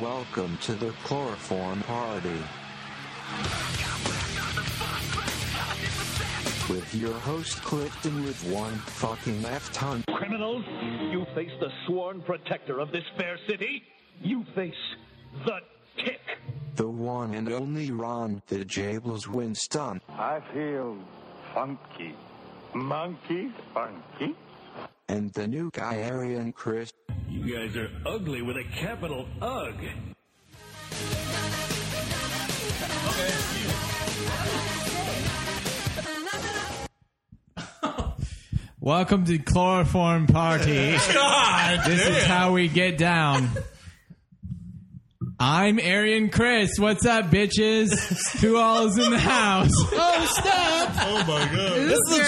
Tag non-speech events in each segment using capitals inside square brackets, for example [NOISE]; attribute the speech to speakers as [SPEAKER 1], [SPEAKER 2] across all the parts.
[SPEAKER 1] Welcome to the Chloroform Party. With your host Clifton with one fucking left on
[SPEAKER 2] Criminals, you face the sworn protector of this fair city. You face the tick.
[SPEAKER 1] the one and only Ron the Jables Winston.
[SPEAKER 3] I feel funky. Monkey funky?
[SPEAKER 1] And the new guy Arian Chris.
[SPEAKER 4] You guys are ugly with a capital UG.
[SPEAKER 5] [LAUGHS] Welcome to
[SPEAKER 4] [LAUGHS]
[SPEAKER 5] Chloroform Party. this is how we get down. I'm Arian Chris. What's up, bitches? Who all is in the [LAUGHS] house?
[SPEAKER 6] Oh, stop!
[SPEAKER 7] Oh my god.
[SPEAKER 6] This is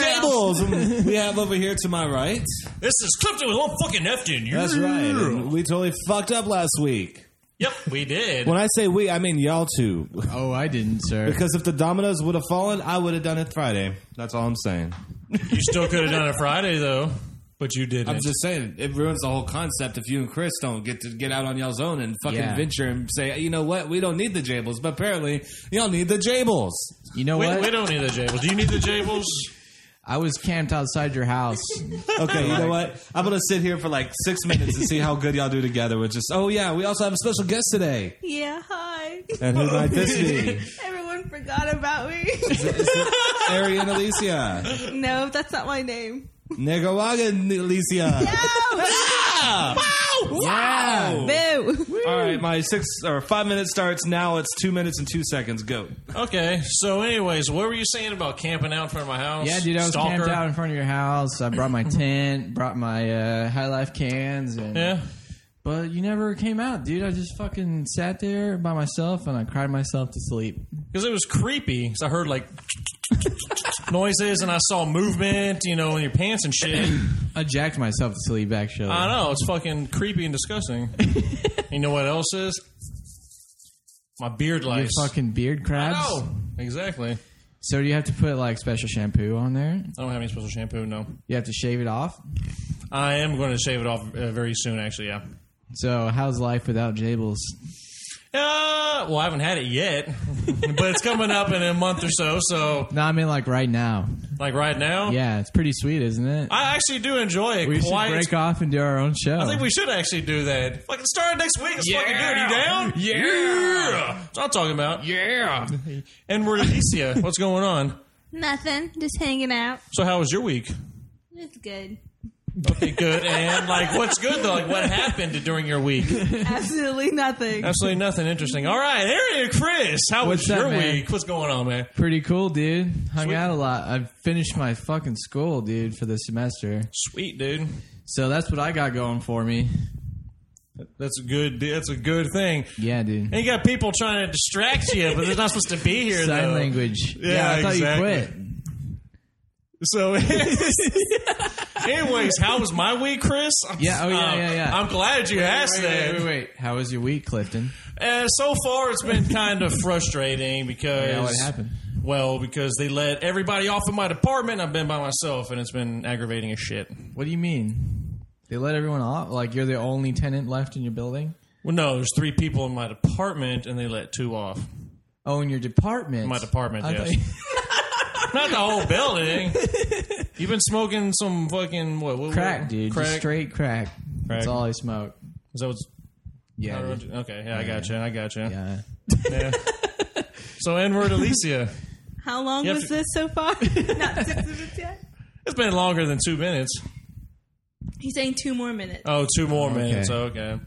[SPEAKER 6] the tables we have over here to my right.
[SPEAKER 4] This is Clifton with one fucking Neptune.
[SPEAKER 6] That's right. And we totally fucked up last week.
[SPEAKER 4] Yep, we did.
[SPEAKER 6] When I say we, I mean y'all two.
[SPEAKER 5] Oh, I didn't, sir.
[SPEAKER 6] Because if the dominoes would have fallen, I would have done it Friday. That's all I'm saying.
[SPEAKER 4] You still could have done it Friday though, but you didn't.
[SPEAKER 6] I'm just saying it ruins the whole concept if you and Chris don't get to get out on y'all's own and fucking
[SPEAKER 5] Yeah.
[SPEAKER 6] venture and say, you know what, we don't need the Jables, but apparently y'all need the Jables.
[SPEAKER 5] You know
[SPEAKER 4] we,
[SPEAKER 5] what?
[SPEAKER 4] we don't need the Jables. Do you need the Jables?
[SPEAKER 5] I was camped outside
[SPEAKER 4] [LAUGHS]
[SPEAKER 5] your house.
[SPEAKER 6] [LAUGHS] Okay, you know what? I'm gonna sit here for like six minutes and see how good y'all do together. With just, oh yeah, we also have a special guest today,
[SPEAKER 8] Yeah, hi.
[SPEAKER 6] and who might this
[SPEAKER 4] [LAUGHS]
[SPEAKER 6] be?
[SPEAKER 8] Everyone forgot about me. [LAUGHS]
[SPEAKER 6] Arian Alicia,
[SPEAKER 8] no, that's not my name.
[SPEAKER 6] Nicaraguan Alicia. Yeah.
[SPEAKER 8] Boo.
[SPEAKER 6] All right, my six or five minutes starts now. It's two minutes and two seconds. Go.
[SPEAKER 4] Okay. So, anyways, what were you saying about camping out in front of my house?
[SPEAKER 5] Yeah, dude, I was
[SPEAKER 4] Stalker?
[SPEAKER 5] camped out in front of your house. I brought my tent, brought my uh, High Life cans, and
[SPEAKER 4] Yeah.
[SPEAKER 5] but you never came out, dude. I just fucking sat there by myself and I cried myself to sleep.
[SPEAKER 4] because it was creepy. 'cause I heard like noises and I saw movement, you know, in your pants and
[SPEAKER 5] [COUGHS]
[SPEAKER 4] shit.
[SPEAKER 5] I jacked myself to sleep actually.
[SPEAKER 4] I know it's fucking creepy and
[SPEAKER 5] [LAUGHS]
[SPEAKER 4] disgusting. you know what else is? My beard
[SPEAKER 5] Your
[SPEAKER 4] lice.
[SPEAKER 5] fucking beard
[SPEAKER 4] I
[SPEAKER 5] crabs.
[SPEAKER 4] know exactly.
[SPEAKER 5] So do you have to put like special shampoo on there?
[SPEAKER 4] I don't have any special shampoo. No,
[SPEAKER 5] You have to shave it off.
[SPEAKER 4] I am going to shave it off uh, very soon. Actually, yeah.
[SPEAKER 5] So how's life without Jables?
[SPEAKER 4] Uh, well, I haven't had it yet, [LAUGHS] but it's coming up in a month or so. So,
[SPEAKER 5] No, I mean like right now.
[SPEAKER 4] like right now,
[SPEAKER 5] Yeah, it's pretty sweet, isn't it?
[SPEAKER 4] I actually do enjoy it.
[SPEAKER 5] we should
[SPEAKER 4] quite.
[SPEAKER 5] break off and do our own show.
[SPEAKER 4] I think we should actually do that. Fucking start next week. Let's fucking do it. You down? Yeah. That's what I'm talking about. Yeah. And we're Alicia. What's going on?
[SPEAKER 8] Nothing. Just hanging out.
[SPEAKER 4] So, how was your week?
[SPEAKER 8] It's good.
[SPEAKER 4] Okay, good. And like, what's good though? Like, what happened during your week?
[SPEAKER 8] Absolutely nothing.
[SPEAKER 4] Absolutely nothing interesting. All right, Harry and Chris, how
[SPEAKER 5] What's
[SPEAKER 4] was
[SPEAKER 5] up,
[SPEAKER 4] your
[SPEAKER 5] man?
[SPEAKER 4] week? What's going on, man?
[SPEAKER 5] pretty cool, dude. Hung
[SPEAKER 4] Sweet.
[SPEAKER 5] out a lot. I finished my fucking school, dude, for the semester.
[SPEAKER 4] Sweet, dude.
[SPEAKER 5] So that's what I got going for me.
[SPEAKER 4] That's a good. That's a good thing.
[SPEAKER 5] Yeah,
[SPEAKER 4] And
[SPEAKER 5] dude.
[SPEAKER 4] you got people trying to distract you, but they're not supposed to be here.
[SPEAKER 5] Sign
[SPEAKER 4] though.
[SPEAKER 5] language.
[SPEAKER 4] Yeah,
[SPEAKER 5] I thought
[SPEAKER 4] exactly.
[SPEAKER 5] you quit.
[SPEAKER 4] So, [LAUGHS] anyways, how was my week, Chris? I'm-
[SPEAKER 5] Yeah, oh, yeah,
[SPEAKER 4] um,
[SPEAKER 5] yeah, yeah.
[SPEAKER 4] I'm glad you asked
[SPEAKER 5] Wait,
[SPEAKER 4] that.
[SPEAKER 5] wait, wait, wait. How was your week, Clifton?
[SPEAKER 4] Uh, so far, it's been kind of frustrating because
[SPEAKER 5] Yeah, what happened?
[SPEAKER 4] Well, because they let everybody off in my department. I've been by myself, and it's been aggravating as shit.
[SPEAKER 5] What do you mean? They let everyone off? Like you're the only tenant left in your building?
[SPEAKER 4] Well, no, there's three people in my department, and they let two off.
[SPEAKER 5] Oh, in your department.
[SPEAKER 4] My department,
[SPEAKER 5] I
[SPEAKER 4] yes.
[SPEAKER 5] thought you-
[SPEAKER 4] Not the whole building. You've been smoking some fucking what? what
[SPEAKER 5] [LAUGHS] crack,
[SPEAKER 4] what-
[SPEAKER 5] dude.
[SPEAKER 4] Crack.
[SPEAKER 5] Just straight crack. That's all I smoke.
[SPEAKER 4] Is that what's-
[SPEAKER 5] Yeah. dude.
[SPEAKER 4] okay, yeah, I got you. I got you.
[SPEAKER 5] Yeah.
[SPEAKER 4] Yeah. so, inward
[SPEAKER 5] [LAUGHS]
[SPEAKER 4] Alicia.
[SPEAKER 8] How long
[SPEAKER 4] You have
[SPEAKER 8] was
[SPEAKER 4] to-
[SPEAKER 8] this so far? Not [LAUGHS] six minutes yet.
[SPEAKER 4] It's been longer than two minutes.
[SPEAKER 8] He's saying two more minutes.
[SPEAKER 4] Oh, two more minutes. Okay.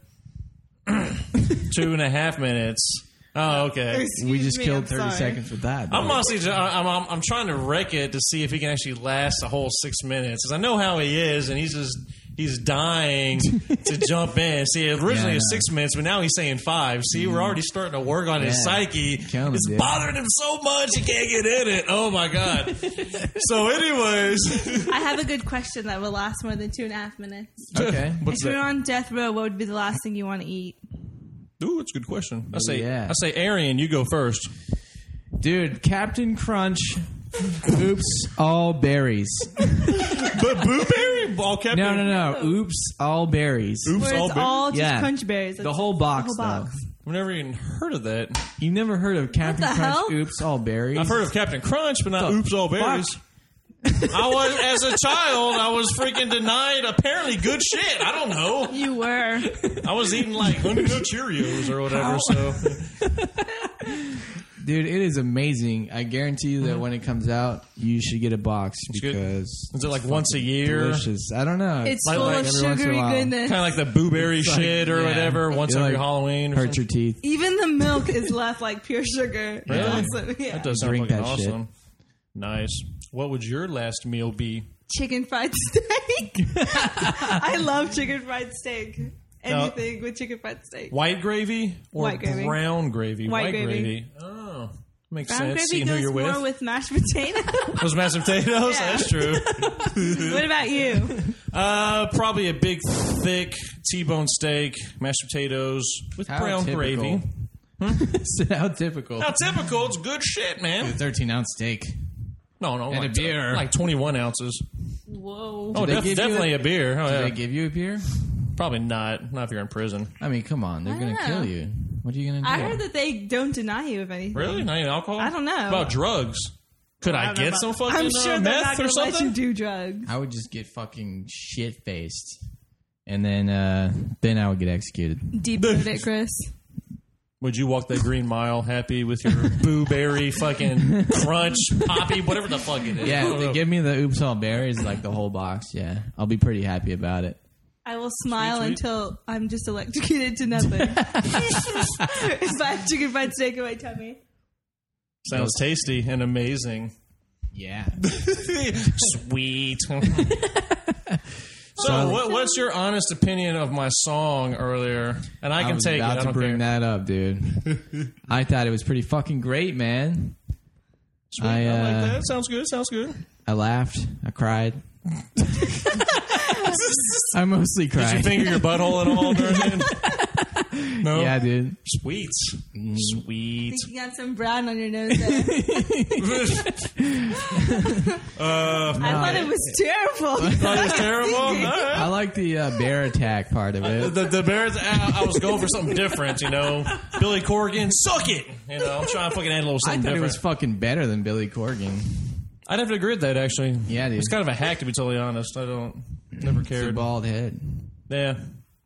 [SPEAKER 4] [CLEARS THROAT] two and a half minutes. Oh, okay.
[SPEAKER 8] Excuse
[SPEAKER 5] We just
[SPEAKER 8] me,
[SPEAKER 5] killed
[SPEAKER 8] I'm
[SPEAKER 5] 30
[SPEAKER 8] sorry.
[SPEAKER 5] seconds with that.
[SPEAKER 4] I'm
[SPEAKER 5] dude.
[SPEAKER 4] honestly, ju- I'm, I'm, I'm trying to wreck it to see if he can actually last a whole six minutes. 'Cause I know how he is, and he's just he's
[SPEAKER 5] [LAUGHS]
[SPEAKER 4] dying to jump in. See, originally
[SPEAKER 5] Yeah,
[SPEAKER 4] it's
[SPEAKER 5] I know. Mm.
[SPEAKER 4] six minutes, but now he's saying five. See, we're already starting to work on his
[SPEAKER 5] Yeah.
[SPEAKER 4] psyche.
[SPEAKER 5] Kill him,
[SPEAKER 4] it's
[SPEAKER 5] dude.
[SPEAKER 4] bothering him so much he can't get in it. Oh my
[SPEAKER 5] [LAUGHS]
[SPEAKER 4] god. so, anyways,
[SPEAKER 8] I have a good question that will last more than two and a half minutes.
[SPEAKER 5] Okay.
[SPEAKER 4] What's
[SPEAKER 8] if you're
[SPEAKER 4] that?
[SPEAKER 8] on death row, what would be the last thing you want to eat?
[SPEAKER 4] Ooh, it's a good question. I say,
[SPEAKER 5] Yeah.
[SPEAKER 4] I say, Arian, you go first.
[SPEAKER 5] Dude, Captain Crunch oops all
[SPEAKER 8] [LAUGHS]
[SPEAKER 5] berries.
[SPEAKER 4] But Boo Berry ball kept
[SPEAKER 5] No, no, no. Oops all berries.
[SPEAKER 4] Oops,
[SPEAKER 8] Where
[SPEAKER 4] all
[SPEAKER 8] it's
[SPEAKER 4] berries?
[SPEAKER 8] all just
[SPEAKER 5] Yeah.
[SPEAKER 8] crunch berries.
[SPEAKER 5] The whole box, though.
[SPEAKER 4] I've never even heard of that.
[SPEAKER 5] You never heard of Captain
[SPEAKER 8] What the
[SPEAKER 5] Crunch?
[SPEAKER 8] hell?
[SPEAKER 5] Oops, all berries.
[SPEAKER 4] I've heard of Captain Crunch, but not
[SPEAKER 5] The
[SPEAKER 4] Oops All
[SPEAKER 5] [LAUGHS]
[SPEAKER 4] Berries. I was as a child, I was freaking denied apparently good shit. I don't know.
[SPEAKER 8] You were.
[SPEAKER 4] I was eating like Honeydew Cheerios or whatever. So
[SPEAKER 5] Dude, it is amazing. I guarantee you that
[SPEAKER 8] Mm-hmm.
[SPEAKER 5] when it comes out, you should get a box
[SPEAKER 4] good.
[SPEAKER 5] because
[SPEAKER 4] is it like once a year?
[SPEAKER 5] delicious. I don't know.
[SPEAKER 8] It's
[SPEAKER 4] Like-
[SPEAKER 8] full
[SPEAKER 4] like
[SPEAKER 8] of
[SPEAKER 5] every once in a
[SPEAKER 8] sugary
[SPEAKER 5] while.
[SPEAKER 8] goodness.
[SPEAKER 4] Kind of like the blueberry
[SPEAKER 5] like,
[SPEAKER 4] shit or
[SPEAKER 5] yeah.
[SPEAKER 4] whatever. Once
[SPEAKER 5] You're
[SPEAKER 4] every
[SPEAKER 5] like-
[SPEAKER 4] Halloween. Or
[SPEAKER 5] hurt your teeth.
[SPEAKER 8] Even the milk is left like pure sugar.
[SPEAKER 4] Really?
[SPEAKER 8] It's awesome. Yeah.
[SPEAKER 4] That does sound
[SPEAKER 5] Drink
[SPEAKER 4] fucking
[SPEAKER 5] that shit.
[SPEAKER 4] awesome. Nice. What would your last meal be?
[SPEAKER 8] chicken fried
[SPEAKER 4] [LAUGHS]
[SPEAKER 8] steak. I love chicken fried steak. Anything with chicken fried steak.
[SPEAKER 4] White gravy or
[SPEAKER 8] White gravy.
[SPEAKER 4] brown gravy?
[SPEAKER 8] White gravy.
[SPEAKER 4] Oh, makes
[SPEAKER 8] Brown
[SPEAKER 4] sense.
[SPEAKER 8] gravy
[SPEAKER 4] Seeing who
[SPEAKER 8] goes
[SPEAKER 4] you're with.
[SPEAKER 8] more with mashed potato.
[SPEAKER 4] Those mashed potatoes.
[SPEAKER 8] [LAUGHS] Yeah.
[SPEAKER 4] That's
[SPEAKER 8] [LAUGHS]
[SPEAKER 4] true.
[SPEAKER 8] what about you?
[SPEAKER 4] Uh, probably a big, thick T-bone steak, mashed potatoes with
[SPEAKER 5] How
[SPEAKER 4] brown
[SPEAKER 5] typical.
[SPEAKER 4] gravy.
[SPEAKER 5] How typical.
[SPEAKER 4] How typical! It's good shit, man.
[SPEAKER 5] 13 ounce steak.
[SPEAKER 4] No, no,
[SPEAKER 5] And
[SPEAKER 4] like,
[SPEAKER 5] a beer.
[SPEAKER 4] like twenty-one ounces.
[SPEAKER 8] Whoa.
[SPEAKER 4] Oh,
[SPEAKER 5] they
[SPEAKER 4] def-
[SPEAKER 5] give you
[SPEAKER 4] definitely
[SPEAKER 5] a-
[SPEAKER 4] a, beer. Oh,
[SPEAKER 5] Do
[SPEAKER 4] yeah.
[SPEAKER 5] they give you a beer?
[SPEAKER 4] Probably not. Not if you're in prison.
[SPEAKER 5] I mean, come on. They're
[SPEAKER 8] I
[SPEAKER 5] going to
[SPEAKER 8] don't
[SPEAKER 5] kill
[SPEAKER 8] know.
[SPEAKER 5] you. What are you going to do?
[SPEAKER 8] I heard that they don't deny you of anything.
[SPEAKER 4] Really? Not even alcohol?
[SPEAKER 8] I don't know.
[SPEAKER 4] About drugs? Could I,
[SPEAKER 8] don't know
[SPEAKER 4] get
[SPEAKER 8] about-
[SPEAKER 4] some fucking
[SPEAKER 8] I'm sure
[SPEAKER 4] uh,
[SPEAKER 8] they're not
[SPEAKER 4] meth
[SPEAKER 8] gonna
[SPEAKER 4] or
[SPEAKER 8] let you
[SPEAKER 4] something?
[SPEAKER 8] do drugs.
[SPEAKER 5] I would just get fucking shit faced. And then, uh, then I would get
[SPEAKER 4] [LAUGHS]
[SPEAKER 5] executed.
[SPEAKER 8] Deep it, Chris.
[SPEAKER 4] Would you walk that green mile happy with your
[SPEAKER 5] [LAUGHS]
[SPEAKER 4] blueberry fucking crunch poppy, whatever the fuck it is? I
[SPEAKER 5] Yeah,
[SPEAKER 4] don't
[SPEAKER 5] if they
[SPEAKER 4] know.
[SPEAKER 5] give me the oops all berries, like the whole box. Yeah, I'll be pretty happy about it.
[SPEAKER 8] I will smile
[SPEAKER 4] sweet.
[SPEAKER 8] until I'm just electrocuted
[SPEAKER 4] [LAUGHS]
[SPEAKER 8] to nothing. [LAUGHS] if I have chicken fried steak in my tummy.
[SPEAKER 4] sounds tasty and
[SPEAKER 5] [LAUGHS]
[SPEAKER 4] amazing.
[SPEAKER 5] Yeah. [LAUGHS]
[SPEAKER 4] Sweet. so, what, what's your honest opinion of my song earlier? And I
[SPEAKER 5] I
[SPEAKER 4] can
[SPEAKER 5] was
[SPEAKER 4] take it. I
[SPEAKER 5] about to
[SPEAKER 4] don't
[SPEAKER 5] bring
[SPEAKER 4] care.
[SPEAKER 5] that up, dude.
[SPEAKER 4] [LAUGHS]
[SPEAKER 5] I thought it was pretty fucking great, man.
[SPEAKER 4] Sweet,
[SPEAKER 5] I,
[SPEAKER 4] I
[SPEAKER 5] uh,
[SPEAKER 4] like that. Sounds good. Sounds good.
[SPEAKER 5] I laughed. I cried.
[SPEAKER 4] [LAUGHS]
[SPEAKER 5] [LAUGHS] I mostly
[SPEAKER 4] Did you
[SPEAKER 5] cried.
[SPEAKER 4] finger your butthole at all during it?
[SPEAKER 5] [LAUGHS]
[SPEAKER 4] No.
[SPEAKER 5] Yeah, Mm. dude.
[SPEAKER 4] Sweet. Sweet.
[SPEAKER 5] [LAUGHS]
[SPEAKER 8] You got some brown on your
[SPEAKER 4] [LAUGHS]
[SPEAKER 8] nose there. I thought it was terrible.
[SPEAKER 4] That was
[SPEAKER 5] [LAUGHS]
[SPEAKER 4] terrible. All right.
[SPEAKER 5] I like the uh, bear attack part of it.
[SPEAKER 4] The, the Bears, I, I was going for something different, you know. Billy Corgan, suck it. You know, I'm trying to fucking add a little
[SPEAKER 5] I
[SPEAKER 4] something
[SPEAKER 5] thought it
[SPEAKER 4] different.
[SPEAKER 5] was fucking better than Billy Corgan.
[SPEAKER 4] I'd have to agree with that, actually.
[SPEAKER 5] Yeah, dude.
[SPEAKER 4] It's kind of a hack, to be totally honest. I don't, never
[SPEAKER 5] The
[SPEAKER 4] cared.
[SPEAKER 5] bald [LAUGHS] head.
[SPEAKER 4] Yeah,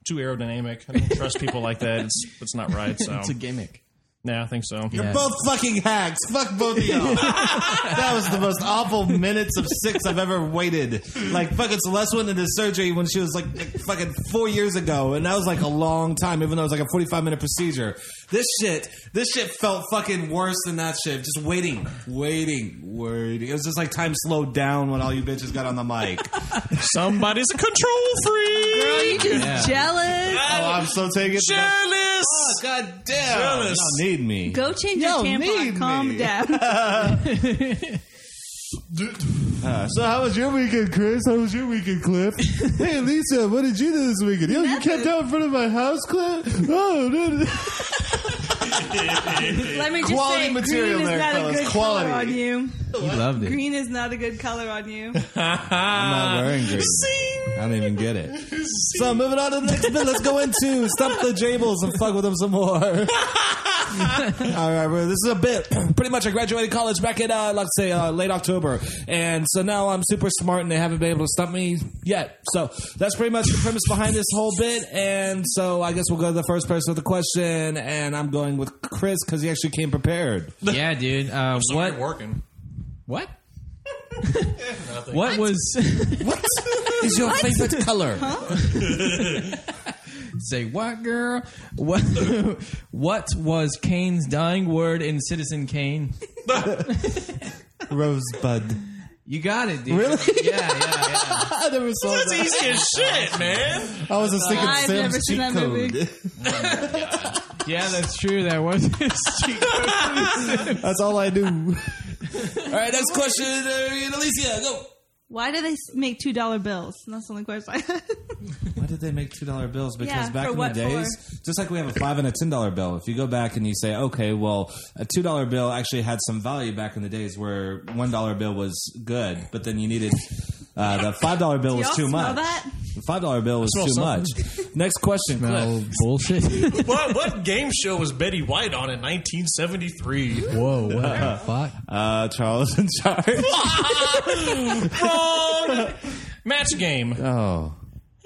[SPEAKER 4] too aerodynamic. I don't trust people like that. It's, it's not right, so.
[SPEAKER 5] [LAUGHS] It's a gimmick.
[SPEAKER 4] yeah, I think so.
[SPEAKER 5] Yeah.
[SPEAKER 6] Both fucking hacks. Fuck both of [LAUGHS] y'all. that was the most awful minutes of six I've ever waited. Like fucking Celeste went into surgery when she was like, like fucking four years ago, and that was like a long time, even though it was like a forty-five minute procedure. This shit, this shit felt fucking worse than that shit. Just waiting, waiting, waiting. It was just like time slowed down when all you bitches got on the mic.
[SPEAKER 4] Somebody's a control freak.
[SPEAKER 8] [LAUGHS] Girl, you just jealous.
[SPEAKER 6] Oh, I'm so taking it.
[SPEAKER 4] Jealous.
[SPEAKER 6] Oh, God damn.
[SPEAKER 4] Jealous.
[SPEAKER 6] Y'all need me.
[SPEAKER 8] Go change
[SPEAKER 6] Y'all
[SPEAKER 8] your
[SPEAKER 6] Oh, need
[SPEAKER 8] tampon. Calm
[SPEAKER 6] me. [LAUGHS]
[SPEAKER 8] down.
[SPEAKER 6] Uh, so how was your weekend, Chris? How was your weekend, [LAUGHS] Cliff? hey, Lisa, what did you do this weekend? Yo, you kept out in front of my house, Cliff? Oh, no, no.
[SPEAKER 8] Let me just
[SPEAKER 6] Quality
[SPEAKER 8] say,
[SPEAKER 6] material
[SPEAKER 8] green
[SPEAKER 6] there,
[SPEAKER 8] is not
[SPEAKER 6] fellas.
[SPEAKER 8] a good
[SPEAKER 6] Quality.
[SPEAKER 8] color on you.
[SPEAKER 5] He loved [LAUGHS] it.
[SPEAKER 8] Green is not a good color on
[SPEAKER 6] [LAUGHS]
[SPEAKER 8] you.
[SPEAKER 6] I'm not wearing green. I don't even get
[SPEAKER 8] [LAUGHS]
[SPEAKER 6] it. So moving on to the next bit. Let's go into stump the jables and fuck with them
[SPEAKER 8] [LAUGHS]
[SPEAKER 6] some more. All right, bro. This is a bit. Pretty much, I graduated college back in, uh, let's say, uh, late October, and so now I'm super smart, and they haven't been able to stump me yet. So that's pretty much the premise behind this whole bit. And so I guess we'll go to the first person with a question, and I'm going with Chris because he actually came prepared.
[SPEAKER 5] Yeah, dude. Uh, what?
[SPEAKER 4] working.
[SPEAKER 5] [LAUGHS] What? [LAUGHS] what was?
[SPEAKER 6] What is your favorite color?
[SPEAKER 5] [LAUGHS] say what, girl? What? [LAUGHS] what was Kane's dying word in Citizen Kane?
[SPEAKER 6] Rosebud.
[SPEAKER 5] You got it, dude. Really? Yeah, yeah, yeah. [LAUGHS]
[SPEAKER 6] I never saw
[SPEAKER 4] That's easy as shit, man.
[SPEAKER 6] I was just thinking
[SPEAKER 8] I've never seen that movie.
[SPEAKER 5] Yeah, that's true. That was [LAUGHS] his cheat code.
[SPEAKER 6] That's all I do. all right, next question, uh, Alicia, go.
[SPEAKER 8] Why do they s- make two dollar bills? That's the only question. I had.
[SPEAKER 6] Why did they make two dollar bills? Because
[SPEAKER 8] Yeah,
[SPEAKER 6] back
[SPEAKER 8] for
[SPEAKER 6] in the
[SPEAKER 8] what
[SPEAKER 6] days, just like we have a five and a ten dollar bill. If you go back and you say, okay, well, a two dollar bill actually had some value back in the days where one dollar bill was good, but then you needed uh, the five dollar bill
[SPEAKER 8] Do
[SPEAKER 6] was
[SPEAKER 8] y'all
[SPEAKER 6] too
[SPEAKER 8] smell
[SPEAKER 6] much.
[SPEAKER 8] that?
[SPEAKER 6] The five dollar bill was
[SPEAKER 4] I
[SPEAKER 6] too
[SPEAKER 4] smell
[SPEAKER 6] much.
[SPEAKER 7] Next question.
[SPEAKER 5] Smell [LAUGHS] bullshit.
[SPEAKER 4] [LAUGHS] what, what game show was Betty White on in 1973?
[SPEAKER 5] Whoa, what the fuck?
[SPEAKER 6] [LAUGHS] Uh, Charles in charge. [LAUGHS]
[SPEAKER 4] Wrong! Match
[SPEAKER 5] Uh,
[SPEAKER 4] game.
[SPEAKER 6] Oh,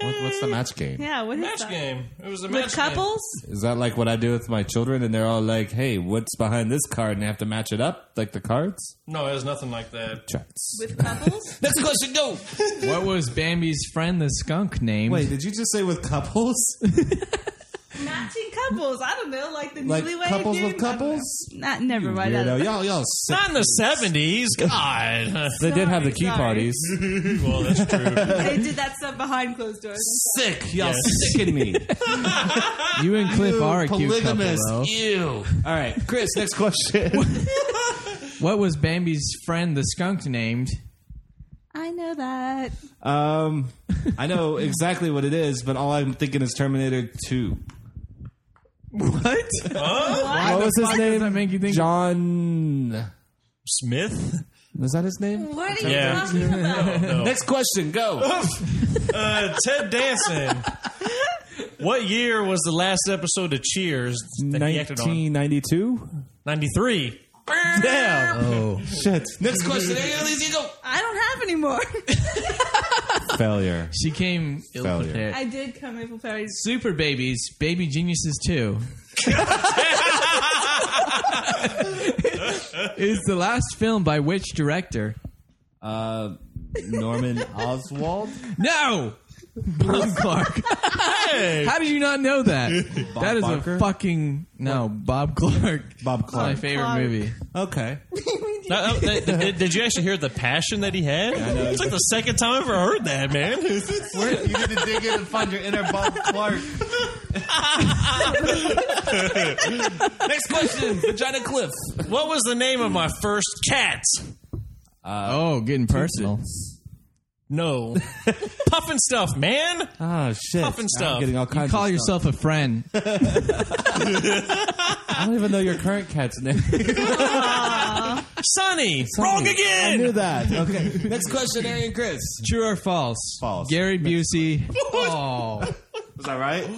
[SPEAKER 6] what, what's the match
[SPEAKER 8] [LAUGHS]
[SPEAKER 6] game?
[SPEAKER 8] Yeah, what is
[SPEAKER 4] Match
[SPEAKER 8] that?
[SPEAKER 4] game. It was a match
[SPEAKER 8] With couples?
[SPEAKER 6] Is that like what I do with my children, and they're all like, "Hey, what's behind this card?" And I have to match it up, like the cards.
[SPEAKER 4] game. No, it was nothing like that.
[SPEAKER 6] Charts.
[SPEAKER 8] With couples?
[SPEAKER 6] Next question, go.
[SPEAKER 5] What was Bambi's friend the skunk named?
[SPEAKER 6] Wait, did you just say with
[SPEAKER 8] [LAUGHS]
[SPEAKER 6] couples?
[SPEAKER 8] [LAUGHS] Matching couples. I don't know, like the
[SPEAKER 6] Like
[SPEAKER 8] newlywed
[SPEAKER 6] couples
[SPEAKER 8] dude.
[SPEAKER 6] with couples?
[SPEAKER 8] Not never mind. I don't
[SPEAKER 6] Weirdo.
[SPEAKER 8] know.
[SPEAKER 6] Y'all, y'all. Sick.
[SPEAKER 4] Not in the 70s. God.
[SPEAKER 6] They did have the key
[SPEAKER 8] Sorry, sorry.
[SPEAKER 4] [LAUGHS]
[SPEAKER 6] parties. [LAUGHS]
[SPEAKER 4] well, that's true.
[SPEAKER 8] They did that stuff behind closed
[SPEAKER 6] [LAUGHS]
[SPEAKER 8] doors.
[SPEAKER 6] Sick, [LAUGHS] y'all.
[SPEAKER 4] Yes.
[SPEAKER 6] Sicking me.
[SPEAKER 5] you and Cliff
[SPEAKER 6] Ew,
[SPEAKER 5] are a cute couple,
[SPEAKER 6] polygamous.
[SPEAKER 5] though.
[SPEAKER 4] Ew.
[SPEAKER 6] All right, Chris. Next question.
[SPEAKER 5] What was Bambi's friend the skunk named?
[SPEAKER 8] I know that.
[SPEAKER 6] um, I know exactly what it is, but all I'm thinking is Terminator Two.
[SPEAKER 5] What?
[SPEAKER 6] what was his
[SPEAKER 5] fuck
[SPEAKER 6] name?
[SPEAKER 5] does that make you think-
[SPEAKER 6] John.
[SPEAKER 4] Smith?
[SPEAKER 6] Was that his name? Oh,
[SPEAKER 8] What are you
[SPEAKER 4] Yeah.
[SPEAKER 8] talking about?
[SPEAKER 6] [LAUGHS] Next question. Go.
[SPEAKER 4] Uh, Ted Danson. What year was the last episode of Cheers that he acted on?
[SPEAKER 6] 1992.
[SPEAKER 4] 93.
[SPEAKER 6] Damn.
[SPEAKER 5] Oh.
[SPEAKER 6] Shit. Next question. you go.
[SPEAKER 8] I don't have any more.
[SPEAKER 6] Failure.
[SPEAKER 5] She came ill
[SPEAKER 6] Failure.
[SPEAKER 5] prepared.
[SPEAKER 8] [LAUGHS] I did come April Fairies.
[SPEAKER 5] Super Babies, Baby Geniuses
[SPEAKER 6] [LAUGHS]
[SPEAKER 5] 2. [LAUGHS] is the last film by which director?
[SPEAKER 6] Uh, Norman Oswald.
[SPEAKER 5] No! Bob
[SPEAKER 6] [LAUGHS]
[SPEAKER 5] Clark. How did you not know that? that is
[SPEAKER 6] Barker?
[SPEAKER 5] a fucking. No, Bob Clark.
[SPEAKER 6] Bob
[SPEAKER 5] It's my
[SPEAKER 6] Clark.
[SPEAKER 5] favorite
[SPEAKER 8] Clark.
[SPEAKER 5] movie.
[SPEAKER 4] [LAUGHS]
[SPEAKER 6] Okay.
[SPEAKER 4] Uh, uh, th- th- did you actually hear the passion that he had? It's like the second time I ever heard that, man.
[SPEAKER 6] you need to dig in and find your inner Bob Clark. [LAUGHS] Next question. Vagina Cliff.
[SPEAKER 4] what was the name of my first cat?
[SPEAKER 6] Uh,
[SPEAKER 5] oh, getting personal.
[SPEAKER 6] [LAUGHS]
[SPEAKER 4] No. Puffin stuff, man.
[SPEAKER 6] Oh shit!
[SPEAKER 4] Puffin stuff.
[SPEAKER 6] I'm getting all kinds.
[SPEAKER 5] Ah, Call
[SPEAKER 6] of
[SPEAKER 5] yourself a
[SPEAKER 6] [LAUGHS]
[SPEAKER 5] friend.
[SPEAKER 6] Stuff. I don't even know your current cat's [LAUGHS] name.
[SPEAKER 4] Sonny. Wrong
[SPEAKER 6] I knew [LAUGHS]
[SPEAKER 4] again.
[SPEAKER 6] that. Okay. Next question, Arian Chris.
[SPEAKER 5] True or false?
[SPEAKER 6] False.
[SPEAKER 5] Gary Busey.
[SPEAKER 6] [LAUGHS]
[SPEAKER 5] oh.
[SPEAKER 6] Was that right?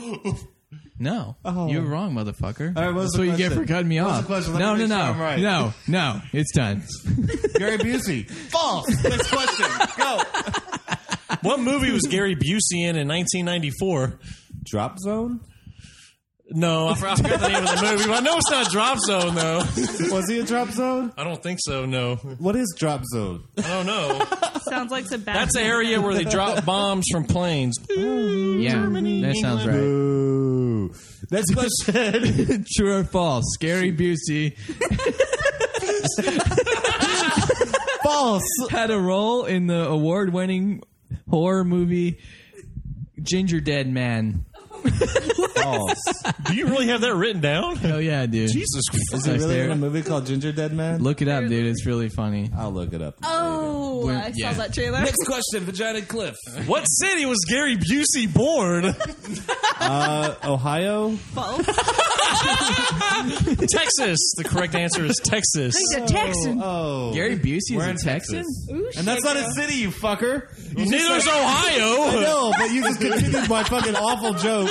[SPEAKER 5] No, you were wrong, motherfucker.
[SPEAKER 6] Oh. right, what's
[SPEAKER 5] That's
[SPEAKER 6] the
[SPEAKER 5] what you get
[SPEAKER 6] question?
[SPEAKER 5] for cutting me
[SPEAKER 6] What's the
[SPEAKER 5] off.
[SPEAKER 6] question? Let
[SPEAKER 5] No, no,
[SPEAKER 6] me make
[SPEAKER 5] no,
[SPEAKER 6] sure I'm right.
[SPEAKER 5] no, no. It's done.
[SPEAKER 6] Gary Busey. False. Next question. Go.
[SPEAKER 4] [LAUGHS] What movie was Gary Busey in in 1994?
[SPEAKER 6] Drop zone.
[SPEAKER 4] No, I for- I forgot the name of the movie. But I know it's not Drop Zone, though.
[SPEAKER 6] Was he a drop zone?
[SPEAKER 4] I don't think so, no.
[SPEAKER 6] What is drop zone?
[SPEAKER 4] I don't know.
[SPEAKER 8] Sounds like Sebastian.
[SPEAKER 4] That's the area where they drop bombs from planes.
[SPEAKER 5] yeah, that sounds right.
[SPEAKER 6] Ooh. Next question.
[SPEAKER 5] True or false? Gary [LAUGHS] Busey
[SPEAKER 6] False.
[SPEAKER 5] had a role in the award-winning horror movie Ginger Dead Man.
[SPEAKER 6] False.
[SPEAKER 4] [LAUGHS] Do you really have that written down?
[SPEAKER 5] Oh yeah, dude.
[SPEAKER 4] Jesus Christ.
[SPEAKER 6] Is it really
[SPEAKER 5] there-
[SPEAKER 6] in a movie called Ginger Dead Man?
[SPEAKER 5] Look it up, dude. It's really funny.
[SPEAKER 6] I'll look it up.
[SPEAKER 8] Oh,
[SPEAKER 5] When-
[SPEAKER 8] I saw
[SPEAKER 5] yeah.
[SPEAKER 8] that trailer.
[SPEAKER 6] question, Vagina Cliff.
[SPEAKER 4] What city was Gary Busey born?
[SPEAKER 6] Uh,
[SPEAKER 8] [LAUGHS]
[SPEAKER 6] Ohio.
[SPEAKER 8] False.
[SPEAKER 4] Texas. The correct answer is Texas.
[SPEAKER 8] He's a Texan.
[SPEAKER 6] Oh.
[SPEAKER 5] Gary Busey
[SPEAKER 6] We're in
[SPEAKER 5] is a Texan.
[SPEAKER 8] Ooh,
[SPEAKER 6] And that's
[SPEAKER 8] shit.
[SPEAKER 6] not a city, you fucker.
[SPEAKER 4] Neither's Ohio.
[SPEAKER 6] No, but you just continued my fucking awful joke.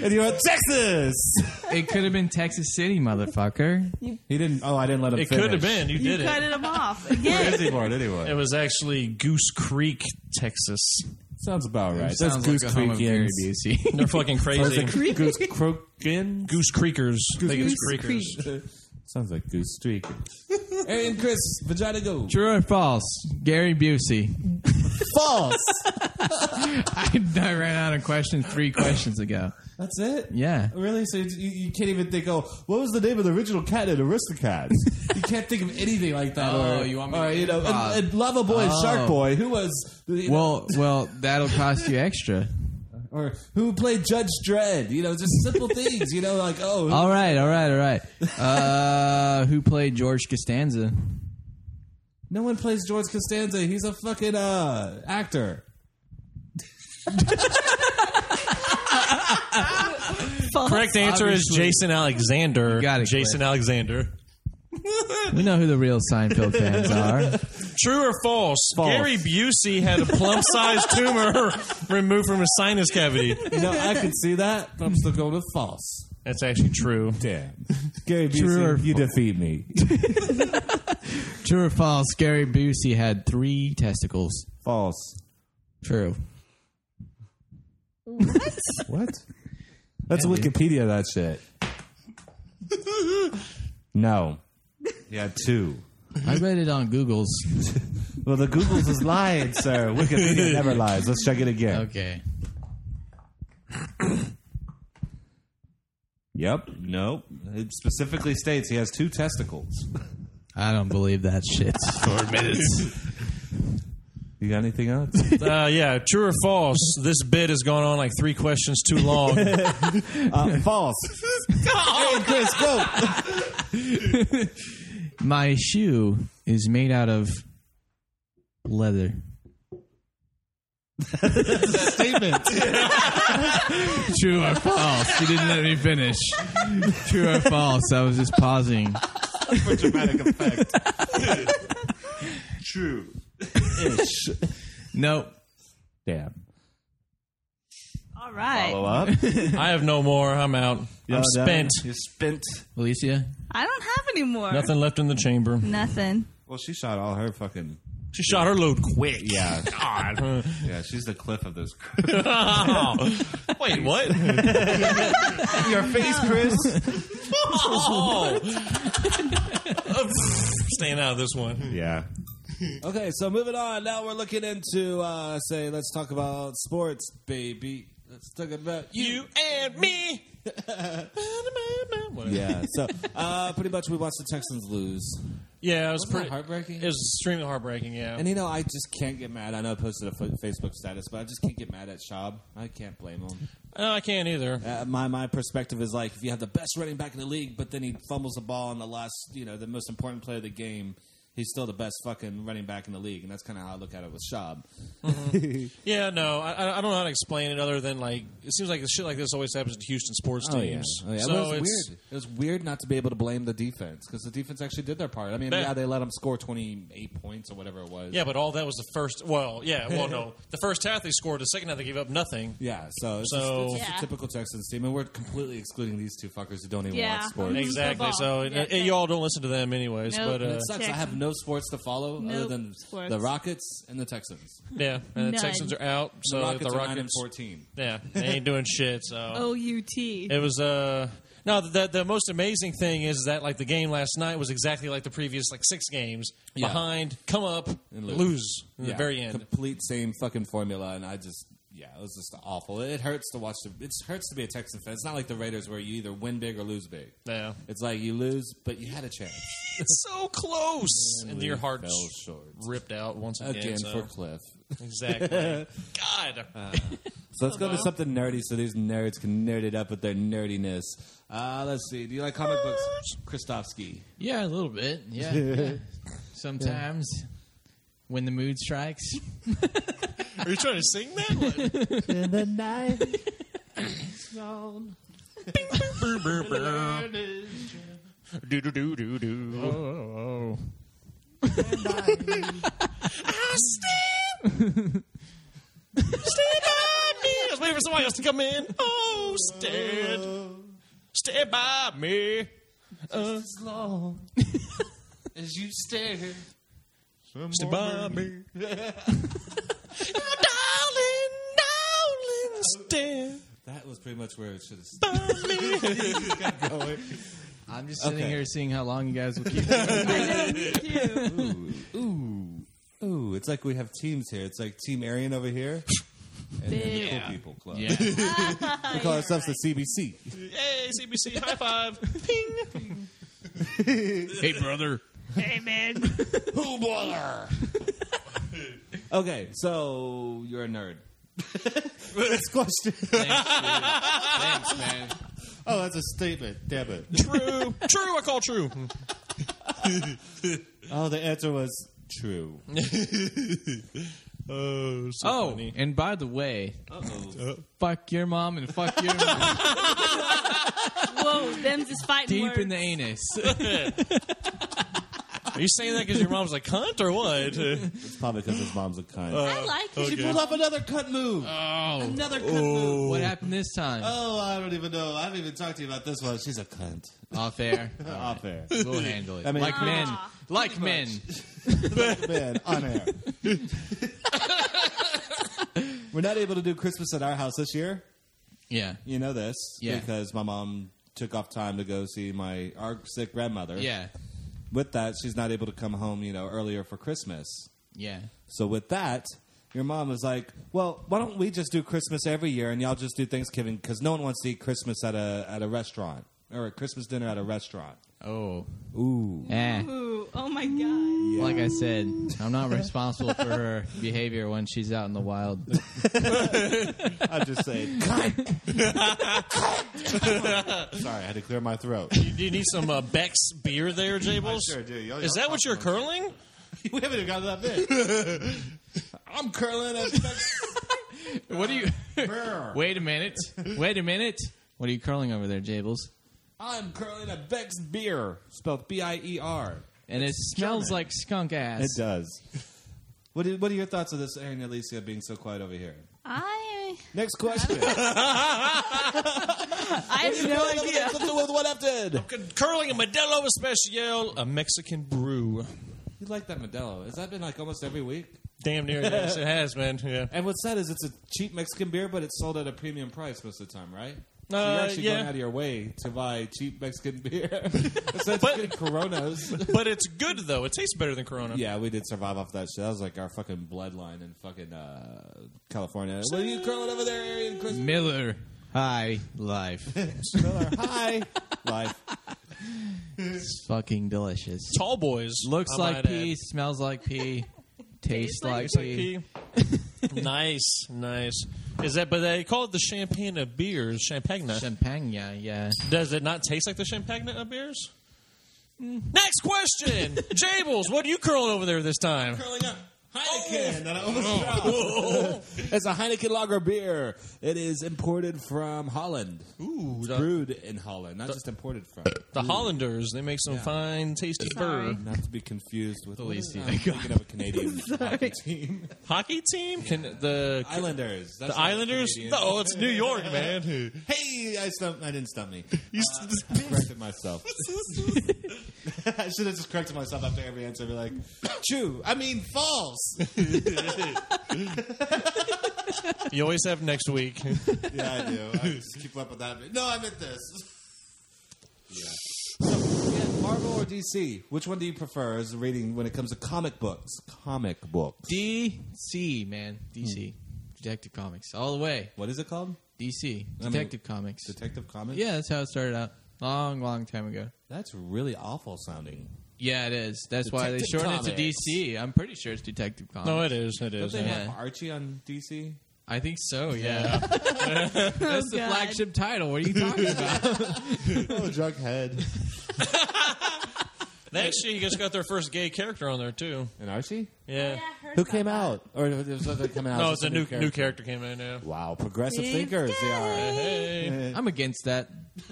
[SPEAKER 6] And you went, Texas!
[SPEAKER 5] It could have been Texas City, [LAUGHS] motherfucker.
[SPEAKER 6] He didn't. Oh, I didn't let him
[SPEAKER 4] It
[SPEAKER 6] finish.
[SPEAKER 4] could have been. You
[SPEAKER 8] You
[SPEAKER 4] did
[SPEAKER 8] cut
[SPEAKER 4] it.
[SPEAKER 8] him off
[SPEAKER 6] Where
[SPEAKER 8] again.
[SPEAKER 6] is he born anyway?
[SPEAKER 4] It was actually Goose Creek, Texas.
[SPEAKER 6] sounds about right. That's
[SPEAKER 5] Sounds
[SPEAKER 6] Goose
[SPEAKER 5] like a home of Gary
[SPEAKER 6] Creekians.
[SPEAKER 5] Busey.
[SPEAKER 4] They're
[SPEAKER 5] [LAUGHS]
[SPEAKER 4] fucking crazy.
[SPEAKER 6] Goose Croakin?
[SPEAKER 4] Goose Creekers. They get
[SPEAKER 8] Goose
[SPEAKER 4] Creekers.
[SPEAKER 6] [LAUGHS] Sounds like Goose Streak. Arian Chris, vagina go.
[SPEAKER 5] True or false? Gary Busey. [LAUGHS]
[SPEAKER 6] False.
[SPEAKER 5] I, I ran out of questions three questions ago.
[SPEAKER 6] That's it?
[SPEAKER 5] Yeah.
[SPEAKER 6] Really? So you, you can't even think, oh, what was the name of the original cat in [LAUGHS] Aristocats? you can't think of anything like that.
[SPEAKER 5] Oh,
[SPEAKER 6] or,
[SPEAKER 5] you want me
[SPEAKER 6] or,
[SPEAKER 5] to
[SPEAKER 6] you know,
[SPEAKER 5] improv?
[SPEAKER 6] and, and Lava Boy and Shark
[SPEAKER 5] Oh.
[SPEAKER 6] Boy, who was, you know,
[SPEAKER 5] Well, well, that'll cost you extra.
[SPEAKER 6] or who played Judge Dredd? You know, just [LAUGHS] simple things, you know, like, oh, who-
[SPEAKER 5] All right, all right, all right. Uh, who played George Costanza?
[SPEAKER 6] no one plays George Costanza. He's a fucking uh, actor.
[SPEAKER 8] [LAUGHS] False.
[SPEAKER 4] Correct answer is
[SPEAKER 5] Obviously.
[SPEAKER 4] Jason Alexander.
[SPEAKER 5] You got it,
[SPEAKER 4] Jason Alexander.
[SPEAKER 5] We know who the real Seinfeld fans are.
[SPEAKER 4] True or false?
[SPEAKER 6] False.
[SPEAKER 4] Gary Busey had a
[SPEAKER 5] [LAUGHS]
[SPEAKER 4] plump-sized tumor [LAUGHS] removed from his sinus cavity.
[SPEAKER 6] You know, I could see that, but I'm still going with false.
[SPEAKER 4] That's actually true.
[SPEAKER 6] Damn. Gary Busey,
[SPEAKER 5] True or
[SPEAKER 6] you defeat me.
[SPEAKER 5] True or false? Gary Busey had three testicles.
[SPEAKER 6] False.
[SPEAKER 5] True.
[SPEAKER 6] What? That's Wikipedia, that shit. No. Yeah, two.
[SPEAKER 5] I read it on Google's.
[SPEAKER 6] Well, the Googles is lying, sir. Wikipedia [LAUGHS] never lies. Let's check it again.
[SPEAKER 5] Okay.
[SPEAKER 6] Yep. No. It specifically states he has two testicles.
[SPEAKER 5] I don't believe that shit. Four minutes.
[SPEAKER 6] You got anything else?
[SPEAKER 4] Uh, yeah, true or false? This bit has gone on like three questions too long.
[SPEAKER 6] [LAUGHS] Uh, [LAUGHS] false. hey, Chris, go.
[SPEAKER 5] My shoe is made out of leather.
[SPEAKER 6] Statement.
[SPEAKER 5] [LAUGHS] True or false? You didn't let me finish. True or false? I was just pausing.
[SPEAKER 6] For dramatic effect. True.
[SPEAKER 5] Nope.
[SPEAKER 6] Damn.
[SPEAKER 8] All right.
[SPEAKER 6] Follow up.
[SPEAKER 4] I have no more. I'm
[SPEAKER 5] [LAUGHS]
[SPEAKER 4] out. I'm spent.
[SPEAKER 6] You're spent.
[SPEAKER 5] Alicia?
[SPEAKER 8] I don't have any more.
[SPEAKER 4] Nothing left in the chamber.
[SPEAKER 8] Nothing.
[SPEAKER 6] Well, she shot all her fucking.
[SPEAKER 4] She shot her load quick.
[SPEAKER 6] Yeah.
[SPEAKER 4] God.
[SPEAKER 6] Yeah, she's the cliff of this.
[SPEAKER 4] Oh. [LAUGHS] Wait, what?
[SPEAKER 6] [LAUGHS]
[SPEAKER 4] [LAUGHS]
[SPEAKER 6] Your face, [LAUGHS] Chris.
[SPEAKER 4] Staying out of this one.
[SPEAKER 6] Yeah. Okay, so moving on. Now we're looking into, uh, say, let's talk about sports, baby. Let's talk about you.
[SPEAKER 4] You and [LAUGHS] me. Whatever.
[SPEAKER 6] Yeah, so uh, pretty much we watched the Texans lose.
[SPEAKER 4] Yeah, it was
[SPEAKER 6] that
[SPEAKER 4] pretty
[SPEAKER 6] heartbreaking?
[SPEAKER 4] It was extremely heartbreaking. Yeah.
[SPEAKER 6] And you know, I just can't get mad. I know I posted a fa- Facebook status, but I just can't get mad at Schaub. I can't blame him.
[SPEAKER 4] no, I can't either.
[SPEAKER 6] Uh, my my perspective is like if you have the best running back in the league, but then he fumbles the ball on the last, you know, the most important play of the game. He's still the best fucking running back in the league, and that's kind of how I look at it with Schaub.
[SPEAKER 4] Yeah, no, I, I I don't know how to explain it other than like it seems like shit like this always happens to Houston sports teams.
[SPEAKER 6] Oh, yeah.
[SPEAKER 4] So
[SPEAKER 6] it was
[SPEAKER 4] it's
[SPEAKER 6] weird. It was weird not to be able to blame the defense because the defense actually did their part. I mean,
[SPEAKER 4] Yeah.
[SPEAKER 6] yeah, they let them score twenty eight points or whatever it was.
[SPEAKER 4] yeah, but all that was the first. Well, yeah, well,
[SPEAKER 6] [LAUGHS]
[SPEAKER 4] no, the first half they scored, the second half they gave up nothing.
[SPEAKER 6] Yeah, so it's,
[SPEAKER 4] So-
[SPEAKER 6] just, it's just
[SPEAKER 8] Yeah.
[SPEAKER 6] a typical Texans team, and we're completely excluding these two fuckers who don't even
[SPEAKER 8] Yeah.
[SPEAKER 6] watch sports.
[SPEAKER 8] Mhm.
[SPEAKER 4] Exactly.
[SPEAKER 8] Football.
[SPEAKER 4] So it,
[SPEAKER 8] Yeah,
[SPEAKER 4] it- you all don't listen to them, anyways.
[SPEAKER 8] Nope.
[SPEAKER 4] But uh,
[SPEAKER 6] It sucks. I have no sports to follow other
[SPEAKER 8] Nope.
[SPEAKER 6] than
[SPEAKER 8] Sports.
[SPEAKER 6] the Rockets and the Texans.
[SPEAKER 4] yeah, and the
[SPEAKER 8] None.
[SPEAKER 4] Texans are out. So
[SPEAKER 6] the Rockets
[SPEAKER 4] the
[SPEAKER 6] are nine and
[SPEAKER 4] Rockets,
[SPEAKER 6] fourteen.
[SPEAKER 4] yeah, they ain't doing shit. So
[SPEAKER 8] O U T.
[SPEAKER 4] It was uh no the the most amazing thing is that like the game last night was exactly like the previous like six games
[SPEAKER 6] Yeah.
[SPEAKER 4] behind come up
[SPEAKER 6] And
[SPEAKER 4] lose,
[SPEAKER 6] lose.
[SPEAKER 4] in the very end.
[SPEAKER 6] complete same fucking formula, and I just. Yeah, it was just awful. It hurts to watch. The, it hurts to be a Texan fan. It's not like the Raiders where you either win big or lose big. [LAUGHS]
[SPEAKER 4] Yeah.
[SPEAKER 6] It's like you lose, but you had a chance.
[SPEAKER 4] It's so close and
[SPEAKER 6] we
[SPEAKER 4] your heart
[SPEAKER 6] fell
[SPEAKER 4] sh-
[SPEAKER 6] short.
[SPEAKER 4] ripped out once again.
[SPEAKER 6] Again
[SPEAKER 4] so-
[SPEAKER 6] for Cliff.
[SPEAKER 4] exactly.
[SPEAKER 6] [LAUGHS]
[SPEAKER 4] God.
[SPEAKER 6] So let's go to something nerdy so these nerds can nerd it up with their nerdiness. Uh, let's see. Do you like comic books? Kristofsky.
[SPEAKER 5] Yeah, a little [LAUGHS] bit. Yeah. yeah. Sometimes when the mood strikes.
[SPEAKER 4] Are you trying to sing that?
[SPEAKER 6] [LAUGHS] the night.
[SPEAKER 4] do do do do do.
[SPEAKER 5] Oh.
[SPEAKER 4] Stand by me. I was waiting for somebody else to come in. Oh, stand. Stand by me.
[SPEAKER 6] As long as you stare.
[SPEAKER 4] Stand by me. oh, darling, darling, stand
[SPEAKER 6] That was pretty much where it should have
[SPEAKER 4] by me.
[SPEAKER 6] [LAUGHS] stopped going.
[SPEAKER 5] I'm just sitting
[SPEAKER 6] Okay.
[SPEAKER 5] here seeing how long you guys will [LAUGHS] keep it.
[SPEAKER 6] Ooh. Ooh. It's like we have teams here. It's like Team Arian over here. And then the cool people club. [LAUGHS] We call ourselves the CBC.
[SPEAKER 4] Hey, CBC, high five. Ping.
[SPEAKER 5] hey, brother.
[SPEAKER 6] Okay, so you're a nerd. [LAUGHS] Next question.
[SPEAKER 5] Thanks, man.
[SPEAKER 6] [LAUGHS] Oh, that's a statement. Damn it.
[SPEAKER 4] True. True, I call true. Mm,
[SPEAKER 6] Oh, the answer was true.
[SPEAKER 4] Oh,
[SPEAKER 5] Oh, and by the way, fuck your mom and fuck [LAUGHS] your mom
[SPEAKER 8] Whoa, them just fighting
[SPEAKER 5] deep
[SPEAKER 8] words.
[SPEAKER 5] in the anus.
[SPEAKER 4] Are you saying that because your mom's a cunt or what? Uh,
[SPEAKER 6] It's probably because his mom's a kind.
[SPEAKER 8] I like it.
[SPEAKER 6] she pulled off another cut move.
[SPEAKER 5] [LAUGHS] Oh.
[SPEAKER 6] Another cut move.
[SPEAKER 5] What happened this time?
[SPEAKER 6] Oh, I don't even know. I haven't even talked to you about this one. She's a cunt.
[SPEAKER 5] Off air.
[SPEAKER 6] Off air.
[SPEAKER 5] [LAUGHS] We'll handle it.
[SPEAKER 6] I mean-
[SPEAKER 5] like men. Like men.
[SPEAKER 6] Man, on air. We're not able to do Christmas at our house this year.
[SPEAKER 5] Yeah.
[SPEAKER 6] You know this.
[SPEAKER 5] Yeah.
[SPEAKER 6] Because my mom took off time to go see my our sick grandmother.
[SPEAKER 5] Yeah.
[SPEAKER 6] With that, she's not able to come home, you know, earlier for Christmas.
[SPEAKER 5] Yeah.
[SPEAKER 6] So with that, your mom was like, "Well, why don't we just do Christmas every year and y'all just do Thanksgiving because no one wants to eat Christmas at a at a restaurant or a Christmas dinner at a restaurant."
[SPEAKER 5] Oh.
[SPEAKER 6] Ooh,
[SPEAKER 5] Eh.
[SPEAKER 8] Ooh, oh my god.
[SPEAKER 5] Like I said, I'm not responsible for her behavior when she's out in the wild. [LAUGHS]
[SPEAKER 6] I'm
[SPEAKER 4] [LAUGHS]
[SPEAKER 6] just saying. Sorry, I had to clear my throat.
[SPEAKER 4] you, you need some uh, Beck's beer there, Jables?
[SPEAKER 6] I sure do. Y'all-
[SPEAKER 4] Is
[SPEAKER 6] y'all
[SPEAKER 4] that what you're curling?
[SPEAKER 6] [LAUGHS] we haven't even gotten that bit.
[SPEAKER 4] [LAUGHS]
[SPEAKER 6] I'm curling a
[SPEAKER 5] What do you?
[SPEAKER 6] burr.
[SPEAKER 5] Wait a minute. Wait a minute. What are you curling over there, Jables?
[SPEAKER 6] I'm curling a Beck's beer, spelled E B-I-E-R.
[SPEAKER 5] And it smells
[SPEAKER 6] German.
[SPEAKER 5] like skunk ass.
[SPEAKER 6] It does. What are, what are your thoughts of this Aaron Alicia being so quiet over here?
[SPEAKER 8] I
[SPEAKER 6] Next question.
[SPEAKER 8] I have no [LAUGHS]
[SPEAKER 6] [LAUGHS]
[SPEAKER 8] idea.
[SPEAKER 6] Oh,
[SPEAKER 4] Curling a Modelo Especial, a Mexican brew.
[SPEAKER 6] You like that Modelo? Has that been like almost every week?
[SPEAKER 4] Damn near yes, it has, man. Yeah.
[SPEAKER 6] And what's sad is it's a cheap Mexican beer, but it's sold at a premium price most of the time, right? so
[SPEAKER 4] Uh,
[SPEAKER 6] you're actually
[SPEAKER 4] yeah.
[SPEAKER 6] going out of your way to buy cheap Mexican beer. so it's good Coronas.
[SPEAKER 4] But it's good though. It tastes better than Corona.
[SPEAKER 6] yeah, we did survive off that shit. That was like our fucking bloodline in fucking uh, California. What are you curling over there, Arian Christmas?
[SPEAKER 5] Miller High Life.
[SPEAKER 6] Miller, hi. [LAUGHS] Life.
[SPEAKER 5] It's fucking delicious.
[SPEAKER 4] Tall boys
[SPEAKER 5] Looks
[SPEAKER 4] I
[SPEAKER 5] like
[SPEAKER 6] uh,
[SPEAKER 4] might
[SPEAKER 5] pee, smells like
[SPEAKER 6] [LAUGHS]
[SPEAKER 5] pee, tastes like
[SPEAKER 4] add.
[SPEAKER 5] pee.
[SPEAKER 4] nice, nice. Is that? But they call it the champagne of beers, champagne.
[SPEAKER 5] Champagne, yeah.
[SPEAKER 4] Does it not taste like the champagne of beers? Next
[SPEAKER 6] [LAUGHS]
[SPEAKER 4] question, Jables. What are you curling over there this time?
[SPEAKER 6] Curling up. Heineken. that I almost dropped. Oh. [LAUGHS] it's a Heineken lager beer. It is imported from Holland.
[SPEAKER 4] Ooh, Oh, the,
[SPEAKER 6] brewed in Holland, not just imported from.
[SPEAKER 4] the Hollanders. They make some fine, tasty
[SPEAKER 8] Sorry.
[SPEAKER 4] beer.
[SPEAKER 6] Not to be confused with
[SPEAKER 5] least
[SPEAKER 6] I'm
[SPEAKER 5] you-
[SPEAKER 6] thinking of a Canadian [LAUGHS] hockey team.
[SPEAKER 4] Hockey team? Can the
[SPEAKER 6] Islanders. That's
[SPEAKER 4] the
[SPEAKER 6] not
[SPEAKER 4] Islanders?
[SPEAKER 6] Canadian.
[SPEAKER 4] No, it's New York, man.
[SPEAKER 6] Hey, I stumped. I didn't stump me.
[SPEAKER 4] You
[SPEAKER 6] I [LAUGHS] corrected myself. [LAUGHS] I should have just corrected myself after every answer. Be [LAUGHS] like, true. I mean, false.
[SPEAKER 4] You always have next
[SPEAKER 5] [LAUGHS]
[SPEAKER 4] week.
[SPEAKER 6] Yeah, I do. [LAUGHS] I just keep up with that. No, I meant this. Yeah. So, yeah, Marvel or DC? Which one do you prefer as a reading when it comes to comic books? Comic books.
[SPEAKER 5] DC, man. DC. Detective Comics. All the way.
[SPEAKER 6] What is it called?
[SPEAKER 5] DC.
[SPEAKER 6] Hmm. I mean-
[SPEAKER 5] Detective Comics.
[SPEAKER 6] Detective Comics.
[SPEAKER 5] Yeah, that's how it started out. Long, long time ago.
[SPEAKER 6] That's really awful sounding.
[SPEAKER 5] Yeah, it is. That's why they
[SPEAKER 6] Detective
[SPEAKER 5] shortened it
[SPEAKER 6] Comics.
[SPEAKER 5] to DC. I'm pretty sure it's Detective Comics.
[SPEAKER 4] [LAUGHS] No, it is. It
[SPEAKER 6] Don't
[SPEAKER 4] is.
[SPEAKER 6] they
[SPEAKER 4] yeah.
[SPEAKER 6] have Archie on DC?
[SPEAKER 5] I think so, yeah.
[SPEAKER 6] [LAUGHS]
[SPEAKER 5] that's the
[SPEAKER 8] God.
[SPEAKER 5] flagship title. What are you talking about?
[SPEAKER 6] Oh, Jughead.
[SPEAKER 4] Next year, you just got their first gay character on there too.
[SPEAKER 6] [LAUGHS] And Archie?
[SPEAKER 4] Yeah.
[SPEAKER 6] Who came out? Or it was something coming out?
[SPEAKER 4] No,
[SPEAKER 6] It's
[SPEAKER 4] it's
[SPEAKER 6] just
[SPEAKER 4] a new new character came in now.
[SPEAKER 6] Wow, progressive
[SPEAKER 8] He's
[SPEAKER 6] thinkers they are.
[SPEAKER 4] Hey,
[SPEAKER 5] I'm against that.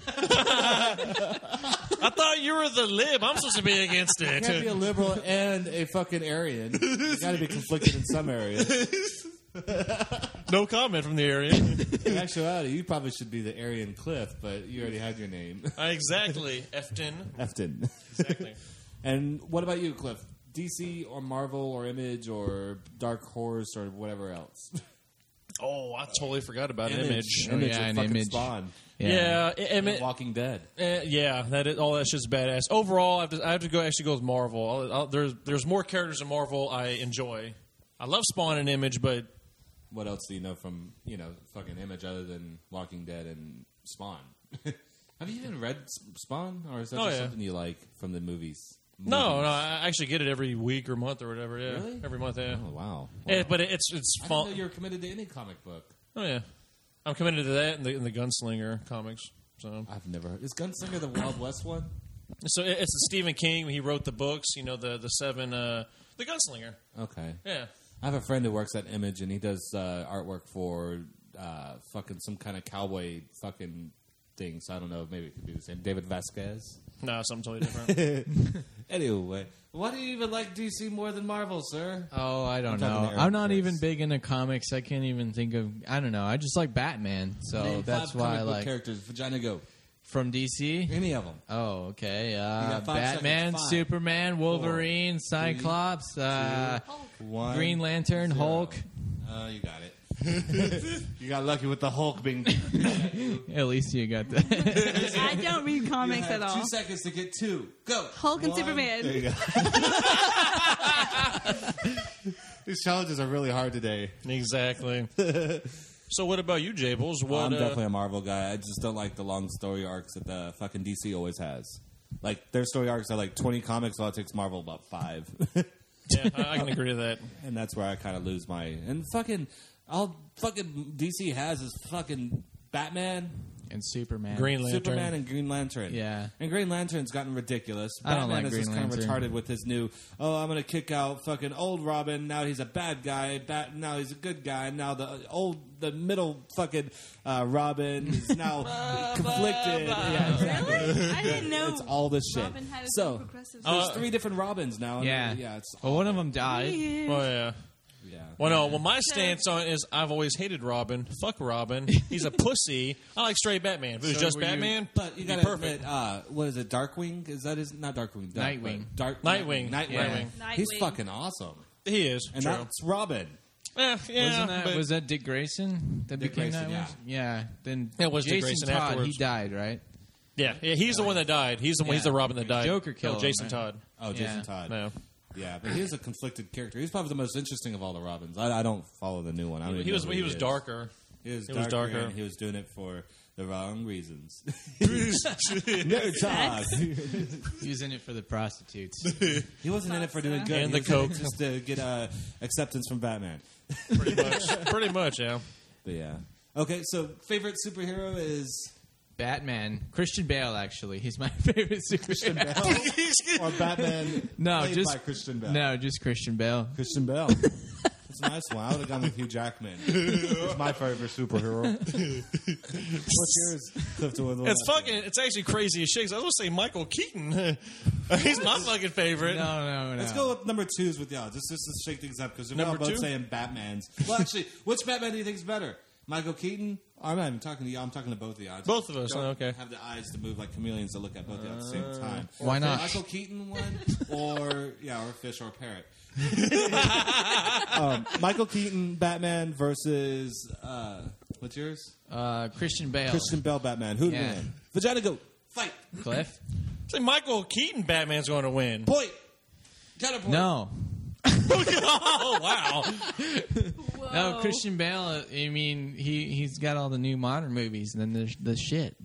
[SPEAKER 4] I thought you were the lib. I'm supposed to be against
[SPEAKER 6] [LAUGHS] You can't be a
[SPEAKER 4] it.
[SPEAKER 6] liberal and a fucking Aryan. You gotta be conflicted in some areas.
[SPEAKER 4] No comment from the area. [LAUGHS]
[SPEAKER 6] In actuality, you probably should be the Aryan Cliff, but you already had your [LAUGHS] name.
[SPEAKER 4] exactly, Efton.
[SPEAKER 6] Efton.
[SPEAKER 4] Exactly.
[SPEAKER 6] And what about you, Cliff? DC or Marvel or Image or Dark Horse or whatever else?
[SPEAKER 4] Oh, I totally forgot about [LAUGHS] Image.
[SPEAKER 5] Oh,
[SPEAKER 6] Image
[SPEAKER 5] yeah,
[SPEAKER 6] and
[SPEAKER 5] and
[SPEAKER 6] fucking
[SPEAKER 5] Image.
[SPEAKER 6] Spawn.
[SPEAKER 4] Yeah, I-
[SPEAKER 6] And
[SPEAKER 4] Image.
[SPEAKER 6] Walking Dead.
[SPEAKER 4] Eh, yeah, that is, all that shit's badass. Overall, I have to, I have to go actually go with Marvel. I'll, I'll, there's there's more characters in Marvel I enjoy. I love Spawn and Image, but
[SPEAKER 6] what else do you know from you know fucking image other than Walking Dead and Spawn? [LAUGHS] Have you even read S- Spawn, or is that
[SPEAKER 4] Oh,
[SPEAKER 6] just
[SPEAKER 4] yeah.
[SPEAKER 6] something you like from the movies?
[SPEAKER 4] no,
[SPEAKER 6] Movies.
[SPEAKER 4] no, I actually get it every week or month or whatever. Yeah,
[SPEAKER 6] Really?
[SPEAKER 4] every month. Yeah,
[SPEAKER 6] Oh wow!
[SPEAKER 4] Eh,
[SPEAKER 6] Wow.
[SPEAKER 4] but it, it's it's
[SPEAKER 6] I didn't know
[SPEAKER 4] fun.
[SPEAKER 6] you were committed to any comic book.
[SPEAKER 4] Oh yeah, I'm committed to that and the, and the Gunslinger comics. So
[SPEAKER 6] I've never heard. Is Gunslinger the Wild West one?
[SPEAKER 4] so it, it's Stephen King. He wrote the books. You know the the seven uh, the Gunslinger.
[SPEAKER 6] Okay,
[SPEAKER 4] Yeah.
[SPEAKER 6] I have a friend who works at Image, and he does uh, artwork for uh, fucking some kind of cowboy fucking thing, so I don't know. Maybe it could be the same. David Vasquez.
[SPEAKER 4] No, something totally different.
[SPEAKER 6] Anyway, why do you even like DC more than Marvel, sir?
[SPEAKER 5] Oh, I don't
[SPEAKER 6] I'm talking
[SPEAKER 5] know.
[SPEAKER 6] to Eric
[SPEAKER 5] I'm not
[SPEAKER 6] Chris.
[SPEAKER 5] even big into comics. I can't even think of. I don't know. I just like Batman, so
[SPEAKER 6] Name
[SPEAKER 5] that's
[SPEAKER 6] five
[SPEAKER 5] why I
[SPEAKER 6] comic book
[SPEAKER 5] like
[SPEAKER 6] characters. Vagina go.
[SPEAKER 5] from DC.
[SPEAKER 6] Any of them.
[SPEAKER 5] Oh, okay. Uh,
[SPEAKER 6] got five
[SPEAKER 5] Batman,
[SPEAKER 6] seconds. Five,
[SPEAKER 5] Superman, Wolverine, Cyclops, uh,
[SPEAKER 6] One.
[SPEAKER 5] Green Lantern,
[SPEAKER 6] zero.
[SPEAKER 5] Hulk.
[SPEAKER 6] Oh, you got it. [LAUGHS] you got lucky with the Hulk being. [LAUGHS] You
[SPEAKER 5] At least you got
[SPEAKER 6] [LAUGHS]
[SPEAKER 5] that.
[SPEAKER 8] I don't read comics
[SPEAKER 6] have
[SPEAKER 8] at all.
[SPEAKER 6] Two seconds to get two. Go.
[SPEAKER 8] Hulk and
[SPEAKER 6] One.
[SPEAKER 8] Superman.
[SPEAKER 6] There
[SPEAKER 8] [LAUGHS]
[SPEAKER 6] you go. These challenges are really hard today.
[SPEAKER 5] [LAUGHS]
[SPEAKER 4] exactly. So what about you, Jables? What?
[SPEAKER 6] I'm
[SPEAKER 4] uh,
[SPEAKER 6] definitely a Marvel guy. I just don't like the long story arcs that the fucking DC always has. Like their story arcs are like 20 comics, while it takes Marvel about five,
[SPEAKER 4] [LAUGHS]
[SPEAKER 6] [LAUGHS]
[SPEAKER 4] yeah, I
[SPEAKER 5] [LAUGHS]
[SPEAKER 4] I can agree to that.
[SPEAKER 6] and that's where I kind of lose my and fucking all fucking DC has is fucking Batman,
[SPEAKER 5] and Superman.
[SPEAKER 4] Green Lantern.
[SPEAKER 6] Superman, and Green Lantern.
[SPEAKER 5] Yeah.
[SPEAKER 6] and Green Lantern's gotten ridiculous.
[SPEAKER 5] I don't
[SPEAKER 6] Batman
[SPEAKER 5] like
[SPEAKER 6] is
[SPEAKER 5] Green
[SPEAKER 6] just kind of
[SPEAKER 5] Lantern.
[SPEAKER 6] retarded with his new. Oh, I'm gonna kick out fucking old Robin. Now he's a bad guy. Bat. Now he's a good guy. And now the old, the middle fucking uh, Robin is now
[SPEAKER 8] [LAUGHS]
[SPEAKER 6] conflicted. Yeah, exactly.
[SPEAKER 8] Really? I didn't know.
[SPEAKER 6] It's all this shit.
[SPEAKER 8] Robin had his
[SPEAKER 6] so
[SPEAKER 8] own progressive
[SPEAKER 6] there's
[SPEAKER 8] side.
[SPEAKER 6] three different Robins now. and
[SPEAKER 5] Yeah. Oh,
[SPEAKER 6] yeah. It's
[SPEAKER 5] Well, one of them died.
[SPEAKER 8] Weird.
[SPEAKER 4] Oh yeah.
[SPEAKER 6] yeah.
[SPEAKER 4] Well, no. Well, my stance on it is I've always hated Robin. Fuck Robin. He's
[SPEAKER 5] [LAUGHS]
[SPEAKER 4] a pussy. I like straight Batman. If it was
[SPEAKER 5] So
[SPEAKER 4] just
[SPEAKER 5] were you-
[SPEAKER 4] Batman,
[SPEAKER 6] But you
[SPEAKER 4] it'd
[SPEAKER 6] gotta
[SPEAKER 4] be perfect.
[SPEAKER 6] admit, uh, what is it? Darkwing? Is that his? Not Darkwing. Dark,
[SPEAKER 5] Nightwing.
[SPEAKER 6] but Dark.
[SPEAKER 4] Nightwing.
[SPEAKER 6] Nightwing.
[SPEAKER 4] Nightwing.
[SPEAKER 8] Yeah.
[SPEAKER 6] He's
[SPEAKER 8] Nightwing.
[SPEAKER 6] fucking awesome.
[SPEAKER 4] he is.
[SPEAKER 6] And
[SPEAKER 4] true.
[SPEAKER 6] that's Robin.
[SPEAKER 4] Eh, yeah,
[SPEAKER 5] Wasn't that,
[SPEAKER 4] but-
[SPEAKER 5] was that Dick Grayson that
[SPEAKER 6] Dick
[SPEAKER 5] became
[SPEAKER 6] Grayson,
[SPEAKER 5] that? one? yeah. Then
[SPEAKER 4] It was Dick
[SPEAKER 5] Jason
[SPEAKER 4] Grayson
[SPEAKER 5] Todd.
[SPEAKER 4] afterwards.
[SPEAKER 5] He died, right?
[SPEAKER 4] yeah, yeah. He's the one that died. He's the he's the
[SPEAKER 5] Yeah.
[SPEAKER 4] Robin that died.
[SPEAKER 5] Joker
[SPEAKER 4] No,
[SPEAKER 5] killed him,
[SPEAKER 4] Jason
[SPEAKER 5] right?
[SPEAKER 4] Todd.
[SPEAKER 6] Oh, Jason
[SPEAKER 5] Yeah.
[SPEAKER 6] Todd.
[SPEAKER 4] No.
[SPEAKER 6] Yeah, but he's a conflicted character. He's probably the most interesting of all the Robins. I, I don't follow the new one. I don't even
[SPEAKER 4] He was
[SPEAKER 6] know
[SPEAKER 4] he,
[SPEAKER 6] who
[SPEAKER 4] was
[SPEAKER 6] is.
[SPEAKER 4] darker.
[SPEAKER 6] He was
[SPEAKER 4] He
[SPEAKER 6] darker.
[SPEAKER 4] was darker.
[SPEAKER 6] and he was doing it for the wrong reasons. [LAUGHS]
[SPEAKER 4] [LAUGHS] and
[SPEAKER 6] no, Todd.
[SPEAKER 5] He was in it for the [LAUGHS] prostitutes.
[SPEAKER 6] [LAUGHS] He wasn't in it for doing good.
[SPEAKER 4] And
[SPEAKER 6] He
[SPEAKER 4] the
[SPEAKER 6] was in it
[SPEAKER 4] coke.
[SPEAKER 6] just to get uh, acceptance from Batman.
[SPEAKER 4] pretty much, pretty much, yeah.
[SPEAKER 6] But yeah. Okay, so favorite superhero is
[SPEAKER 5] Batman. Christian Bale, actually. He's my [LAUGHS] favorite superhero. [LAUGHS]
[SPEAKER 6] or
[SPEAKER 4] [LAUGHS]
[SPEAKER 6] Batman.
[SPEAKER 5] No,
[SPEAKER 6] played
[SPEAKER 5] just
[SPEAKER 6] by Christian Bale.
[SPEAKER 5] No, just Christian Bale.
[SPEAKER 6] Christian Bale. That's a nice one. I would have gone with Hugh Jackman. He's my favorite
[SPEAKER 4] [LAUGHS]
[SPEAKER 6] superhero. What's yours? Clifton with
[SPEAKER 4] It's fucking. It's actually crazy as shit. 'cause I was gonna say Michael Keaton. [LAUGHS] He's my fucking favorite.
[SPEAKER 5] No, no, no.
[SPEAKER 6] Let's go with number twos with y'all. Just, just to shake things up because we're all
[SPEAKER 4] Number
[SPEAKER 6] both
[SPEAKER 4] two?
[SPEAKER 6] saying Batman's. Well, actually, which Batman do you think is better? Michael Keaton? Oh, I'm not even talking to y'all. I'm talking to both of y'all. I just
[SPEAKER 4] Both of us,
[SPEAKER 6] don't
[SPEAKER 4] oh, okay.
[SPEAKER 6] Have the eyes to move like chameleons to look at both of y'all at the same time.
[SPEAKER 5] Why
[SPEAKER 6] Or
[SPEAKER 5] not?
[SPEAKER 6] Michael Keaton one or yeah, or fish or parrot. Um, Michael Keaton Batman versus uh, what's yours?
[SPEAKER 5] Uh, Christian Bale.
[SPEAKER 6] Christian Bell Batman. Who'd
[SPEAKER 5] Yeah.
[SPEAKER 6] win? Vagina goat. Fight.
[SPEAKER 5] Cliff?
[SPEAKER 4] Say Michael Keaton Batman's going to [LAUGHS] win.
[SPEAKER 6] Point. Got a point.
[SPEAKER 5] [LAUGHS] No.
[SPEAKER 4] oh wow!
[SPEAKER 8] Whoa.
[SPEAKER 5] No, Christian Bale, uh, I mean, he, he's got all the new modern movies, and then there's the shit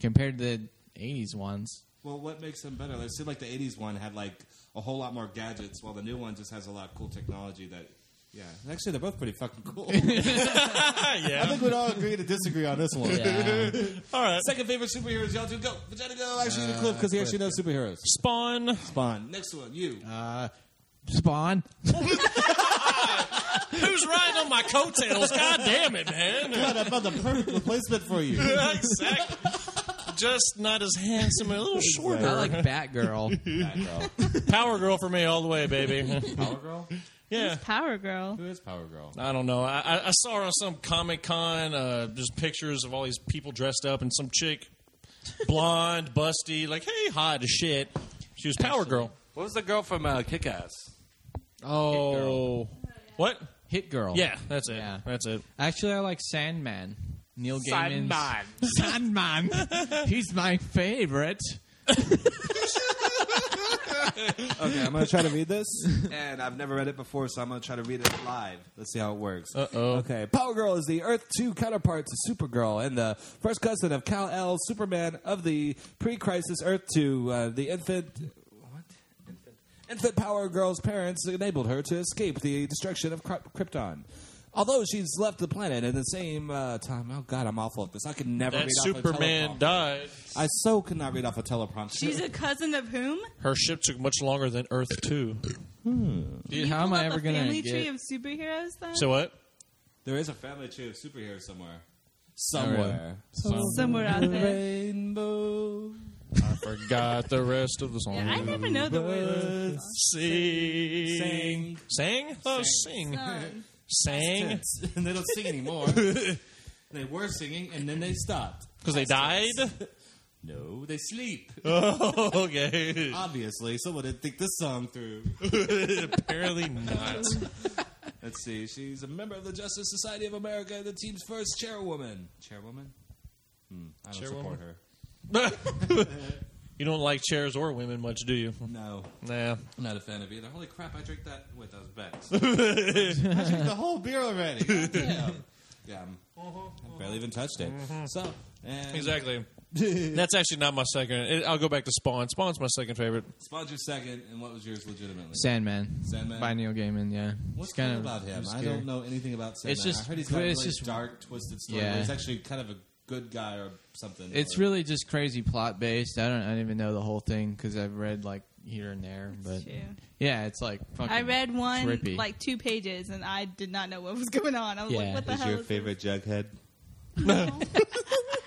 [SPEAKER 5] compared to the 80s ones.
[SPEAKER 6] Well, what makes them better? It seemed like the '80s one had like a whole lot more gadgets, while the new one just has a lot of cool technology. That yeah, And actually, they're both pretty fucking [LAUGHS] cool. I
[SPEAKER 4] Ah, yeah.
[SPEAKER 6] think we'd all agree to disagree on this one.
[SPEAKER 5] Yeah.
[SPEAKER 4] All right.
[SPEAKER 6] [LAUGHS] Second favorite superheroes, y'all two go. Vagina go. Actually, to Cliff because he actually knows superheroes.
[SPEAKER 4] Spawn.
[SPEAKER 6] Uh, Spawn. Next one, you.
[SPEAKER 5] uh, [LAUGHS] Spawn?
[SPEAKER 4] Who's riding on my coattails? God damn it, man!
[SPEAKER 6] I found uh, the perfect replacement for you.
[SPEAKER 4] exactly. [LAUGHS] Just not as handsome, a little
[SPEAKER 5] I
[SPEAKER 4] shorter. [LAUGHS]
[SPEAKER 5] like Batgirl.
[SPEAKER 4] Power Girl for me all the way, baby.
[SPEAKER 6] [LAUGHS]
[SPEAKER 4] [LAUGHS]
[SPEAKER 6] Power Girl.
[SPEAKER 4] yeah.
[SPEAKER 8] Power Girl.
[SPEAKER 6] Who is Power Girl?
[SPEAKER 4] I don't know. I, I- I saw her on some Comic Con, uh, just pictures of all these people dressed up, and some chick, blonde, busty, like, hey, hot as shit. She was Power Girl.
[SPEAKER 7] What was the girl from uh, Kick Ass?
[SPEAKER 5] oh.
[SPEAKER 4] What?
[SPEAKER 5] Hit Girl.
[SPEAKER 4] Yeah, that's it.
[SPEAKER 5] Yeah.
[SPEAKER 4] That's it.
[SPEAKER 5] Actually, I like Sandman. Neil Gaiman's [LAUGHS] Sandman. He's my favorite.
[SPEAKER 6] Okay, I'm gonna try to read this, [LAUGHS] and I've never read it before, so I'm gonna try to read it live. Let's see how it works.
[SPEAKER 4] Uh-oh.
[SPEAKER 6] Okay, Power Girl is the Earth Two counterpart to Supergirl and the first cousin of Kal El, Superman of the pre-crisis Earth Two. Uh, the infant, what? Infant. Infant Power Girl's parents enabled her to escape the destruction of Kry- Krypton. Although she's left the planet in the same uh, time. Oh God, I'm awful at this. I can never
[SPEAKER 4] That
[SPEAKER 6] read
[SPEAKER 4] Superman
[SPEAKER 6] off a teleprompter.
[SPEAKER 4] died.
[SPEAKER 6] I so could not read off a teleprompter. [LAUGHS]
[SPEAKER 8] She's a cousin of whom?
[SPEAKER 4] Her ship took much longer than Earth
[SPEAKER 8] [LAUGHS]
[SPEAKER 4] 2.
[SPEAKER 5] Dude, how am I ever
[SPEAKER 8] going to
[SPEAKER 5] gonna
[SPEAKER 8] Family
[SPEAKER 5] get?
[SPEAKER 8] tree of superheroes, then?
[SPEAKER 4] So what?
[SPEAKER 6] There is a family tree of superheroes somewhere. somewhere.
[SPEAKER 8] Somewhere out there.
[SPEAKER 6] Rainbow.
[SPEAKER 4] I forgot the rest of the song.
[SPEAKER 8] Yeah, I never know the words.
[SPEAKER 4] Sing. Sang. Sang? Oh, sing.
[SPEAKER 8] Um,
[SPEAKER 4] Sang.
[SPEAKER 6] [LAUGHS] and they don't sing [LAUGHS] anymore. they were singing and then they stopped.
[SPEAKER 4] Because they died?
[SPEAKER 6] No, they sleep.
[SPEAKER 4] [LAUGHS] Oh, okay.
[SPEAKER 6] Obviously, someone didn't think this song through.
[SPEAKER 4] Apparently not.
[SPEAKER 6] Let's see. She's a member of the Justice Society of America, the team's first chairwoman. Chairwoman? Hmm, I don't
[SPEAKER 4] Chairwoman?
[SPEAKER 6] support her.
[SPEAKER 4] you don't like chairs or women much, do you?
[SPEAKER 6] No,
[SPEAKER 4] Nah.
[SPEAKER 6] I'm not a fan of either. Holy crap! I drank that. Wait, that was Bex. I drank the whole beer already. Damn. Yeah, I'm- I barely even touched it. So,
[SPEAKER 8] [LAUGHS]
[SPEAKER 6] and
[SPEAKER 4] Exactly. That's actually not my second. It- I'll go back to Spawn. Spawn's my second favorite.
[SPEAKER 6] Spawn's your second, and what was yours legitimately?
[SPEAKER 5] Sandman.
[SPEAKER 6] Sandman?
[SPEAKER 5] by Neil Gaiman. Yeah,
[SPEAKER 6] What's
[SPEAKER 5] It's
[SPEAKER 6] kind
[SPEAKER 5] kinda
[SPEAKER 6] about him? I
[SPEAKER 5] obscure.
[SPEAKER 6] don't know anything about Sandman.
[SPEAKER 5] It's just-
[SPEAKER 6] I heard he's got a
[SPEAKER 5] it's
[SPEAKER 6] really
[SPEAKER 5] just-
[SPEAKER 6] dark, twisted story.
[SPEAKER 5] Yeah.
[SPEAKER 6] Where he's actually kind of a good guy or something.
[SPEAKER 5] It's
[SPEAKER 6] or-
[SPEAKER 5] really just crazy plot based. I don't, I don't even know the whole thing because I've read like here and there, but
[SPEAKER 8] true.
[SPEAKER 5] yeah, it's like fucking
[SPEAKER 8] I read one,
[SPEAKER 5] trippy.
[SPEAKER 8] like two pages, and I did not know what was going on. I was
[SPEAKER 5] Yeah.
[SPEAKER 8] like, what the hell? is this?
[SPEAKER 6] Jughead?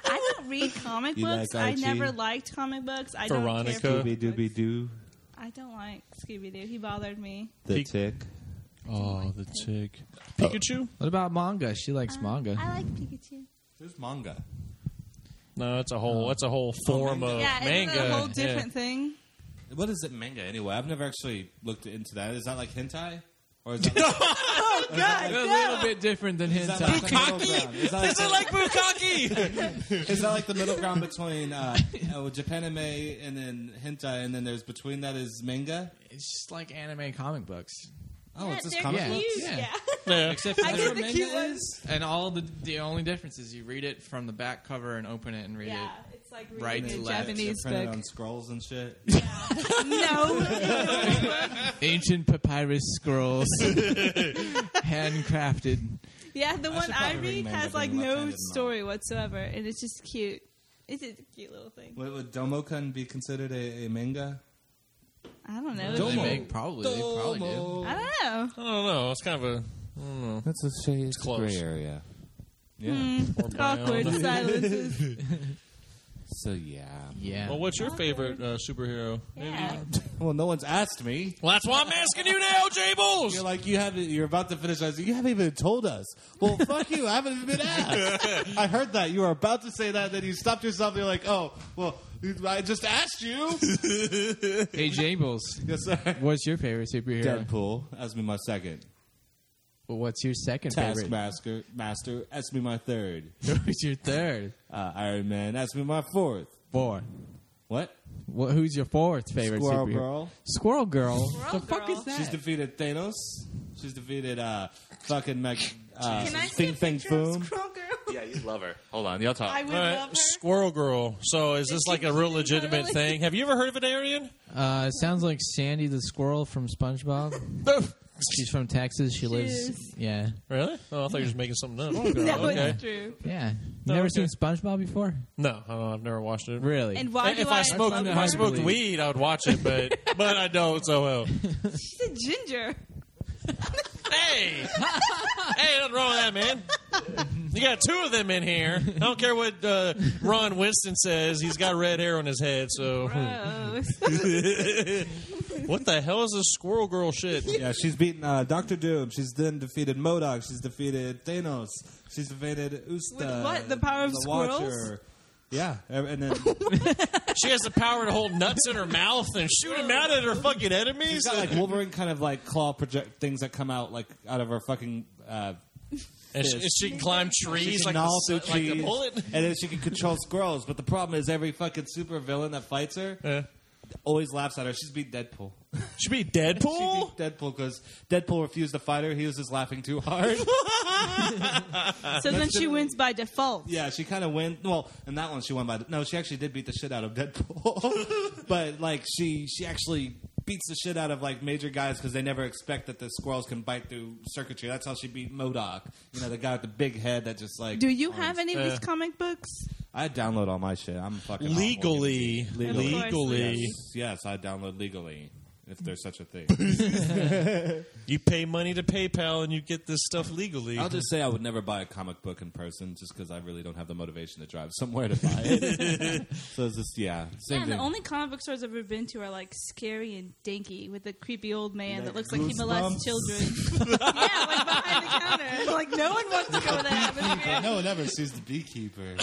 [SPEAKER 8] I don't read comic
[SPEAKER 6] You
[SPEAKER 8] books.
[SPEAKER 6] like
[SPEAKER 8] I
[SPEAKER 6] Archie?
[SPEAKER 8] never liked comic books. I
[SPEAKER 4] Veronica.
[SPEAKER 8] don't care. For,
[SPEAKER 6] Doobie Doo,
[SPEAKER 8] I don't like Scooby Doo. He bothered me.
[SPEAKER 6] the
[SPEAKER 4] Peek-
[SPEAKER 6] tick.
[SPEAKER 4] Oh, the chick. Uh, Pikachu?
[SPEAKER 5] what about manga? She
[SPEAKER 8] Uh,
[SPEAKER 5] likes manga.
[SPEAKER 8] I like Pikachu.
[SPEAKER 6] There's manga.
[SPEAKER 4] No, that's a whole. That's a whole form
[SPEAKER 5] Oh,
[SPEAKER 4] of
[SPEAKER 8] yeah,
[SPEAKER 4] manga.
[SPEAKER 8] it's a whole
[SPEAKER 4] Yeah.
[SPEAKER 8] different thing.
[SPEAKER 6] What is it manga anyway? I've never actually looked into that. Is that like hentai? Or is that
[SPEAKER 5] [LAUGHS]
[SPEAKER 6] like,
[SPEAKER 5] a little bit different than
[SPEAKER 6] is that
[SPEAKER 5] hentai.
[SPEAKER 6] like the middle ground? Is that like,
[SPEAKER 4] Is it like Bukaki?
[SPEAKER 6] the, [LAUGHS] is that like the middle ground between uh, oh, Japanime and then hentai, and then there's between that is manga?
[SPEAKER 5] It's just like anime comic books.
[SPEAKER 6] Oh, it's just
[SPEAKER 8] they're
[SPEAKER 6] comic
[SPEAKER 5] Yeah.
[SPEAKER 8] cute.
[SPEAKER 6] books?
[SPEAKER 5] Yeah.
[SPEAKER 8] Yeah.
[SPEAKER 5] Except for
[SPEAKER 8] I get the
[SPEAKER 5] manga
[SPEAKER 8] cute
[SPEAKER 5] is, and all the the only difference is you read it from the back cover and open it and read
[SPEAKER 8] yeah.
[SPEAKER 5] it.
[SPEAKER 8] It's like
[SPEAKER 5] Right
[SPEAKER 8] reading
[SPEAKER 5] to
[SPEAKER 8] a
[SPEAKER 5] left.
[SPEAKER 8] Japanese
[SPEAKER 6] They're printed
[SPEAKER 8] book.
[SPEAKER 6] on scrolls and shit.
[SPEAKER 8] [LAUGHS]
[SPEAKER 5] [LAUGHS]
[SPEAKER 8] no.
[SPEAKER 5] Ancient papyrus
[SPEAKER 8] [LAUGHS]
[SPEAKER 5] scrolls, handcrafted.
[SPEAKER 8] Yeah, the one
[SPEAKER 6] should
[SPEAKER 8] I
[SPEAKER 6] probably read
[SPEAKER 8] read
[SPEAKER 6] manga
[SPEAKER 8] has
[SPEAKER 6] being
[SPEAKER 8] like no
[SPEAKER 6] left-handed and all.
[SPEAKER 8] story whatsoever, and it's just cute. It's a cute little thing.
[SPEAKER 6] Would, would Domokun be considered a, a manga?
[SPEAKER 8] I don't know.
[SPEAKER 5] They
[SPEAKER 6] Domo.
[SPEAKER 5] make probably they probably do.
[SPEAKER 8] I don't know.
[SPEAKER 4] [LAUGHS] I don't know. It's kind of a
[SPEAKER 6] That's a shade
[SPEAKER 4] close. gray
[SPEAKER 6] area.
[SPEAKER 8] Hmm. Awkward silences.
[SPEAKER 6] So yeah.
[SPEAKER 5] Yeah.
[SPEAKER 4] Well, what's your favorite uh, superhero?
[SPEAKER 8] Yeah.
[SPEAKER 6] [LAUGHS] Well, no one's asked me.
[SPEAKER 4] Well, that's why I'm asking you now, Jables.
[SPEAKER 6] You're like you have You're about to finish. I was like, you haven't even told us.
[SPEAKER 5] [LAUGHS]
[SPEAKER 6] Well, fuck you. I haven't even been asked. I heard that you were about to say that, then you stopped yourself. And you're like, oh, well, I just asked [LAUGHS] you.
[SPEAKER 5] hey, Jables,
[SPEAKER 6] yes, sir.
[SPEAKER 5] what's your favorite superhero?
[SPEAKER 6] Deadpool. Ask me my second.
[SPEAKER 5] Well, what's your second favorite?
[SPEAKER 6] Taskmaster. Master. Ask me my third.
[SPEAKER 5] [LAUGHS] who's your third?
[SPEAKER 6] Uh, Iron Man. Ask me my fourth.
[SPEAKER 5] Four.
[SPEAKER 6] What?
[SPEAKER 5] What, who's your fourth favorite
[SPEAKER 6] Squirrel
[SPEAKER 5] superhero?
[SPEAKER 6] Girl.
[SPEAKER 5] Squirrel Girl.
[SPEAKER 8] Squirrel
[SPEAKER 5] the fuck
[SPEAKER 8] Girl.
[SPEAKER 5] is that?
[SPEAKER 6] She's defeated Thanos. She's defeated uh, fucking Mac. Uh,
[SPEAKER 8] Can I see a
[SPEAKER 6] Fing Fang
[SPEAKER 8] picture of
[SPEAKER 6] Foom.
[SPEAKER 8] Squirrel [LAUGHS] Girl?
[SPEAKER 7] Yeah, you love her. Hold on, y'all talk.
[SPEAKER 8] I would
[SPEAKER 4] All right,
[SPEAKER 8] love her.
[SPEAKER 4] Squirrel Girl. So is this like a
[SPEAKER 8] [LAUGHS]
[SPEAKER 4] real legitimate thing? Have you ever heard of it, Arian?
[SPEAKER 5] Uh, it sounds like Sandy the squirrel from SpongeBob.
[SPEAKER 8] [LAUGHS]
[SPEAKER 5] She's from Texas. She, lives.
[SPEAKER 8] is.
[SPEAKER 5] Yeah,
[SPEAKER 4] really? Oh, I thought you were just making something
[SPEAKER 7] [LAUGHS]
[SPEAKER 4] up.
[SPEAKER 8] That was
[SPEAKER 4] okay.
[SPEAKER 8] true.
[SPEAKER 5] yeah.
[SPEAKER 4] No,
[SPEAKER 5] Never
[SPEAKER 4] okay.
[SPEAKER 5] seen SpongeBob before?
[SPEAKER 4] No, I don't, I've never watched it.
[SPEAKER 5] Really?
[SPEAKER 8] And why do
[SPEAKER 4] if
[SPEAKER 8] I,
[SPEAKER 4] I, smoked,
[SPEAKER 8] love
[SPEAKER 5] no,
[SPEAKER 4] if
[SPEAKER 8] her?
[SPEAKER 4] I smoked
[SPEAKER 5] Really?
[SPEAKER 4] weed, I would watch it,
[SPEAKER 8] [LAUGHS]
[SPEAKER 4] but but I don't. So well.
[SPEAKER 8] She's a ginger.
[SPEAKER 4] Hey, [LAUGHS] hey, nothing wrong with that, man. You got two of them in here. I don't care what uh, Ron Winston says. He's got red hair on his head. So
[SPEAKER 8] Gross.
[SPEAKER 4] what the hell is this Squirrel Girl shit?
[SPEAKER 6] Yeah, she's beaten uh, Doctor Doom. She's then defeated Modoc. She's defeated Thanos. She's defeated Usta.
[SPEAKER 8] With what? The power of squirrels?
[SPEAKER 6] Watcher. Yeah, and and then
[SPEAKER 8] [LAUGHS]
[SPEAKER 4] She has the power to hold nuts in her mouth and shoot them out at her fucking enemies.
[SPEAKER 6] she's got like Wolverine kind of like claw project things that come out like out of her fucking. Uh,
[SPEAKER 4] And she, and she can climb
[SPEAKER 6] she
[SPEAKER 4] trees like,
[SPEAKER 6] can gnaw
[SPEAKER 4] the,
[SPEAKER 6] through
[SPEAKER 4] like the [LAUGHS]
[SPEAKER 6] trees,
[SPEAKER 4] bullet.
[SPEAKER 6] and then she can control squirrels. But the problem is, every fucking super villain that fights her always laughs at her. She's beat Deadpool.
[SPEAKER 4] She be Deadpool.
[SPEAKER 6] She beat Deadpool because Deadpool refused to fight her. He was just laughing too hard.
[SPEAKER 4] [LAUGHS]
[SPEAKER 8] so then she wins by default.
[SPEAKER 6] Yeah, she kind of went. Well, in that one, she won by. No, she actually did beat the shit out of Deadpool. [LAUGHS] but like, she she actually beats the shit out of like major guys because they never expect that the squirrels can bite through circuitry. That's how she beat Modoc. You know, the guy with the big head that just like.
[SPEAKER 8] Do you have any of
[SPEAKER 4] Uh,
[SPEAKER 8] these comic books?
[SPEAKER 6] I download all my shit. I'm fucking awful.
[SPEAKER 4] Legally,
[SPEAKER 6] Legally.
[SPEAKER 4] legally,
[SPEAKER 6] Yes, yes, I download legally. if there's such a thing.
[SPEAKER 4] You pay money to PayPal and you get this stuff legally.
[SPEAKER 6] I'll just say I would never buy a comic book in person just because I really don't have the motivation to drive somewhere to buy it. so it's just, yeah. Same
[SPEAKER 8] Yeah,
[SPEAKER 6] thing.
[SPEAKER 8] the only comic book stores I've ever been to are like scary and dinky with the creepy old man that looks like he molests
[SPEAKER 6] goosebumps.
[SPEAKER 8] children. [LAUGHS] yeah, like behind the counter. [LAUGHS] Like no one wants to go [LAUGHS] there.
[SPEAKER 6] no one ever sees the beekeeper.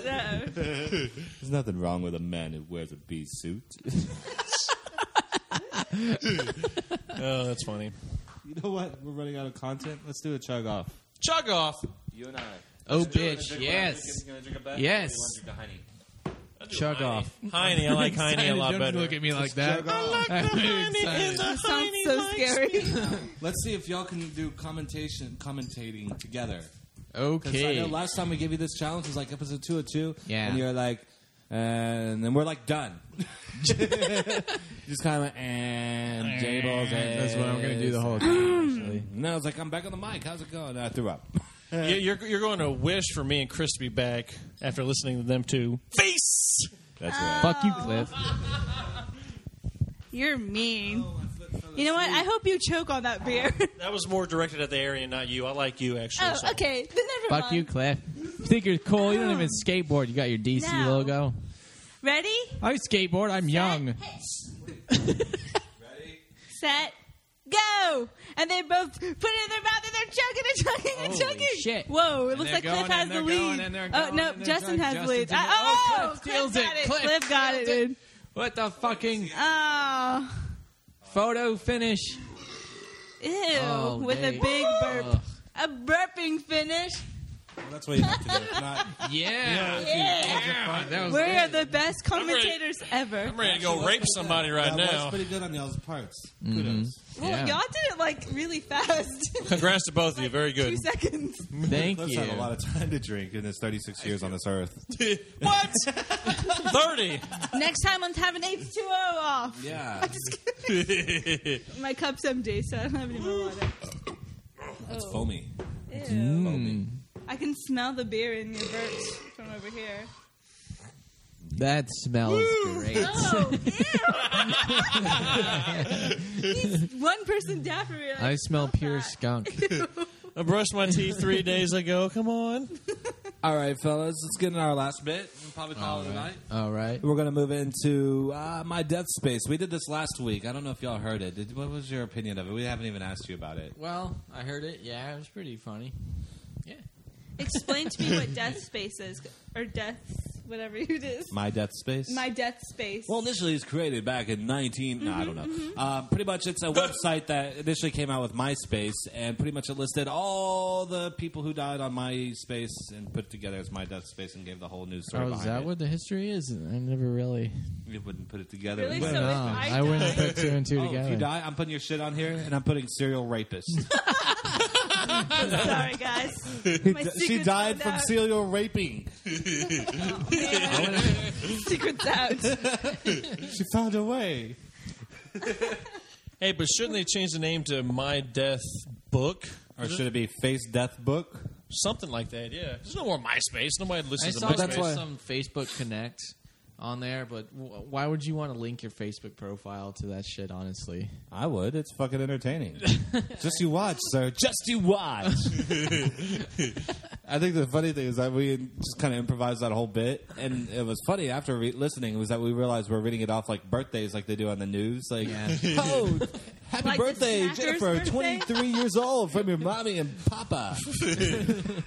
[SPEAKER 6] There's nothing wrong with a man who wears a bee suit. [LAUGHS]
[SPEAKER 4] Oh, that's funny.
[SPEAKER 6] You know what? We're running out of content. Let's do a chug off.
[SPEAKER 4] Chug off.
[SPEAKER 7] You and I.
[SPEAKER 5] Oh, bitch. Yes. Yes. Chug off.
[SPEAKER 4] Heine, I
[SPEAKER 5] [LAUGHS]
[SPEAKER 4] like Heine a lot
[SPEAKER 5] Don't
[SPEAKER 4] better.
[SPEAKER 5] look at me like that. [LAUGHS] I'm excited.
[SPEAKER 8] That sounds so scary.
[SPEAKER 6] Let's see if y'all can do commentation, commentating together. Because I
[SPEAKER 5] Okay.
[SPEAKER 6] know last time we gave you this challenge was like episode two of two.
[SPEAKER 5] Yeah.
[SPEAKER 6] And you're like, and then we're
[SPEAKER 5] [LAUGHS]
[SPEAKER 6] like done. [LAUGHS] Just kind of like, and Jables.
[SPEAKER 5] Eh, That's what I'm gonna do the [LAUGHS] whole
[SPEAKER 6] time. Actually. And I was like, I'm back on the mic. How's it going? And I threw up.
[SPEAKER 4] You- You're, you're going to wish for me and Chris to be back after listening to them two. Face!
[SPEAKER 6] That's right.
[SPEAKER 5] Fuck you, Cliff.
[SPEAKER 8] [LAUGHS] You're mean. You know what? Oh, I hope you choke on that beer.
[SPEAKER 4] That was more directed at the area, not you. I like you, actually.
[SPEAKER 8] oh,
[SPEAKER 4] so-
[SPEAKER 8] okay. Then never
[SPEAKER 5] Fuck
[SPEAKER 8] mind.
[SPEAKER 5] you, Cliff. You think you're cool? You don't even skateboard. You got your DC
[SPEAKER 8] No.
[SPEAKER 5] logo.
[SPEAKER 8] Ready?
[SPEAKER 5] I skateboard. I'm young.
[SPEAKER 8] Set, hey. [LAUGHS] Set. Go! And they both put it in their mouth and they're chugging and chugging and
[SPEAKER 5] Holy
[SPEAKER 8] chugging.
[SPEAKER 5] shit.
[SPEAKER 8] Whoa! It looks
[SPEAKER 5] they're
[SPEAKER 8] like Cliff
[SPEAKER 5] going,
[SPEAKER 8] has
[SPEAKER 5] and
[SPEAKER 8] the
[SPEAKER 5] they're
[SPEAKER 8] lead.
[SPEAKER 5] going, and they're
[SPEAKER 8] oh
[SPEAKER 5] going,
[SPEAKER 8] no,
[SPEAKER 5] and they're
[SPEAKER 8] Justin
[SPEAKER 5] going.
[SPEAKER 8] has
[SPEAKER 5] Justin
[SPEAKER 8] the lead.
[SPEAKER 5] did it.
[SPEAKER 8] I- oh,
[SPEAKER 5] Oh, Cliff
[SPEAKER 8] Cliff
[SPEAKER 5] steals it.
[SPEAKER 8] got it.
[SPEAKER 5] Cliff
[SPEAKER 8] Cliff got it,
[SPEAKER 5] steals it.
[SPEAKER 8] dude.
[SPEAKER 5] What the fucking
[SPEAKER 8] Oh,
[SPEAKER 5] photo finish?
[SPEAKER 8] ew!
[SPEAKER 5] Oh,
[SPEAKER 8] With
[SPEAKER 5] they-
[SPEAKER 8] a big burp,
[SPEAKER 5] Ugh.
[SPEAKER 8] a burping finish.
[SPEAKER 6] that's what you have to do. If not,
[SPEAKER 5] Yeah.
[SPEAKER 8] Yeah,
[SPEAKER 5] That was
[SPEAKER 8] we
[SPEAKER 5] good.
[SPEAKER 8] are the best commentators ever.
[SPEAKER 4] I'm ready to go rape somebody right
[SPEAKER 6] that was
[SPEAKER 4] now.
[SPEAKER 6] pretty good on y'all's parts. Kudos.
[SPEAKER 8] Well,
[SPEAKER 5] Yeah.
[SPEAKER 8] y'all did it like really fast. [LAUGHS]
[SPEAKER 4] Congrats to both of you. Very
[SPEAKER 8] Two
[SPEAKER 4] good.
[SPEAKER 5] [LAUGHS]
[SPEAKER 8] seconds.
[SPEAKER 5] Thank
[SPEAKER 6] Cliff's
[SPEAKER 5] you.
[SPEAKER 6] had a lot of time to drink in his 36 years on this earth.
[SPEAKER 4] what? 30.
[SPEAKER 8] Next time I'm having H2O off.
[SPEAKER 6] Yeah.
[SPEAKER 8] I'm just kidding. My cup's empty, so I don't have any more water.
[SPEAKER 6] It's foamy.
[SPEAKER 8] Ew.
[SPEAKER 6] Foamy.
[SPEAKER 8] I can smell the beer in your birch from over here.
[SPEAKER 5] That smells great.
[SPEAKER 8] Oh, ew. One person definitely. Like,
[SPEAKER 5] I smell [LAUGHS] pure skunk.
[SPEAKER 4] [LAUGHS]
[SPEAKER 8] [LAUGHS]
[SPEAKER 4] I brushed my teeth three days ago. Come on.
[SPEAKER 6] All right, fellas, let's get in our last bit. We'll probably call it a night.
[SPEAKER 5] All right.
[SPEAKER 6] We're gonna move into uh, my death space. We did this last week. I don't know if y'all heard it. Did, what was your opinion of it? We haven't even asked you about it.
[SPEAKER 5] Well, I heard it. Yeah, it was pretty funny. Yeah.
[SPEAKER 8] Explain to me what death space is, or death, whatever it is.
[SPEAKER 6] My death space.
[SPEAKER 8] My death space.
[SPEAKER 6] well, initially, it was created back in 19.
[SPEAKER 8] Mm-hmm,
[SPEAKER 6] no, I don't know. Uh, pretty much, it's a website that initially came out with MySpace, and pretty much it listed all the people who died on MySpace and put together as My Death Space and gave the whole news story
[SPEAKER 5] Oh, is
[SPEAKER 6] behind
[SPEAKER 5] that
[SPEAKER 6] it.
[SPEAKER 5] what the history is? I never [LAUGHS] really.
[SPEAKER 6] It wouldn't put it together.
[SPEAKER 8] Really?
[SPEAKER 6] But-
[SPEAKER 8] So if
[SPEAKER 5] Oh,
[SPEAKER 8] I
[SPEAKER 5] I wouldn't
[SPEAKER 8] die-
[SPEAKER 5] put two and two
[SPEAKER 6] Oh, if
[SPEAKER 5] together.
[SPEAKER 6] you die, I'm putting your shit on here, and I'm putting serial rapist.
[SPEAKER 8] Sorry, guys. [LAUGHS]
[SPEAKER 6] [LAUGHS]
[SPEAKER 8] My
[SPEAKER 6] she
[SPEAKER 8] secret's
[SPEAKER 6] died
[SPEAKER 8] out.
[SPEAKER 6] from serial raping.
[SPEAKER 8] Secret's out.
[SPEAKER 6] She found a way.
[SPEAKER 4] Hey, but shouldn't they change the name to My Death Book?
[SPEAKER 6] Or should it be Face Death Book?
[SPEAKER 4] Something like that, yeah. There's no more MySpace. Nobody
[SPEAKER 5] I
[SPEAKER 4] listens to
[SPEAKER 5] saw
[SPEAKER 4] MySpace.
[SPEAKER 5] that's why. some Facebook Connect on there, but w- why would you want to link your Facebook profile to that shit? Honestly,
[SPEAKER 6] I would. It's
[SPEAKER 4] [LAUGHS]
[SPEAKER 6] fucking entertaining. Just you watch, sir. Just you watch. I think the funny thing is that we just kind of improvised that whole bit, and it was funny after re- listening was that we realized we're reading it off like birthdays, like they do on the news. Like, [LAUGHS] oh, happy
[SPEAKER 8] Like the
[SPEAKER 6] birthday,
[SPEAKER 8] snacker's
[SPEAKER 6] Jennifer,
[SPEAKER 8] birthday?
[SPEAKER 6] twenty-three years old, from your mommy and
[SPEAKER 4] [LAUGHS]
[SPEAKER 6] papa. it's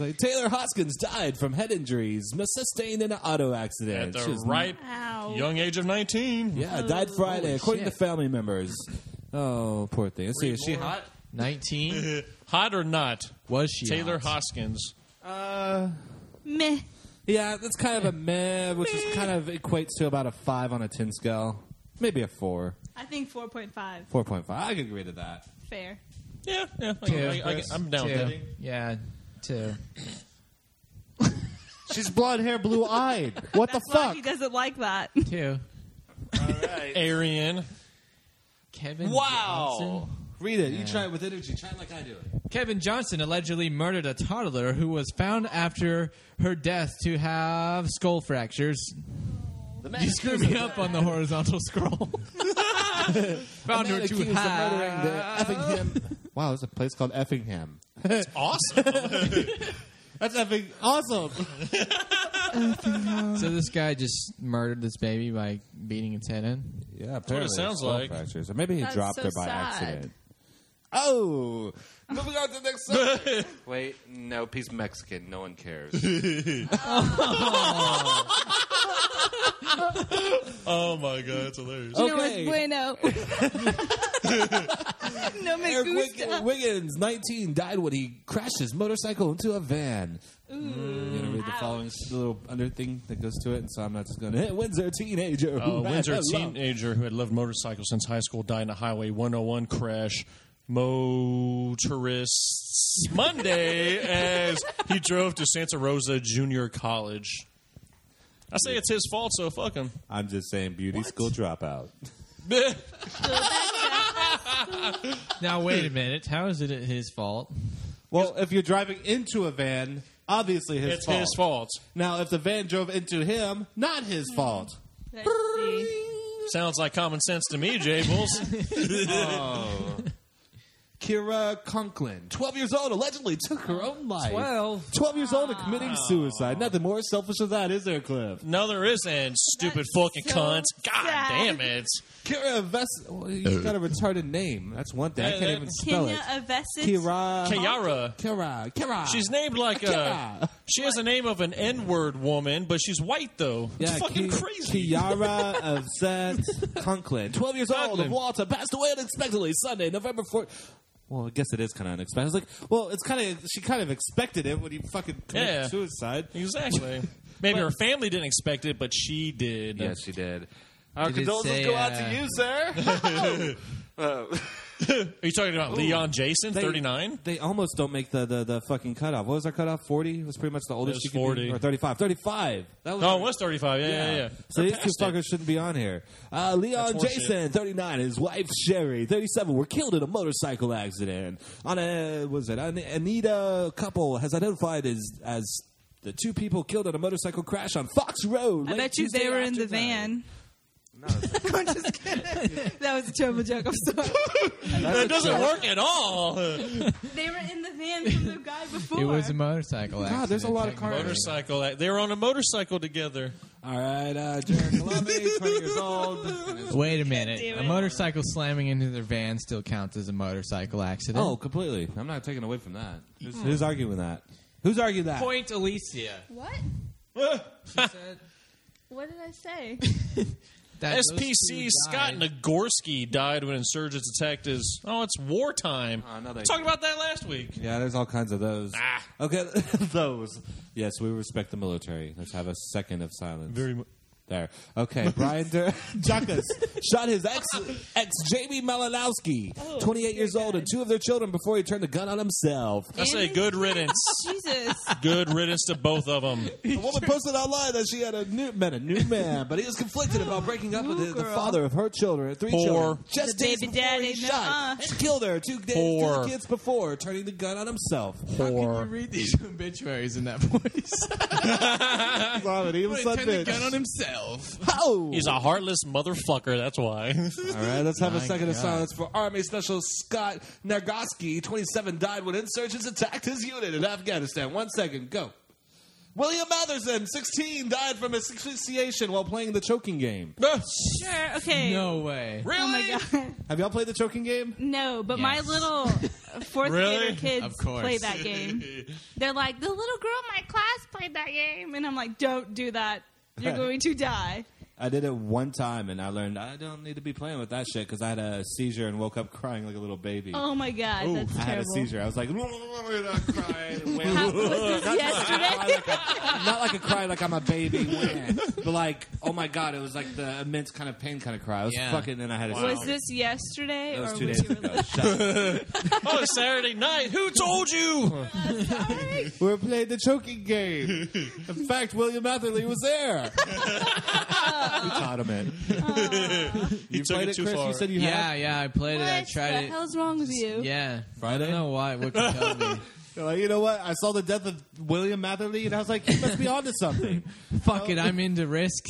[SPEAKER 6] like Taylor Hoskins died from head injuries, sustained in an auto
[SPEAKER 4] At
[SPEAKER 6] accident. She
[SPEAKER 4] the
[SPEAKER 6] was
[SPEAKER 4] ripe
[SPEAKER 8] Ow.
[SPEAKER 4] young age of 19.
[SPEAKER 6] Yeah, died Friday, according
[SPEAKER 5] shit.
[SPEAKER 6] to family members. Oh, poor thing. Let's see, is she hot? [LAUGHS]
[SPEAKER 5] nineteen
[SPEAKER 4] [LAUGHS] Hot or not?
[SPEAKER 5] was she
[SPEAKER 4] Taylor
[SPEAKER 5] hot?
[SPEAKER 4] Hoskins.
[SPEAKER 6] Uh,
[SPEAKER 8] Meh.
[SPEAKER 6] yeah, that's kind of a meh, which is kind of equates to about a five on a ten scale, maybe a four,
[SPEAKER 8] I think 4.5.
[SPEAKER 6] four point five. I could agree to that.
[SPEAKER 8] Fair.
[SPEAKER 4] Yeah, yeah. I, I, I,
[SPEAKER 6] Chris.
[SPEAKER 4] I'm down with
[SPEAKER 5] Two.
[SPEAKER 4] that.
[SPEAKER 5] Yeah, two.
[SPEAKER 6] She's blonde hair, blue [LAUGHS] eyed. What the
[SPEAKER 8] That's why
[SPEAKER 6] fuck?
[SPEAKER 8] he doesn't like that.
[SPEAKER 5] Two.
[SPEAKER 4] Arian.
[SPEAKER 5] Kevin. Johnson?
[SPEAKER 6] Read it. You try it with energy. Try it like I do it.
[SPEAKER 5] Kevin Johnson allegedly murdered a toddler who was found after her death to have skull fractures.
[SPEAKER 6] The [LAUGHS]
[SPEAKER 5] You screwed me up on the horizontal scroll.
[SPEAKER 7] Found her too high.
[SPEAKER 6] Effingham. Wow, there's a place called [LAUGHS] Effingham.
[SPEAKER 4] Awesome.
[SPEAKER 6] [LAUGHS] That's effing awesome.
[SPEAKER 5] So this guy just murdered this baby by beating its head in.
[SPEAKER 9] Yeah, apparently
[SPEAKER 4] it sounds
[SPEAKER 9] skull
[SPEAKER 4] like.
[SPEAKER 9] Fractures. Or maybe he
[SPEAKER 8] That's
[SPEAKER 9] dropped
[SPEAKER 8] so
[SPEAKER 9] her by
[SPEAKER 8] sad.
[SPEAKER 9] accident.
[SPEAKER 6] Oh,
[SPEAKER 7] Moving on to the
[SPEAKER 6] [LAUGHS]
[SPEAKER 7] next subject. Wait, no, he's Mexican. No one cares.
[SPEAKER 4] oh my god, that's hilarious.
[SPEAKER 8] No es bueno. no me
[SPEAKER 9] Eric
[SPEAKER 8] gusta.
[SPEAKER 9] Wig- Wiggins, 19, died when he crashed his motorcycle into a van. I'm going to read the following little under thing that goes to it, and so I'm not just going to hit Windsor teenager.
[SPEAKER 4] Uh, A
[SPEAKER 9] who ran
[SPEAKER 4] Windsor
[SPEAKER 9] along.
[SPEAKER 4] teenager who had loved motorcycles since high school died in a Highway 101 crash. Motorists Monday as he drove to Santa Rosa Junior College. I say it's his fault, so fuck him.
[SPEAKER 9] I'm just saying, beauty school dropout.
[SPEAKER 5] Now wait a minute. How is it his fault?
[SPEAKER 6] well, if you're driving into a van, obviously his
[SPEAKER 4] It's
[SPEAKER 6] fault.
[SPEAKER 4] his fault.
[SPEAKER 6] Now, if the van drove into him, not his fault.
[SPEAKER 8] Let's see.
[SPEAKER 4] Sounds like common sense to me, Jay Bulls.
[SPEAKER 6] Kira Conklin, 12 years old, allegedly took her own life.
[SPEAKER 7] well,
[SPEAKER 6] 12 years old and committing suicide. Nothing more selfish than that, is there, Cliff?
[SPEAKER 4] no, there isn't. Stupid
[SPEAKER 8] That's
[SPEAKER 4] fucking
[SPEAKER 8] so
[SPEAKER 4] cunt. God
[SPEAKER 8] sad.
[SPEAKER 4] damn it.
[SPEAKER 6] Kira Ves. Well, you got a retarded name. That's one thing. I can't even spell
[SPEAKER 8] Kenya
[SPEAKER 6] it.
[SPEAKER 8] Avesit.
[SPEAKER 6] Kira.
[SPEAKER 4] Kiara.
[SPEAKER 6] Kira. Kira.
[SPEAKER 4] She's named like a.
[SPEAKER 6] Kira.
[SPEAKER 4] She has the name of an N-word woman, but she's white though. it's fucking
[SPEAKER 6] Ki-
[SPEAKER 4] crazy.
[SPEAKER 6] Kiara of Seth Conklin, 12 years old,
[SPEAKER 4] Conklin.
[SPEAKER 6] of Walter, [LAUGHS] passed away unexpectedly Sunday, November 4th. Well, I guess it is kind of unexpected. I was like, well, it's kind of, she kind of expected it when you fucking committed
[SPEAKER 4] Yeah.
[SPEAKER 6] suicide.
[SPEAKER 4] Exactly. Maybe her family didn't expect it, but she did.
[SPEAKER 7] yes, she did. Our
[SPEAKER 5] Did it
[SPEAKER 7] condolences
[SPEAKER 5] say,
[SPEAKER 7] go out
[SPEAKER 5] uh,
[SPEAKER 7] to you, sir. Uh,
[SPEAKER 4] Are you talking about Leon Jason,
[SPEAKER 6] They-
[SPEAKER 4] thirty nine?
[SPEAKER 6] [LAUGHS] They almost don't make the, the, the fucking cutoff. What was our cutoff? 40? was pretty much the oldest
[SPEAKER 4] was
[SPEAKER 6] you could be.
[SPEAKER 4] 40.
[SPEAKER 6] Or 35. 35! That was
[SPEAKER 4] Oh, it was thirty five. Yeah, yeah, yeah.
[SPEAKER 6] So
[SPEAKER 4] They're
[SPEAKER 6] these two
[SPEAKER 4] past it.
[SPEAKER 6] fuckers shouldn't be on here. Uh, Leon
[SPEAKER 4] That's horseshit.
[SPEAKER 6] Jason, 39, his wife Sherry, 37, were killed in a motorcycle accident. On a was it an Anita couple has identified as as the two people killed in a motorcycle crash on Fox Road.
[SPEAKER 8] I
[SPEAKER 6] late
[SPEAKER 8] bet you they
[SPEAKER 6] Tuesday
[SPEAKER 8] were in the
[SPEAKER 6] afternoon.
[SPEAKER 8] van.
[SPEAKER 6] [LAUGHS]
[SPEAKER 8] No, I'm just kidding. That was a terrible joke. I'm sorry.
[SPEAKER 4] That doesn't work at
[SPEAKER 6] [LAUGHS]
[SPEAKER 4] all.
[SPEAKER 8] [LAUGHS] They were in the van from the guy before.
[SPEAKER 5] It was a motorcycle accident.
[SPEAKER 6] God, there's a lot of cars.
[SPEAKER 4] motorcycle. They were on a motorcycle together.
[SPEAKER 6] All right, uh, Jared
[SPEAKER 8] [LAUGHS]
[SPEAKER 6] Colombi, 20 years old.
[SPEAKER 5] Wait a minute.
[SPEAKER 8] do
[SPEAKER 5] A
[SPEAKER 8] it.
[SPEAKER 5] motorcycle slamming into their van still counts as a motorcycle accident.
[SPEAKER 9] Oh, completely. I'm not taking away from that.
[SPEAKER 6] Who's, who's arguing that? Who's arguing that?
[SPEAKER 4] [LAUGHS]
[SPEAKER 5] Point Alicia.
[SPEAKER 8] What? What did I say?
[SPEAKER 5] That those two
[SPEAKER 4] SPC Scott
[SPEAKER 5] died.
[SPEAKER 4] Nagorski died when insurgents attacked his. Oh, it's wartime.
[SPEAKER 9] Oh, no, they-
[SPEAKER 4] We talked about that last week.
[SPEAKER 6] Yeah, there's all kinds of those.
[SPEAKER 4] Ah.
[SPEAKER 6] Okay, [LAUGHS] those. Yes, we respect the military. Let's have a second of silence.
[SPEAKER 4] Very mu-
[SPEAKER 6] There. Okay, Brian Dur- [LAUGHS] Jacques shot his ex, ex Jamie Malinowski, 28 years old, and two of their children before he turned the gun on himself.
[SPEAKER 4] I say good riddance.
[SPEAKER 5] [LAUGHS]
[SPEAKER 8] Jesus.
[SPEAKER 4] good riddance to both of them.
[SPEAKER 6] The woman posted online that she had a new, met a new man, but he was conflicted about breaking up with
[SPEAKER 8] Ooh,
[SPEAKER 6] the, the
[SPEAKER 8] girl.
[SPEAKER 6] father of her children, three
[SPEAKER 4] Whore.
[SPEAKER 6] children, just
[SPEAKER 8] The
[SPEAKER 6] days
[SPEAKER 8] baby
[SPEAKER 6] before
[SPEAKER 8] daddy,
[SPEAKER 6] he
[SPEAKER 8] uh.
[SPEAKER 6] shot
[SPEAKER 8] nuh-uh.
[SPEAKER 6] and killed her two days,
[SPEAKER 4] Whore.
[SPEAKER 6] two kids before turning the gun on himself.
[SPEAKER 5] How can you read these [LAUGHS] obituaries in that
[SPEAKER 6] [LAUGHS]
[SPEAKER 5] voice?
[SPEAKER 6] He was
[SPEAKER 5] Turned the gun on himself.
[SPEAKER 6] Oh.
[SPEAKER 4] He's a heartless motherfucker. That's why.
[SPEAKER 6] All right, let's have a
[SPEAKER 5] My
[SPEAKER 6] second of
[SPEAKER 5] God.
[SPEAKER 6] silence for Army Special Scott Nagoski, 27, died when insurgents attacked his unit in Afghanistan. One second, go. William Matherson, 16, died from asphyxiation while playing the choking game.
[SPEAKER 8] Sure. Okay.
[SPEAKER 5] No way.
[SPEAKER 8] Oh my god.
[SPEAKER 6] Have y'all played the choking game?
[SPEAKER 8] No, but my
[SPEAKER 5] Yes.
[SPEAKER 8] little fourth
[SPEAKER 4] Really?
[SPEAKER 8] grader kids
[SPEAKER 5] Of course.
[SPEAKER 8] play that game. They're like, the little girl in my class played that game, and I'm like, don't do that. You're going to die.
[SPEAKER 6] I did it one time and I learned I don't need to be playing with that shit because I had a seizure and woke up crying like a little baby.
[SPEAKER 8] Oh my god, that's
[SPEAKER 6] I
[SPEAKER 8] terrible.
[SPEAKER 6] had a seizure. I was like, [LAUGHS] crying.
[SPEAKER 8] How,
[SPEAKER 6] [LAUGHS]
[SPEAKER 8] was this yesterday?
[SPEAKER 6] not like a cry like I'm a baby, wah, but like oh my god, it was like the immense kind of pain kind of cry. I was
[SPEAKER 5] Yeah.
[SPEAKER 6] fucking, and I had a
[SPEAKER 8] was this yesterday?
[SPEAKER 6] It was
[SPEAKER 8] or
[SPEAKER 6] two
[SPEAKER 8] when
[SPEAKER 6] days
[SPEAKER 8] you were
[SPEAKER 6] ago.
[SPEAKER 8] little?
[SPEAKER 4] [LAUGHS] Oh, it's Saturday night. Who told you?
[SPEAKER 6] [LAUGHS] We were playing the choking game. In
[SPEAKER 4] [LAUGHS]
[SPEAKER 6] fact, William Atherley was
[SPEAKER 8] [LAUGHS]
[SPEAKER 6] there. we taught him it.
[SPEAKER 4] You took
[SPEAKER 6] Played
[SPEAKER 4] it
[SPEAKER 6] it,
[SPEAKER 4] too
[SPEAKER 6] Chris.
[SPEAKER 4] far.
[SPEAKER 6] You said you
[SPEAKER 5] Yeah,
[SPEAKER 6] had
[SPEAKER 5] yeah, I played it. I
[SPEAKER 8] What
[SPEAKER 5] tried
[SPEAKER 8] the
[SPEAKER 5] it.
[SPEAKER 8] hell's wrong with you?
[SPEAKER 5] Yeah. I
[SPEAKER 6] Friday.
[SPEAKER 5] don't know why. What could tell
[SPEAKER 6] [LAUGHS]
[SPEAKER 5] me?
[SPEAKER 6] You're like, you know what? I saw the death of William Atherley, and I
[SPEAKER 4] [LAUGHS]
[SPEAKER 6] was like, he must be onto something.
[SPEAKER 9] [LAUGHS]
[SPEAKER 5] Fuck it. I'm into risk.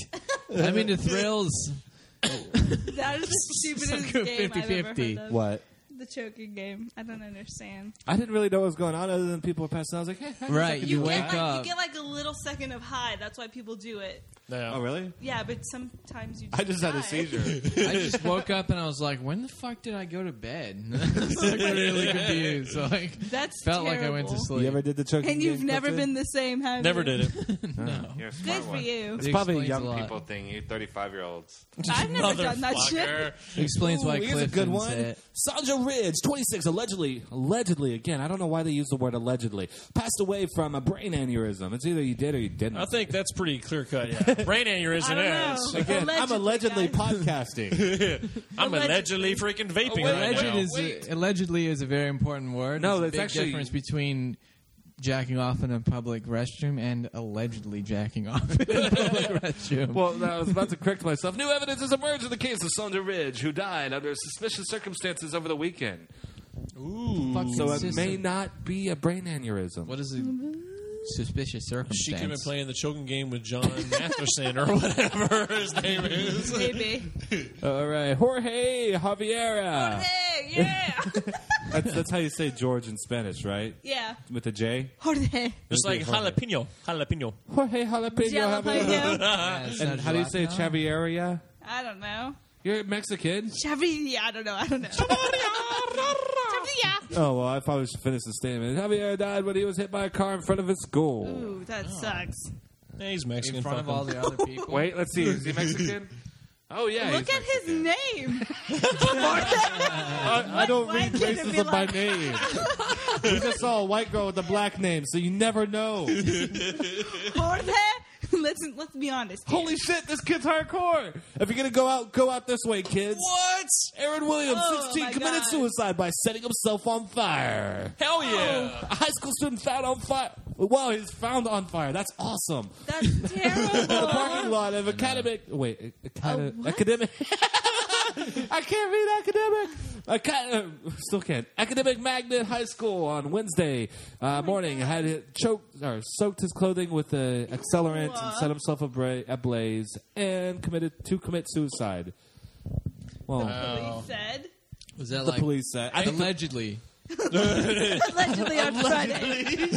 [SPEAKER 5] I'm into thrills.
[SPEAKER 8] [LAUGHS] That
[SPEAKER 6] [LAUGHS]
[SPEAKER 8] is the stupidest
[SPEAKER 5] Good
[SPEAKER 8] game I've ever
[SPEAKER 5] 50-50.
[SPEAKER 8] heard of.
[SPEAKER 6] What?
[SPEAKER 8] The choking game. I don't understand.
[SPEAKER 6] I didn't really know what was going on other than people were passing. out. I was like, hey, I guess I
[SPEAKER 5] Right,
[SPEAKER 6] could
[SPEAKER 5] you
[SPEAKER 6] do
[SPEAKER 5] wake
[SPEAKER 6] that.
[SPEAKER 8] Like,
[SPEAKER 5] up.
[SPEAKER 8] you get like a little second of high. That's why people do it.
[SPEAKER 4] Yeah.
[SPEAKER 6] Oh, really?
[SPEAKER 8] Yeah, but sometimes you. Just
[SPEAKER 6] I just had
[SPEAKER 8] die.
[SPEAKER 6] a seizure.
[SPEAKER 5] I just woke up and I was like, when the fuck did I go to bed? [LAUGHS] I was like
[SPEAKER 6] [LAUGHS]
[SPEAKER 5] really confused. So, like,
[SPEAKER 8] [LAUGHS] That's
[SPEAKER 5] felt like I went to
[SPEAKER 8] terrible.
[SPEAKER 5] sleep.
[SPEAKER 6] you ever did the choking?
[SPEAKER 8] And you've
[SPEAKER 6] game,
[SPEAKER 8] never
[SPEAKER 6] Clifton?
[SPEAKER 8] been the same, have
[SPEAKER 4] Never
[SPEAKER 8] you?
[SPEAKER 4] did it.
[SPEAKER 5] no.
[SPEAKER 7] You're a smart
[SPEAKER 8] Good for
[SPEAKER 6] [LAUGHS]
[SPEAKER 7] one.
[SPEAKER 8] you.
[SPEAKER 6] It's probably
[SPEAKER 5] Explains
[SPEAKER 6] young
[SPEAKER 5] a lot.
[SPEAKER 7] People think you 35 year olds.
[SPEAKER 8] I've never done that shit.
[SPEAKER 5] Explains why
[SPEAKER 9] Ooh, here's
[SPEAKER 5] Clifton's
[SPEAKER 9] a good one.
[SPEAKER 5] at-
[SPEAKER 9] Sandra Ridge, 26, allegedly, allegedly again. I don't know why they use the word allegedly. Passed away from a brain aneurysm. It's either you did or you didn't.
[SPEAKER 4] I think that's pretty clear cut. Yeah. [LAUGHS] Brain aneurysm.
[SPEAKER 8] I don't
[SPEAKER 4] yeah,
[SPEAKER 8] know.
[SPEAKER 4] it's-
[SPEAKER 6] Again, I'm allegedly
[SPEAKER 8] guys.
[SPEAKER 6] podcasting.
[SPEAKER 4] I'm allegedly freaking vaping right
[SPEAKER 5] Alleged
[SPEAKER 4] now.
[SPEAKER 5] is allegedly is a very important word.
[SPEAKER 9] No,
[SPEAKER 5] There's
[SPEAKER 9] that's
[SPEAKER 5] a big
[SPEAKER 9] actually-
[SPEAKER 5] difference between jacking off in a public restroom and allegedly jacking off in a public restroom.
[SPEAKER 9] Well, I was about to correct myself. New evidence has emerged in the case of Sandra Ridge, who died under suspicious circumstances over the weekend.
[SPEAKER 5] Fucking
[SPEAKER 9] So it
[SPEAKER 5] system.
[SPEAKER 9] may not be a brain aneurysm.
[SPEAKER 5] What is a suspicious circumstance?
[SPEAKER 4] She could have been playing the choking game with John Masterson or [LAUGHS] whatever his name is.
[SPEAKER 8] [LAUGHS] Maybe.
[SPEAKER 9] All right, Jorge Javiera.
[SPEAKER 8] Hey, yeah.
[SPEAKER 6] [LAUGHS] that's, that's how you say George in Spanish, right?
[SPEAKER 8] yeah.
[SPEAKER 6] With a J.
[SPEAKER 8] Jorge.
[SPEAKER 4] Just like jalapeno, [LAUGHS] jalapeno.
[SPEAKER 9] Jorge Jalapeno. Javiera.
[SPEAKER 8] Jalapeno.
[SPEAKER 5] Yeah, it's
[SPEAKER 6] And
[SPEAKER 5] not
[SPEAKER 6] how do you say
[SPEAKER 5] jalapeno.
[SPEAKER 6] Chaviera?
[SPEAKER 8] I don't know.
[SPEAKER 9] You're Mexican.
[SPEAKER 8] Chavilla. I don't know. I don't know. [LAUGHS] Chavilla.
[SPEAKER 6] Oh well, I probably should finish the
[SPEAKER 9] Statement. Javiera died when he was hit by a car in front of his school.
[SPEAKER 8] Ooh, that
[SPEAKER 6] Oh.
[SPEAKER 8] sucks.
[SPEAKER 4] Yeah, he's Mexican.
[SPEAKER 5] in front of
[SPEAKER 4] fuck
[SPEAKER 5] all
[SPEAKER 4] him.
[SPEAKER 5] the other people?
[SPEAKER 9] Wait, let's see. Is he Mexican? Oh yeah.
[SPEAKER 8] Look
[SPEAKER 9] he's
[SPEAKER 8] at his
[SPEAKER 6] [LAUGHS]
[SPEAKER 8] name.
[SPEAKER 6] Uh, I, I don't
[SPEAKER 8] why
[SPEAKER 6] read
[SPEAKER 8] can't it be
[SPEAKER 6] racism by
[SPEAKER 8] like-
[SPEAKER 6] name. [LAUGHS] we just saw a white girl with a black name, so you
[SPEAKER 8] [LAUGHS]
[SPEAKER 6] never know.
[SPEAKER 8] Jorge. [LAUGHS] Let's let's be honest. here.
[SPEAKER 6] Holy shit, this kid's hardcore. If you're gonna go out, go out this way, kids.
[SPEAKER 4] What?
[SPEAKER 6] Aaron Williams,
[SPEAKER 8] Oh,
[SPEAKER 6] 16,
[SPEAKER 8] my
[SPEAKER 6] committed
[SPEAKER 8] God.
[SPEAKER 6] suicide by setting himself on fire.
[SPEAKER 8] Oh,
[SPEAKER 4] Hell yeah!
[SPEAKER 6] A high school student found on fire. Wow, he's found on fire. That's awesome.
[SPEAKER 8] That's
[SPEAKER 6] [LAUGHS] The
[SPEAKER 8] terrible.
[SPEAKER 6] parking lot of academic. Wait, acad-
[SPEAKER 8] what?
[SPEAKER 6] academic. [LAUGHS] I can't read academic. Aca- uh, still can't. Academic Magnet High School on Wednesday uh, morning had it choked or soaked his clothing with the accelerant and set himself abra- ablaze and committed to commit suicide. Well,
[SPEAKER 8] Police said.
[SPEAKER 5] Was that
[SPEAKER 6] the
[SPEAKER 5] like
[SPEAKER 6] police said. I think
[SPEAKER 5] allegedly?
[SPEAKER 8] [LAUGHS] Allegedly on [LAUGHS] Friday.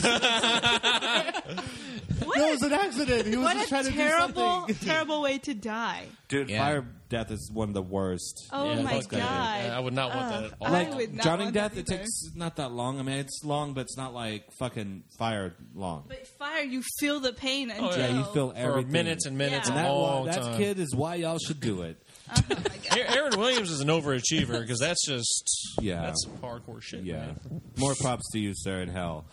[SPEAKER 6] no, it
[SPEAKER 8] what
[SPEAKER 6] was
[SPEAKER 8] a,
[SPEAKER 6] an accident. He was
[SPEAKER 8] what
[SPEAKER 6] just
[SPEAKER 8] a
[SPEAKER 6] trying to do
[SPEAKER 8] terrible,
[SPEAKER 6] something. [LAUGHS]
[SPEAKER 8] terrible way to die.
[SPEAKER 6] Dude,
[SPEAKER 5] Yeah.
[SPEAKER 6] fire death is one of the worst.
[SPEAKER 8] Oh
[SPEAKER 4] Yeah,
[SPEAKER 8] my
[SPEAKER 4] fuck that.
[SPEAKER 8] god. Uh,
[SPEAKER 4] Yeah, I would not want that at all.
[SPEAKER 8] I
[SPEAKER 6] like
[SPEAKER 8] would not
[SPEAKER 6] drowning
[SPEAKER 8] want
[SPEAKER 6] death,
[SPEAKER 8] that
[SPEAKER 6] it
[SPEAKER 8] either.
[SPEAKER 6] takes not that long. I mean, it's long, but it's not like fucking fire long.
[SPEAKER 8] But fire, you feel the pain until.
[SPEAKER 6] Oh, yeah, you
[SPEAKER 8] [LAUGHS]
[SPEAKER 6] feel
[SPEAKER 4] For
[SPEAKER 6] everything.
[SPEAKER 4] minutes and minutes,
[SPEAKER 8] Yeah.
[SPEAKER 6] And
[SPEAKER 4] a
[SPEAKER 6] that,
[SPEAKER 4] long
[SPEAKER 6] that
[SPEAKER 4] time.
[SPEAKER 6] kid is why y'all should do it.
[SPEAKER 8] Oh
[SPEAKER 4] A- Aaron Williams is an overachiever because that's just
[SPEAKER 6] Yeah.
[SPEAKER 4] that's some hardcore shit.
[SPEAKER 6] [LAUGHS] Yeah.
[SPEAKER 4] man.
[SPEAKER 6] More props to you, sir, in hell.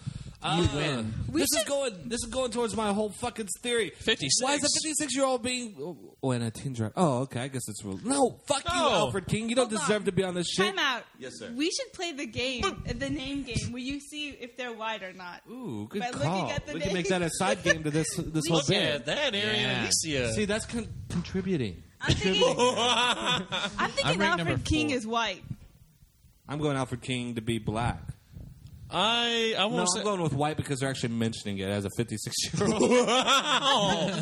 [SPEAKER 6] Uh,
[SPEAKER 5] You win.
[SPEAKER 6] this is going. This is going towards my whole fucking theory.
[SPEAKER 4] 56.
[SPEAKER 6] Why is a fifty-six-year-old being? Oh, and a teen driver. Oh, okay. I guess it's real. No, fuck you,
[SPEAKER 4] No.
[SPEAKER 6] Alfred King. You don't
[SPEAKER 8] Hold on.
[SPEAKER 6] deserve to be on this shit.
[SPEAKER 8] Time out.
[SPEAKER 6] Yes, sir.
[SPEAKER 8] We should play the game, the name game, where you see if they're white or not.
[SPEAKER 6] Ooh, good
[SPEAKER 8] By looking
[SPEAKER 6] call.
[SPEAKER 8] at the
[SPEAKER 6] we can make
[SPEAKER 8] name.
[SPEAKER 6] that a side game
[SPEAKER 8] [LAUGHS]
[SPEAKER 6] to this this whole
[SPEAKER 4] Look
[SPEAKER 6] bit.
[SPEAKER 4] at that, Aaron
[SPEAKER 5] Yeah.
[SPEAKER 4] Alicia.
[SPEAKER 6] See, that's con- contributing.
[SPEAKER 8] I'm thinking, I'm
[SPEAKER 5] I'm
[SPEAKER 8] thinking
[SPEAKER 5] ranked number
[SPEAKER 8] Alfred King
[SPEAKER 5] four.
[SPEAKER 8] is white.
[SPEAKER 6] I'm going Alfred King to be black.
[SPEAKER 4] I I
[SPEAKER 6] No,
[SPEAKER 4] want to [LAUGHS]
[SPEAKER 6] I'm
[SPEAKER 4] say
[SPEAKER 6] going with white because they're actually mentioning it as a 56 year [LAUGHS] old.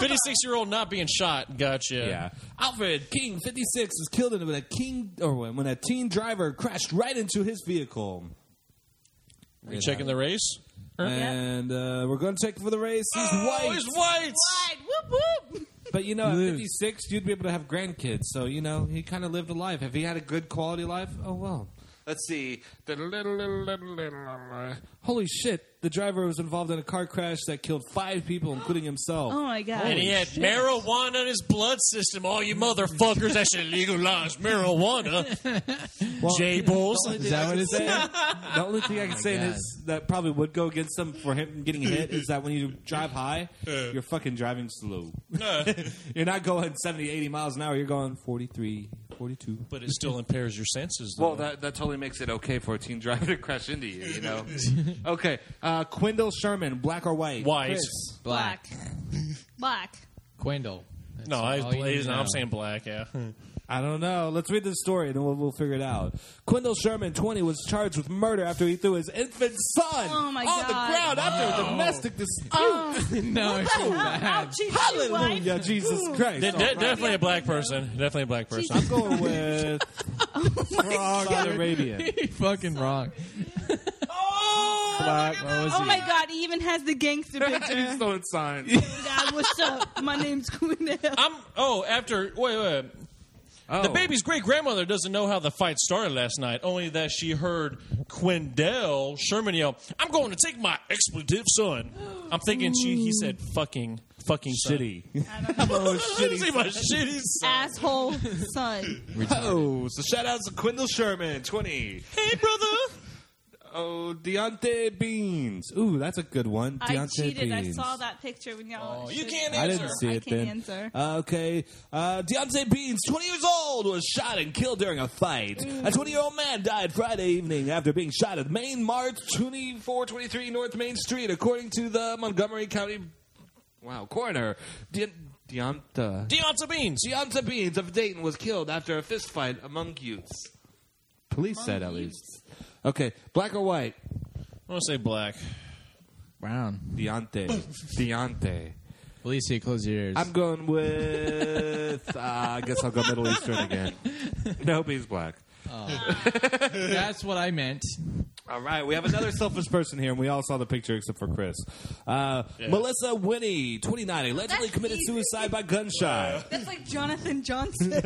[SPEAKER 4] fifty six year old not being shot. Gotcha.
[SPEAKER 6] yeah. Alfred King, 56, is killed in when a king or when, when a teen driver crashed right into his vehicle.
[SPEAKER 4] You checking the race?
[SPEAKER 6] And uh, we're going to check for the race. He's
[SPEAKER 4] Oh,
[SPEAKER 6] white,
[SPEAKER 4] he's white.
[SPEAKER 8] White. Whoop whoop.
[SPEAKER 6] but you know, at
[SPEAKER 5] Lose.
[SPEAKER 6] 56, you'd be able to have grandkids. So you know, he kind of lived a life. Have he had a good quality life? Oh well.
[SPEAKER 7] Let's see.
[SPEAKER 6] Holy shit! The driver was involved in a car crash that killed five people, including himself.
[SPEAKER 8] Oh my god.
[SPEAKER 4] And he had marijuana in his blood system. All you motherfuckers that should legalize
[SPEAKER 6] [LAUGHS]
[SPEAKER 4] marijuana. J Bulls.
[SPEAKER 6] Is
[SPEAKER 5] that what it
[SPEAKER 8] [LAUGHS]
[SPEAKER 6] said? The only thing I can say in his, that probably would go against him for him getting hit is that when you drive high, you're fucking driving slow. [LAUGHS] you're not going 70, 80 miles an hour. You're going 43, 42.
[SPEAKER 4] [LAUGHS] But it still impairs your senses. Though.
[SPEAKER 7] Well, that, that totally makes it okay for a
[SPEAKER 6] [LAUGHS]
[SPEAKER 7] teen driver to crash into you, you know?
[SPEAKER 6] Okay. Uh, Quindle Sherman, black or white?
[SPEAKER 4] White.
[SPEAKER 6] Chris.
[SPEAKER 5] Black.
[SPEAKER 8] Black.
[SPEAKER 5] Quindle. That's
[SPEAKER 4] no, I,
[SPEAKER 5] all you need
[SPEAKER 4] he's,
[SPEAKER 5] to
[SPEAKER 4] no,
[SPEAKER 5] know.
[SPEAKER 4] I'm saying black. Yeah,
[SPEAKER 6] I don't know. Let's read the story and we'll, we'll figure it out. Quindle Sherman, 20, was charged with murder after he threw his infant son
[SPEAKER 8] Oh, my
[SPEAKER 6] on the
[SPEAKER 8] God.
[SPEAKER 6] ground after a domestic dispute.
[SPEAKER 5] no, it's
[SPEAKER 8] Oh,
[SPEAKER 5] so bad.
[SPEAKER 6] Hallelujah, Jesus Christ.
[SPEAKER 4] De- de-
[SPEAKER 6] All right.
[SPEAKER 4] Definitely a black person. Definitely a black person.
[SPEAKER 6] I'm
[SPEAKER 8] [LAUGHS]
[SPEAKER 6] going with
[SPEAKER 8] Oh
[SPEAKER 6] Saudi Arabia.
[SPEAKER 5] He [LAUGHS] fucking wrong. Black, what was
[SPEAKER 8] Oh
[SPEAKER 5] he?
[SPEAKER 8] my god, he even has the gangster picture.
[SPEAKER 6] throwing [LAUGHS] signs.
[SPEAKER 8] god, what's up? My name's Quinell.
[SPEAKER 4] I'm. Oh, after wait, wait.
[SPEAKER 6] Oh.
[SPEAKER 4] The baby's great grandmother doesn't know how the fight started last night, only that she heard Quindell Sherman yell, "I'm going to take my expletive son." I'm thinking she he said fucking fucking son.
[SPEAKER 6] [LAUGHS] Shitty. Oh, shitty.
[SPEAKER 4] Say my shitty son.
[SPEAKER 8] Asshole son.
[SPEAKER 6] Oh, so shout outs to Quindle Sherman, 20.
[SPEAKER 4] Hey brother.
[SPEAKER 6] Oh, Deontay Beans. Ooh, that's a good one.
[SPEAKER 8] I
[SPEAKER 6] Deontay
[SPEAKER 8] cheated.
[SPEAKER 6] Beans.
[SPEAKER 8] I saw that picture when y'all.
[SPEAKER 4] Oh, you
[SPEAKER 8] should-
[SPEAKER 4] can't
[SPEAKER 6] I
[SPEAKER 4] answer.
[SPEAKER 6] didn't see
[SPEAKER 8] I
[SPEAKER 6] it
[SPEAKER 8] can't
[SPEAKER 6] then.
[SPEAKER 8] answer.
[SPEAKER 6] Uh, okay. Uh, Deontay Beans, 20 years old, was shot and killed during a fight.
[SPEAKER 8] Mm.
[SPEAKER 6] A 20 year old man died Friday evening after being shot at Main Mart 2423 North Main Street, according to the Montgomery County Wow coroner. De- Deonta.
[SPEAKER 4] Deonta Beans.
[SPEAKER 6] Deonta Beans of Dayton was killed after a fistfight among youths. Police said at least. Okay, black or white?
[SPEAKER 4] I want to say black.
[SPEAKER 5] Brown.
[SPEAKER 6] Deontay. Deontay.
[SPEAKER 5] Felicia, close your ears.
[SPEAKER 6] I'm going with. [LAUGHS] uh, I guess I'll go Middle Eastern again. Nope, he's black.
[SPEAKER 5] That's what I meant.
[SPEAKER 6] All right, we have another selfish person here, and we all saw the picture except for Chris. Uh, Melissa Winnie, 29, allegedly
[SPEAKER 8] That's
[SPEAKER 6] committed
[SPEAKER 8] easy.
[SPEAKER 6] suicide by gunshot.
[SPEAKER 8] That's like Jonathan
[SPEAKER 5] [LAUGHS]
[SPEAKER 8] Johnson. [LAUGHS]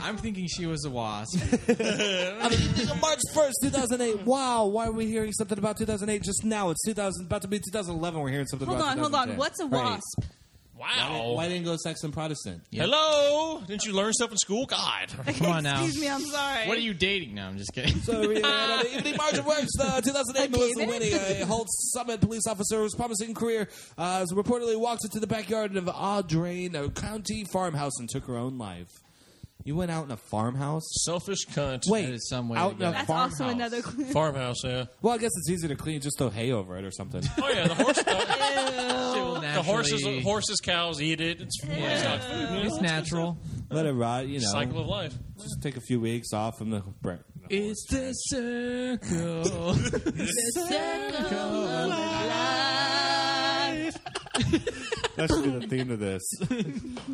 [SPEAKER 5] I'm thinking she was a wasp.
[SPEAKER 6] I mean, on March 1st, 2008. Wow, why are we hearing something about 2008 just now? It's 2000, about to be 2011. We're hearing something
[SPEAKER 8] hold
[SPEAKER 6] about
[SPEAKER 8] on, hold on.
[SPEAKER 6] 2010.
[SPEAKER 8] What's a
[SPEAKER 6] Right.
[SPEAKER 8] wasp? [LAUGHS]
[SPEAKER 4] Wow.
[SPEAKER 6] Why didn't go Saxon Protestant?
[SPEAKER 4] Hello. Didn't you learn stuff in school? God.
[SPEAKER 5] Come on now.
[SPEAKER 8] Excuse me, I'm sorry.
[SPEAKER 5] What are you dating? No, I'm just kidding. [LAUGHS]
[SPEAKER 6] So we had on the evening march of works, uh, 2008 Melissa Winnie, a Holt Summit police officer whose promising career uh, has reportedly walked into the backyard of Audrain, a county farmhouse, and took her own life. You went out in a farmhouse?
[SPEAKER 4] Selfish cunt.
[SPEAKER 6] Wait,
[SPEAKER 5] is some way
[SPEAKER 6] out
[SPEAKER 5] to
[SPEAKER 6] in
[SPEAKER 5] go.
[SPEAKER 6] a
[SPEAKER 8] That's
[SPEAKER 6] farmhouse.
[SPEAKER 8] also another clue.
[SPEAKER 4] Farmhouse. Yeah.
[SPEAKER 6] Well, I guess it's easy to clean. Just throw hay over it
[SPEAKER 5] [LAUGHS]
[SPEAKER 6] or something.
[SPEAKER 4] Oh yeah. The horse. The,
[SPEAKER 5] Still
[SPEAKER 4] the horses.
[SPEAKER 5] naturally-
[SPEAKER 4] Horses. Cows eat it. It's, it's not food. man.
[SPEAKER 5] It's natural.
[SPEAKER 6] Let it rot, you know.
[SPEAKER 4] Cycle of life.
[SPEAKER 6] Just take a few weeks off from the. Break.
[SPEAKER 5] It's the circle.
[SPEAKER 6] That should be the theme of [LAUGHS] this.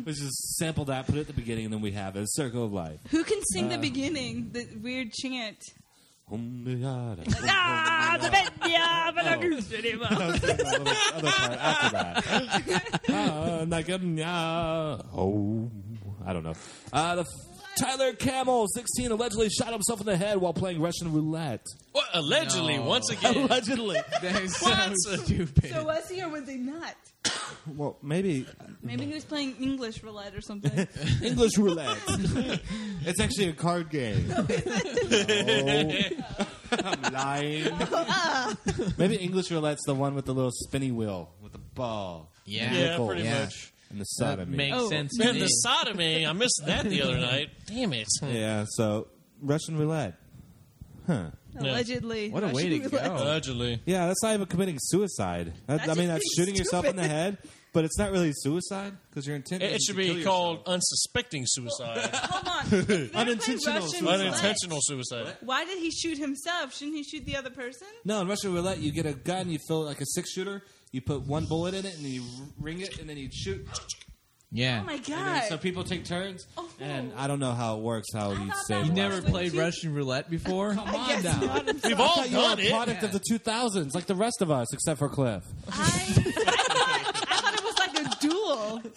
[SPEAKER 6] Let's just sample that, put it at the beginning, and then we have it. Circle of life.
[SPEAKER 8] Who can sing
[SPEAKER 5] Uh.
[SPEAKER 8] the beginning? The weird chant.
[SPEAKER 6] Hum-de-yada.
[SPEAKER 8] Ah, the Benya, but I'm used to it.
[SPEAKER 6] [LAUGHS] Uh, like, um, yeah. oh, I don't know. Uh, the f- Tyler Camel, 16, allegedly shot himself in the head while playing Russian roulette.
[SPEAKER 4] Well, allegedly,
[SPEAKER 5] No.
[SPEAKER 4] once again.
[SPEAKER 6] Allegedly.
[SPEAKER 5] [LAUGHS] That is so
[SPEAKER 4] What?
[SPEAKER 5] [LAUGHS] stupid.
[SPEAKER 8] So was he or was he not?
[SPEAKER 6] well, maybe
[SPEAKER 8] Maybe he was playing English roulette
[SPEAKER 5] [LAUGHS]
[SPEAKER 8] or something.
[SPEAKER 6] English roulette. [LAUGHS] it's actually a card game. [LAUGHS] I'm lying. [LAUGHS] maybe English roulette's the one with the little spinny wheel with the ball.
[SPEAKER 5] Yeah.
[SPEAKER 4] Yeah,
[SPEAKER 6] Nickel.
[SPEAKER 4] pretty
[SPEAKER 5] Yeah.
[SPEAKER 4] much.
[SPEAKER 6] And the
[SPEAKER 5] that
[SPEAKER 6] sodomy.
[SPEAKER 5] makes
[SPEAKER 8] Oh.
[SPEAKER 5] sense. to
[SPEAKER 4] Man,
[SPEAKER 5] me.
[SPEAKER 4] the sodomy. I missed that the other night. Damn it.
[SPEAKER 6] yeah, so Russian roulette.
[SPEAKER 8] Allegedly.
[SPEAKER 5] What a way to
[SPEAKER 8] Russian roulette.
[SPEAKER 5] go.
[SPEAKER 4] Allegedly.
[SPEAKER 6] Yeah, that's not even committing suicide. That-
[SPEAKER 8] That's
[SPEAKER 6] I mean,
[SPEAKER 8] just
[SPEAKER 6] that's
[SPEAKER 8] being
[SPEAKER 6] shooting yourself in the
[SPEAKER 8] stupid.
[SPEAKER 6] head, but it's not really suicide because your intent.
[SPEAKER 4] It, it
[SPEAKER 6] is
[SPEAKER 4] should
[SPEAKER 6] to kill
[SPEAKER 4] be
[SPEAKER 6] yourself.
[SPEAKER 4] called unsuspecting suicide.
[SPEAKER 8] Hold
[SPEAKER 5] [LAUGHS]
[SPEAKER 8] on. If they're playing
[SPEAKER 6] Unintentional
[SPEAKER 8] Russian
[SPEAKER 6] [LAUGHS] suicide.
[SPEAKER 8] roulette,
[SPEAKER 4] Unintentional suicide.
[SPEAKER 8] Why did he shoot himself? Shouldn't he shoot the other person?
[SPEAKER 6] No, in Russian roulette, you get a gun, you fill it like a six shooter, you put one bullet in it, and you r- ring it, and then you shoot.
[SPEAKER 5] yeah.
[SPEAKER 8] Oh my
[SPEAKER 6] And so
[SPEAKER 8] god.
[SPEAKER 6] people take turns,
[SPEAKER 8] Oh.
[SPEAKER 6] and I don't know how it works. How you
[SPEAKER 8] thought
[SPEAKER 6] say
[SPEAKER 8] that
[SPEAKER 5] you
[SPEAKER 8] was-
[SPEAKER 6] the last
[SPEAKER 5] never
[SPEAKER 6] name.
[SPEAKER 5] played Russian roulette before?
[SPEAKER 6] Come
[SPEAKER 5] [LAUGHS]
[SPEAKER 6] on [LAUGHS] now.
[SPEAKER 4] We've
[SPEAKER 6] I
[SPEAKER 4] all
[SPEAKER 6] thought you were
[SPEAKER 4] done
[SPEAKER 6] a
[SPEAKER 4] it.
[SPEAKER 6] product of the 2000s, like the rest of us, except for Cliff.
[SPEAKER 8] I, I, thought, I thought it was like a duel.
[SPEAKER 5] [LAUGHS]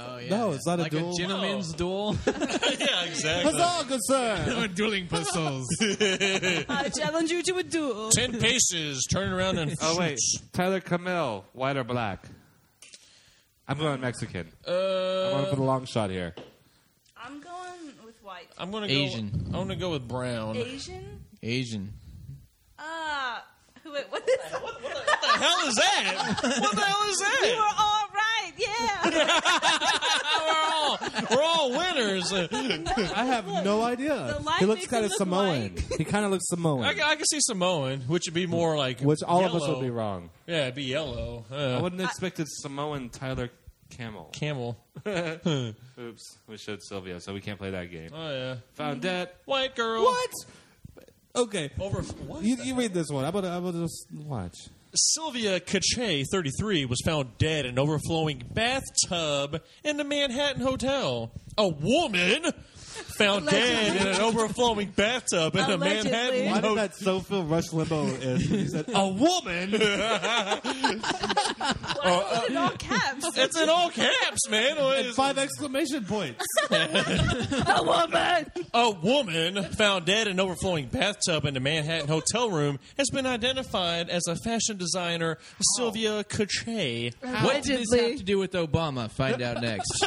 [SPEAKER 5] Oh, yeah.
[SPEAKER 6] No, it's not a
[SPEAKER 5] like
[SPEAKER 6] duel.
[SPEAKER 5] a gentleman's duel.
[SPEAKER 4] [LAUGHS] yeah, exactly.
[SPEAKER 6] Huzzah, good sir!
[SPEAKER 5] dueling pistols.
[SPEAKER 8] I challenge you to a duel.
[SPEAKER 4] Ten paces, turn around and
[SPEAKER 10] Oh wait,
[SPEAKER 4] shoots.
[SPEAKER 10] Tyler Camille, white or black?
[SPEAKER 6] I'm going Mexican. I'm
[SPEAKER 4] Uh,
[SPEAKER 6] going for the long shot here.
[SPEAKER 8] I'm going with white.
[SPEAKER 4] I'm gonna
[SPEAKER 5] Asian.
[SPEAKER 4] go. I'm gonna go with brown. What
[SPEAKER 8] Asian?
[SPEAKER 5] Asian.
[SPEAKER 8] Ah. who wait, what is
[SPEAKER 4] the hell is
[SPEAKER 6] [LAUGHS]
[SPEAKER 4] that? What the hell is
[SPEAKER 8] [LAUGHS] You were
[SPEAKER 4] that?
[SPEAKER 8] all right, yeah.
[SPEAKER 4] We're all winners.
[SPEAKER 6] [LAUGHS]
[SPEAKER 4] I,
[SPEAKER 6] I have no idea.
[SPEAKER 8] the light
[SPEAKER 6] He looks
[SPEAKER 8] makes
[SPEAKER 6] kind
[SPEAKER 8] it
[SPEAKER 6] of
[SPEAKER 8] look
[SPEAKER 6] Samoan. He kind of looks Samoan.
[SPEAKER 4] I can see Samoan, which would be more like
[SPEAKER 6] Which all of us
[SPEAKER 4] yellow.
[SPEAKER 6] would be wrong.
[SPEAKER 4] Yeah, it'd be yellow. Uh,
[SPEAKER 10] I wouldn't expect a Samoan Tyler
[SPEAKER 7] Camel.
[SPEAKER 4] Camel. Oh,
[SPEAKER 7] Oops, we showed Sylvia, so we can't play that game.
[SPEAKER 4] Oh yeah.
[SPEAKER 7] Found that.
[SPEAKER 4] White
[SPEAKER 8] Oh.
[SPEAKER 4] girl.
[SPEAKER 6] What? [LAUGHS] Okay.
[SPEAKER 4] Over what?
[SPEAKER 6] You, you read this one. I'm gonna, I'm gonna just watch.
[SPEAKER 4] Sylvia Cachet, 33, was found dead in an overflowing bathtub in the Manhattan Hotel. A woman found dead in an overflowing bathtub in a
[SPEAKER 8] Allegedly.
[SPEAKER 4] Manhattan
[SPEAKER 8] Why
[SPEAKER 6] Why
[SPEAKER 4] Hotel.
[SPEAKER 6] did that so feel Rush Limbo is? [LAUGHS] He said,
[SPEAKER 4] A woman?
[SPEAKER 6] [LAUGHS] Oh,
[SPEAKER 8] Why
[SPEAKER 6] uh,
[SPEAKER 8] was it in all caps?
[SPEAKER 4] it's in all caps, man.
[SPEAKER 6] five exclamation points.
[SPEAKER 8] [LAUGHS] a woman.
[SPEAKER 4] A woman found dead in an overflowing bathtub in a Manhattan hotel room has been identified as a fashion designer, Sylvia Cachet.
[SPEAKER 5] What did this
[SPEAKER 8] Allegedly.
[SPEAKER 5] have to do with Obama? Find [LAUGHS] out next.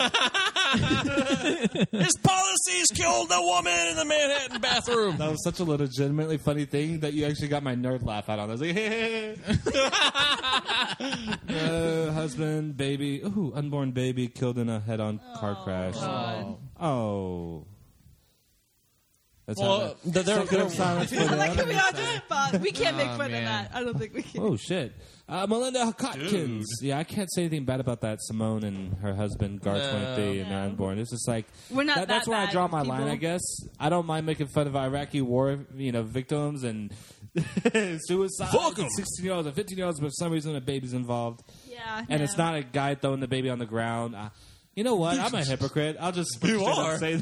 [SPEAKER 4] His policies killed the woman in the Manhattan bathroom.
[SPEAKER 6] [LAUGHS] That was such a legitimately funny thing that you actually got my nerd laugh out on. I was like, [LAUGHS] uh, husband, baby, ooh, unborn baby killed in a head-on car crash.
[SPEAKER 8] God.
[SPEAKER 6] Oh, that's
[SPEAKER 4] Well,
[SPEAKER 6] how.
[SPEAKER 4] there-
[SPEAKER 6] That,
[SPEAKER 4] there-
[SPEAKER 6] silence for
[SPEAKER 8] I like how
[SPEAKER 6] that.
[SPEAKER 8] we all just bought. We can't make
[SPEAKER 5] Oh,
[SPEAKER 8] fun
[SPEAKER 5] man.
[SPEAKER 8] of that. I don't think we
[SPEAKER 6] [LAUGHS]
[SPEAKER 8] can.
[SPEAKER 6] Oh shit. Uh, Melinda Hopkins. Yeah, I can't say anything bad about that. Simone and her husband Garth
[SPEAKER 4] No.
[SPEAKER 6] Winfrey and
[SPEAKER 8] No.
[SPEAKER 6] unborn. It's just like
[SPEAKER 8] We're not
[SPEAKER 6] that's
[SPEAKER 8] that
[SPEAKER 6] where I
[SPEAKER 8] bad,
[SPEAKER 6] draw my
[SPEAKER 8] people.
[SPEAKER 6] line. I guess I don't mind making fun of Iraqi war, you know, victims and [LAUGHS] suicide.
[SPEAKER 4] Fuck 'em.
[SPEAKER 6] Sixteen year olds and fifteen year olds, but for some reason a baby's involved,
[SPEAKER 8] Yeah.
[SPEAKER 6] and it's not a guy throwing the baby on the ground. I, you know what? I'm a hypocrite. I'll just
[SPEAKER 4] You
[SPEAKER 6] straight up
[SPEAKER 4] are.
[SPEAKER 6] say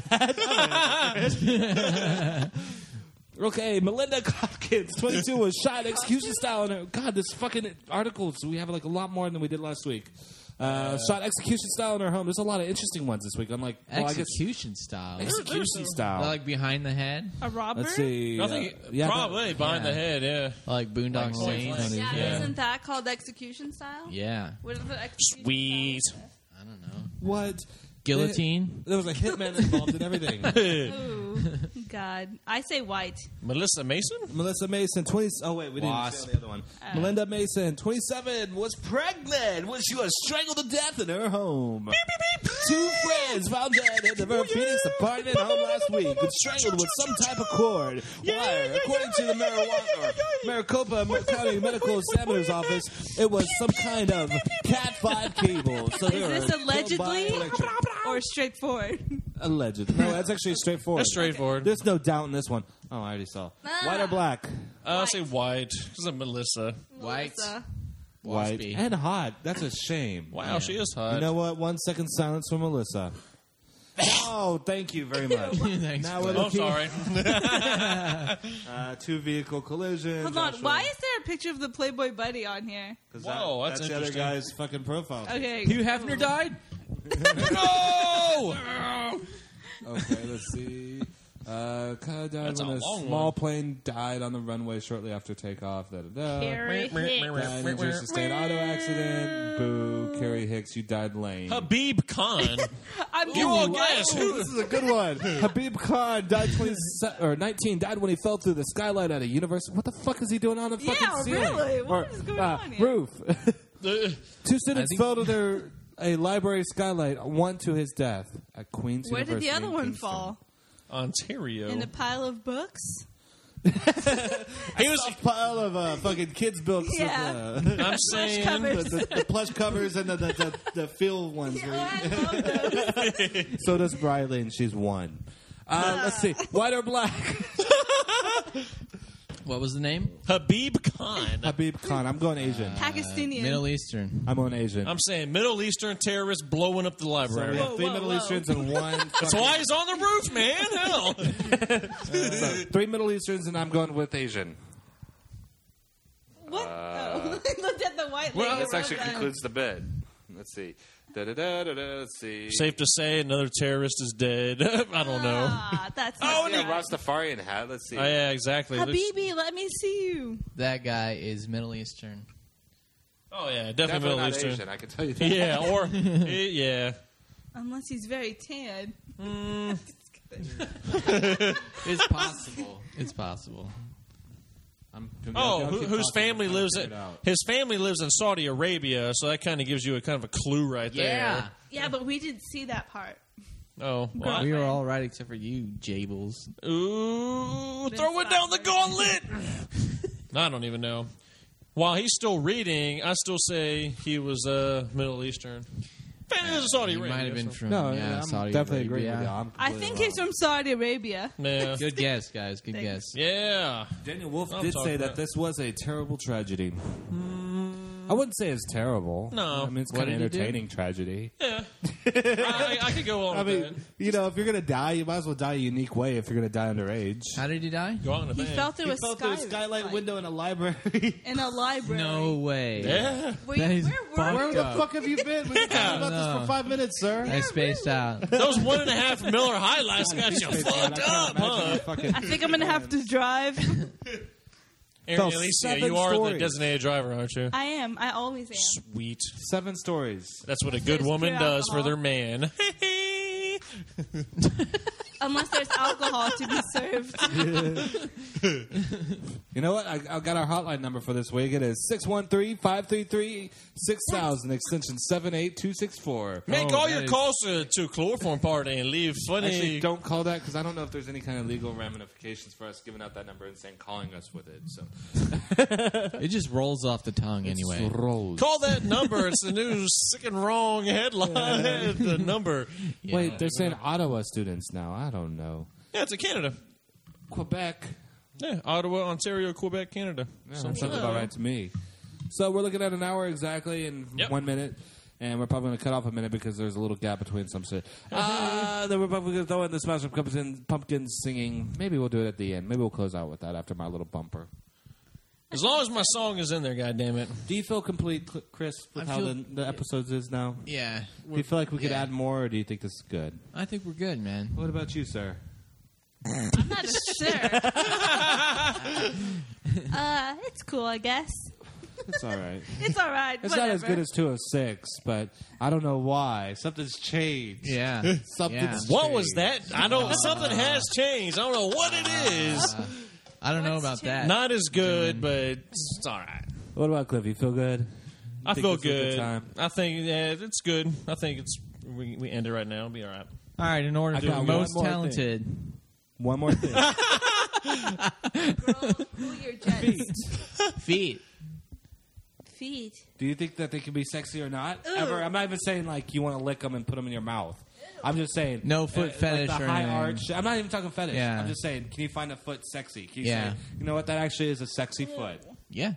[SPEAKER 6] that. Okay, Melinda Hopkins, 22, was shot execution style. In her, God, this fucking articles we have like a lot more than we did last week. Uh, shot execution style in her home. There's a lot of interesting ones this week. I'm like, well, I guess
[SPEAKER 5] Execution style.
[SPEAKER 6] [LAUGHS] execution style.
[SPEAKER 5] Like behind the head,
[SPEAKER 8] a robber.
[SPEAKER 6] Let's see.
[SPEAKER 4] Nothing.
[SPEAKER 6] Uh, yeah, I thought-
[SPEAKER 4] probably behind the
[SPEAKER 5] yeah.
[SPEAKER 4] head. Yeah.
[SPEAKER 5] like Boondock Saints.
[SPEAKER 8] Yeah,
[SPEAKER 4] Yeah.
[SPEAKER 8] isn't that called execution style?
[SPEAKER 5] Yeah,
[SPEAKER 8] What is it? Execution
[SPEAKER 4] Sweet.
[SPEAKER 5] I don't know.
[SPEAKER 6] What?
[SPEAKER 5] Guillotine.
[SPEAKER 6] There was a hitman involved in
[SPEAKER 5] [LAUGHS]
[SPEAKER 6] everything. [LAUGHS]
[SPEAKER 8] Style? Ooh, God, I say white.
[SPEAKER 4] Melissa Mason?
[SPEAKER 6] Melissa Mason, 20. Oh, wait, we
[SPEAKER 5] Wasp.
[SPEAKER 6] didn't show the other one.
[SPEAKER 8] Uh.
[SPEAKER 6] Melinda Mason, 27, was pregnant when she was strangled to death in her home. Two friends found dead in the Phoenix apartment home last week and strangled with some type of cord. Why? According to the Marijuana, or Maricopa County Medical Examiner's Office, it was some kind of Cat 5 cable. So they
[SPEAKER 8] Is
[SPEAKER 6] were
[SPEAKER 8] this
[SPEAKER 6] killed by
[SPEAKER 8] allegedly
[SPEAKER 6] electric-
[SPEAKER 8] [LAUGHS] or straightforward?
[SPEAKER 6] Alleged. No, that's actually straightforward.
[SPEAKER 4] That's straightforward.
[SPEAKER 6] There's no doubt in this one. Oh, I already saw.
[SPEAKER 8] Ah.
[SPEAKER 6] White or black?
[SPEAKER 4] Uh, I'll say white. Because I'm Melissa.
[SPEAKER 5] White.
[SPEAKER 8] Melissa.
[SPEAKER 6] White
[SPEAKER 5] Waspy.
[SPEAKER 6] and hot. That's a shame.
[SPEAKER 4] Wow, she is hot.
[SPEAKER 6] You know what? One second silence for Melissa. oh, thank you [LAUGHS] very much.
[SPEAKER 5] Thanks,
[SPEAKER 6] now
[SPEAKER 5] bud.
[SPEAKER 6] we're
[SPEAKER 4] oh,
[SPEAKER 6] looking [LAUGHS]
[SPEAKER 4] sorry.
[SPEAKER 6] uh, two vehicle collision.
[SPEAKER 8] Hold on. Why is there a picture of the Playboy Buddy on here?
[SPEAKER 4] Whoa, that's
[SPEAKER 6] that's, the other
[SPEAKER 4] interesting.
[SPEAKER 6] guy's fucking profile.
[SPEAKER 8] Okay.
[SPEAKER 5] Hugh Hefner died.
[SPEAKER 4] no!
[SPEAKER 6] Okay,
[SPEAKER 8] [LAUGHS]
[SPEAKER 6] let's see. Uh, Kyle died
[SPEAKER 4] That's
[SPEAKER 6] when
[SPEAKER 4] a
[SPEAKER 6] a,
[SPEAKER 4] long
[SPEAKER 6] small
[SPEAKER 4] one.
[SPEAKER 6] plane died on the runway shortly after takeoff. Da,
[SPEAKER 4] Uh,
[SPEAKER 6] da, da.
[SPEAKER 8] Carrie Hicks.
[SPEAKER 6] Died in a sustained auto accident. Boo. Carrie Hicks, you died lame.
[SPEAKER 4] Habib
[SPEAKER 6] [LAUGHS]
[SPEAKER 4] Khan.
[SPEAKER 8] I'm
[SPEAKER 4] You all
[SPEAKER 8] getting
[SPEAKER 4] guess.
[SPEAKER 8] white.
[SPEAKER 4] Who-
[SPEAKER 6] this is a
[SPEAKER 8] [LAUGHS]
[SPEAKER 6] good one. Habib Khan died 20, or 19, died when he fell through the skylight at a university. What the fuck is he doing on the
[SPEAKER 8] Yeah,
[SPEAKER 6] fucking ceiling?
[SPEAKER 8] really? What
[SPEAKER 6] or,
[SPEAKER 8] is going
[SPEAKER 6] uh,
[SPEAKER 8] on here?
[SPEAKER 6] Roof. [LAUGHS] Two students fell to their a library skylight, one to his death at Queen's
[SPEAKER 8] Where did
[SPEAKER 6] University
[SPEAKER 8] the other
[SPEAKER 6] in
[SPEAKER 8] one
[SPEAKER 6] Kingston.
[SPEAKER 8] fall?
[SPEAKER 4] Ontario.
[SPEAKER 8] In a pile of books?
[SPEAKER 4] he was.
[SPEAKER 6] Pile of uh, fucking kids' books
[SPEAKER 8] Yeah.
[SPEAKER 6] with, uh, [LAUGHS]
[SPEAKER 4] I'm
[SPEAKER 8] Plush
[SPEAKER 4] saying.
[SPEAKER 6] the,
[SPEAKER 8] covers.
[SPEAKER 6] the, the plush covers and the, the, the, the fill ones. where you-
[SPEAKER 8] Yeah, Oh, I love those.
[SPEAKER 6] So does Briley, and she's one. Uh, let's
[SPEAKER 8] [LAUGHS]
[SPEAKER 6] see. White or black?
[SPEAKER 5] What was the name?
[SPEAKER 4] Habib Khan.
[SPEAKER 6] Habib Khan. I'm going Asian.
[SPEAKER 8] Pakistani.
[SPEAKER 5] Middle Eastern.
[SPEAKER 6] I'm going Asian.
[SPEAKER 4] I'm saying Middle Eastern terrorists blowing up the
[SPEAKER 6] So we
[SPEAKER 4] library.
[SPEAKER 6] have
[SPEAKER 8] Whoa,
[SPEAKER 6] three
[SPEAKER 8] whoa,
[SPEAKER 6] Middle
[SPEAKER 8] whoa.
[SPEAKER 6] Easterns and one.
[SPEAKER 4] That's why he's on the roof, man. Hell.
[SPEAKER 6] So, three Middle Easterns, and I'm going with Asian.
[SPEAKER 8] What?
[SPEAKER 4] Uh,
[SPEAKER 8] [LAUGHS] oh. I looked at the white
[SPEAKER 7] Well,
[SPEAKER 8] lady.
[SPEAKER 7] this actually
[SPEAKER 8] Well done.
[SPEAKER 7] concludes the bid. Let's see. Da da da da da. Let's see.
[SPEAKER 4] [LAUGHS] Safe to say another terrorist is dead. [LAUGHS] I don't know.
[SPEAKER 8] Ah, that's
[SPEAKER 7] Oh,
[SPEAKER 8] not
[SPEAKER 7] yeah,
[SPEAKER 8] right.
[SPEAKER 7] Rastafarian hat. Let's see.
[SPEAKER 4] Oh, yeah, exactly. There's-
[SPEAKER 8] Habibi, let me see you.
[SPEAKER 5] That guy is Middle Eastern.
[SPEAKER 4] Oh, yeah,
[SPEAKER 7] Definitely
[SPEAKER 4] definitely Middle
[SPEAKER 7] not
[SPEAKER 4] Eastern.
[SPEAKER 7] Asian. I can tell you that.
[SPEAKER 4] Yeah,
[SPEAKER 7] [LAUGHS]
[SPEAKER 4] or eh, yeah,
[SPEAKER 8] Unless he's very tan.
[SPEAKER 5] It's possible. [LAUGHS] it's possible. I'm
[SPEAKER 4] Oh,
[SPEAKER 6] I'll
[SPEAKER 4] who,
[SPEAKER 6] keep
[SPEAKER 4] whose
[SPEAKER 6] talking.
[SPEAKER 4] family
[SPEAKER 6] I'll
[SPEAKER 4] lives
[SPEAKER 6] figure
[SPEAKER 4] in
[SPEAKER 6] it out.
[SPEAKER 4] his family lives in Saudi Arabia, so that kind of gives you a kind of a clue right
[SPEAKER 5] yeah.
[SPEAKER 8] Yeah, but we didn't see that part.
[SPEAKER 4] there. Oh, well,
[SPEAKER 5] We were all right except for you, Jables.
[SPEAKER 4] I- ooh, throw it down the gauntlet. [LAUGHS] I don't even know. While he's still reading, I still say he was uh, Middle Eastern. Man, this is Saudi
[SPEAKER 5] He
[SPEAKER 4] Arabia.
[SPEAKER 5] might have been
[SPEAKER 4] so-
[SPEAKER 5] from
[SPEAKER 6] No,
[SPEAKER 5] yeah,
[SPEAKER 6] I'm
[SPEAKER 5] Saudi
[SPEAKER 6] definitely agree
[SPEAKER 5] Arabia.
[SPEAKER 6] with you. I'm
[SPEAKER 8] I think he's from Saudi Arabia.
[SPEAKER 4] Yeah.
[SPEAKER 5] Good guess, guys. Good guess.
[SPEAKER 4] Yeah.
[SPEAKER 6] Daniel Wolf
[SPEAKER 4] I'm
[SPEAKER 6] did
[SPEAKER 4] sorry
[SPEAKER 6] say
[SPEAKER 4] for that.
[SPEAKER 6] that this was a terrible tragedy. I wouldn't say it's terrible.
[SPEAKER 4] No.
[SPEAKER 6] I mean it's
[SPEAKER 5] What
[SPEAKER 6] kind of
[SPEAKER 5] did he do?
[SPEAKER 6] entertaining tragedy.
[SPEAKER 4] Yeah. I, I, I could go on
[SPEAKER 6] I
[SPEAKER 4] with
[SPEAKER 6] mean, you know, if you're gonna die, you might as well die a unique way. If you're gonna die underage,
[SPEAKER 5] How did he die?
[SPEAKER 4] that. Go on with
[SPEAKER 8] He
[SPEAKER 4] that.
[SPEAKER 8] fell through a
[SPEAKER 11] fell through a
[SPEAKER 8] skylight,
[SPEAKER 11] skylight window in a
[SPEAKER 6] [LAUGHS]
[SPEAKER 11] library.
[SPEAKER 8] in a library.
[SPEAKER 5] No way.
[SPEAKER 4] Yeah.
[SPEAKER 8] Were
[SPEAKER 5] That
[SPEAKER 8] you,
[SPEAKER 5] is
[SPEAKER 8] where were
[SPEAKER 5] bunked
[SPEAKER 8] you?
[SPEAKER 11] Where the fuck have you been? We've been
[SPEAKER 6] [LAUGHS]
[SPEAKER 11] talking about this
[SPEAKER 5] No.
[SPEAKER 11] for five minutes, sir.
[SPEAKER 5] I spaced out.
[SPEAKER 4] Those one and a half Miller High Lights got you fucked up, huh?
[SPEAKER 8] I think I'm gonna have to drive.
[SPEAKER 4] Aaron
[SPEAKER 6] Fell
[SPEAKER 4] Alicia,
[SPEAKER 6] seven
[SPEAKER 4] you are the
[SPEAKER 6] stories.
[SPEAKER 4] designated driver, aren't you?
[SPEAKER 8] I am. I always am.
[SPEAKER 4] Sweet.
[SPEAKER 6] seven stories.
[SPEAKER 4] That's what a good
[SPEAKER 8] There's
[SPEAKER 4] woman
[SPEAKER 8] pure
[SPEAKER 4] does for
[SPEAKER 8] alcohol.
[SPEAKER 4] their man.
[SPEAKER 8] [LAUGHS]
[SPEAKER 4] [LAUGHS]
[SPEAKER 8] Unless there's alcohol to be served.
[SPEAKER 6] You know what? I, I got our hotline number for this week. It is 613-533-6000, extension 78264.
[SPEAKER 4] Make
[SPEAKER 5] Oh,
[SPEAKER 4] all
[SPEAKER 5] that
[SPEAKER 4] your
[SPEAKER 5] is-
[SPEAKER 4] calls to, to Chloroform Party and leave funny.
[SPEAKER 12] Oh, Actually, don't call that because I don't know if there's any kind of legal ramifications for us giving out that number and saying calling us with it. So
[SPEAKER 5] It just rolls off the tongue anyway.
[SPEAKER 6] Rolled.
[SPEAKER 4] Call that number. It's the new [LAUGHS] sick and wrong headline. [LAUGHS] the number.
[SPEAKER 5] Yeah.
[SPEAKER 6] Wait, they're saying Ottawa students now. I don't know.
[SPEAKER 4] Yeah, it's in Canada.
[SPEAKER 6] Quebec.
[SPEAKER 4] Yeah, Ottawa, Ontario, Quebec, Canada.
[SPEAKER 6] Sounds about right to me. So we're looking at an hour exactly in
[SPEAKER 4] Yep.
[SPEAKER 6] one minute. And we're probably going to cut off a minute because there's a little gap between some shit. Uh, then we're probably going to throw in the Smash Up Pumpkins, Pumpkins singing. Maybe we'll do it at the end. Maybe we'll close out with that after my little bumper.
[SPEAKER 4] As long as my song is in there, goddammit.
[SPEAKER 6] Do you feel complete, Cl- Chris, with
[SPEAKER 5] I
[SPEAKER 6] how
[SPEAKER 5] feel-
[SPEAKER 6] the, the episodes is now?
[SPEAKER 5] Yeah.
[SPEAKER 6] Do you feel like we could
[SPEAKER 5] yeah.
[SPEAKER 6] add more, or do you think this is good?
[SPEAKER 5] I think we're good, man.
[SPEAKER 6] What about you, sir?
[SPEAKER 8] I'm [LAUGHS] not sure. uh, it's cool, I guess.
[SPEAKER 6] It's all
[SPEAKER 5] [LAUGHS]
[SPEAKER 6] right.
[SPEAKER 8] It's all right.
[SPEAKER 6] It's
[SPEAKER 8] whatever.
[SPEAKER 6] not as good as 206, but I don't know why. Something's changed.
[SPEAKER 5] Yeah.
[SPEAKER 6] Something's
[SPEAKER 5] Yeah.
[SPEAKER 4] What was that? I don't. Something has changed. I don't know what it is.
[SPEAKER 5] I don't know
[SPEAKER 8] What's
[SPEAKER 5] about
[SPEAKER 8] changed?
[SPEAKER 5] that.
[SPEAKER 4] Not as good, but it's all right.
[SPEAKER 6] What about Cliff? You feel good?
[SPEAKER 4] I
[SPEAKER 6] think
[SPEAKER 4] feel
[SPEAKER 6] this was a good
[SPEAKER 4] good.
[SPEAKER 6] time?
[SPEAKER 4] I think yeah, it's good. I think it's we, we end it right now. It'll be all right.
[SPEAKER 5] All right, in order
[SPEAKER 6] I
[SPEAKER 5] to
[SPEAKER 6] got
[SPEAKER 5] the
[SPEAKER 6] one
[SPEAKER 5] most
[SPEAKER 6] more thing.
[SPEAKER 5] talented.
[SPEAKER 6] One more thing.
[SPEAKER 8] Girl, cool
[SPEAKER 6] [LAUGHS]
[SPEAKER 8] your jets.
[SPEAKER 5] Feet.
[SPEAKER 8] Feet.
[SPEAKER 6] do you think that they can be sexy or not? Ever? I'm not even saying like you want to lick them and put them in your mouth. I'm just saying eh,
[SPEAKER 5] No foot
[SPEAKER 6] like
[SPEAKER 5] fetish
[SPEAKER 6] the
[SPEAKER 5] or
[SPEAKER 6] high
[SPEAKER 5] anything.
[SPEAKER 6] arch. I'm not even talking fetish.
[SPEAKER 5] Yeah.
[SPEAKER 6] I'm just saying, can you find a foot sexy? Can you
[SPEAKER 5] Yeah.
[SPEAKER 6] say, you know what? That actually is a sexy foot.
[SPEAKER 5] Yeah.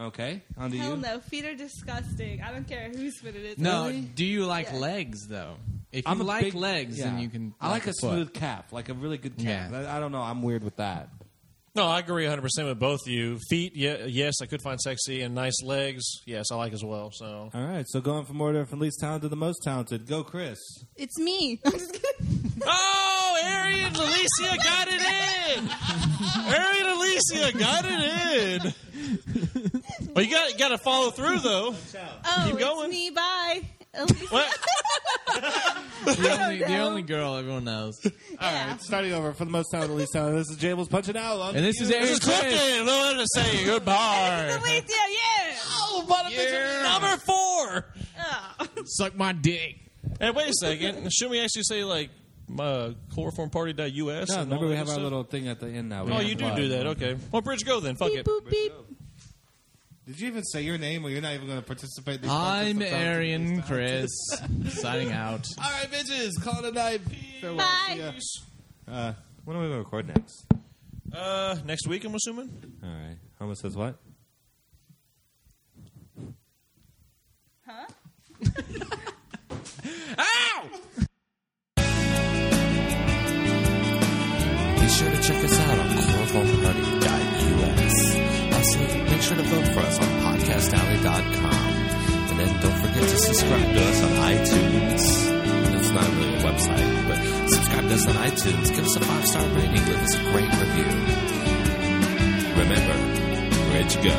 [SPEAKER 6] Okay, on to
[SPEAKER 8] Hell
[SPEAKER 6] you.
[SPEAKER 8] no. Feet are disgusting. I don't care whose foot it is.
[SPEAKER 5] No,
[SPEAKER 8] Really?
[SPEAKER 5] do you like
[SPEAKER 8] Yeah.
[SPEAKER 5] legs though? If you
[SPEAKER 6] I'm a
[SPEAKER 5] like
[SPEAKER 6] big-
[SPEAKER 5] legs, then
[SPEAKER 6] yeah.
[SPEAKER 5] you can.
[SPEAKER 6] I like a,
[SPEAKER 5] foot.
[SPEAKER 6] smooth calf, like a really good calf.
[SPEAKER 5] Yeah.
[SPEAKER 6] I, I don't know. I'm weird with that.
[SPEAKER 4] No, I agree 100 percent with both of you. Feet, yeah, yes, I could find sexy and nice legs. Yes, I like as well. So
[SPEAKER 6] All right, so going from order from least talented to the most talented, go Chris.
[SPEAKER 8] It's me. [LAUGHS] I'm just kidding.
[SPEAKER 4] oh, Ari and Alicia got it in. Ari and Alicia got it in. Well, you got got to follow through though.
[SPEAKER 8] Oh,
[SPEAKER 4] Keep going.
[SPEAKER 8] it's me. Bye.
[SPEAKER 4] [LAUGHS]
[SPEAKER 8] Elise.
[SPEAKER 4] What?
[SPEAKER 5] The only, the
[SPEAKER 6] [LAUGHS]
[SPEAKER 8] know.
[SPEAKER 5] only girl everyone knows,
[SPEAKER 8] Yeah.
[SPEAKER 6] Starting over for the most talented, least talented. This is Jables punching out. On
[SPEAKER 5] and this is
[SPEAKER 4] This
[SPEAKER 5] Aaron
[SPEAKER 4] is Clifton. I wanted to say goodbye.
[SPEAKER 8] Elise, yeah, yeah. [LAUGHS]
[SPEAKER 4] Number four.
[SPEAKER 8] Oh.
[SPEAKER 5] Suck my dick.
[SPEAKER 4] Hey, wait a second. Shouldn't we actually say like uh, chloroformparty.us?
[SPEAKER 6] no,
[SPEAKER 4] and all
[SPEAKER 6] remember we
[SPEAKER 4] that
[SPEAKER 6] have our
[SPEAKER 4] stuff?
[SPEAKER 6] little thing at the end now. We
[SPEAKER 4] Oh,
[SPEAKER 6] have
[SPEAKER 4] you do
[SPEAKER 6] live.
[SPEAKER 4] do that. Okay. Well, bridge go then. Fuck
[SPEAKER 8] Beep,
[SPEAKER 4] it.
[SPEAKER 8] boop, beep.
[SPEAKER 11] Did you even say your name, or you're not even going to participate? in these
[SPEAKER 5] I'm
[SPEAKER 11] contests of talented
[SPEAKER 5] Arian
[SPEAKER 11] least talented?
[SPEAKER 5] Chris, signing out.
[SPEAKER 11] All right, bitches, call it a night. Farewell.
[SPEAKER 8] Bye.
[SPEAKER 11] See ya. Uh, when are we going to record next?
[SPEAKER 4] Uh, next week, I'm assuming.
[SPEAKER 6] All right. Homer says what?
[SPEAKER 7] Be sure to check us out on chloroformparty.us. Also, make sure to vote for us on podcastalley.com. And then don't forget to subscribe to us on iTunes. It's not really a website, but subscribe to us on iTunes. Give us a five star rating. Leave us a great review. Remember, where'd you go?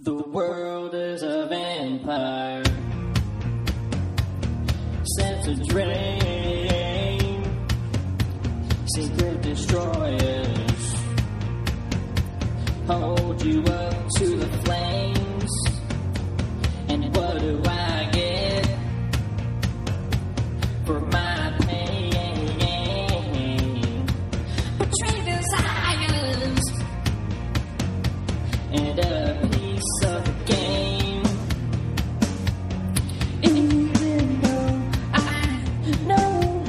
[SPEAKER 13] The world is a vampire. Sense a drain. Secret destroyers. Hold you up to the flames. And what do I get?
[SPEAKER 8] and a piece of the game. Even though I know,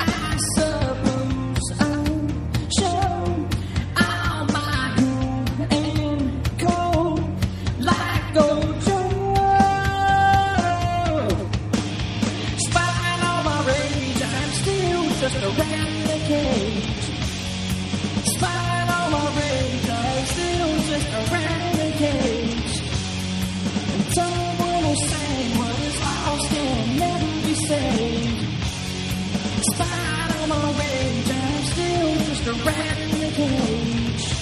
[SPEAKER 8] I suppose I'll show all my hue and cold like Ojo. Spying on my rage, I'm still just a rat in a cage. Spying on my rage, I'm still just a rat in a cage. And someone will say what is lost and never be saved. Spying on my rage, I'm still just a rat in a cage.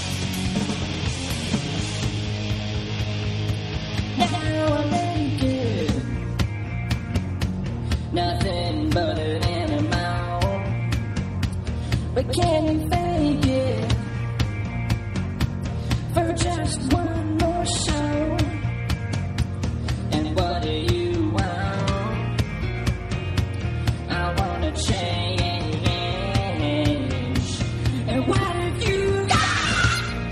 [SPEAKER 8] Now I'm naked nothing but an animal. But can you fake it for just one more show? And what do you want? I want to change. And what have you got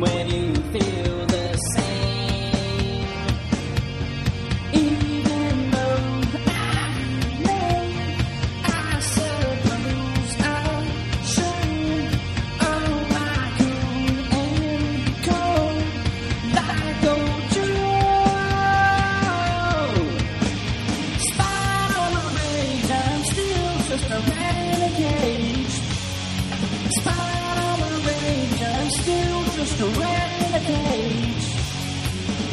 [SPEAKER 8] when you feel the same? Even though I know I suppose I'll show all my cool and cold like old Joe. Spite all my rage, I'm still just a rat in a cage. Spite all my rage, I'm still just a rat in a cage.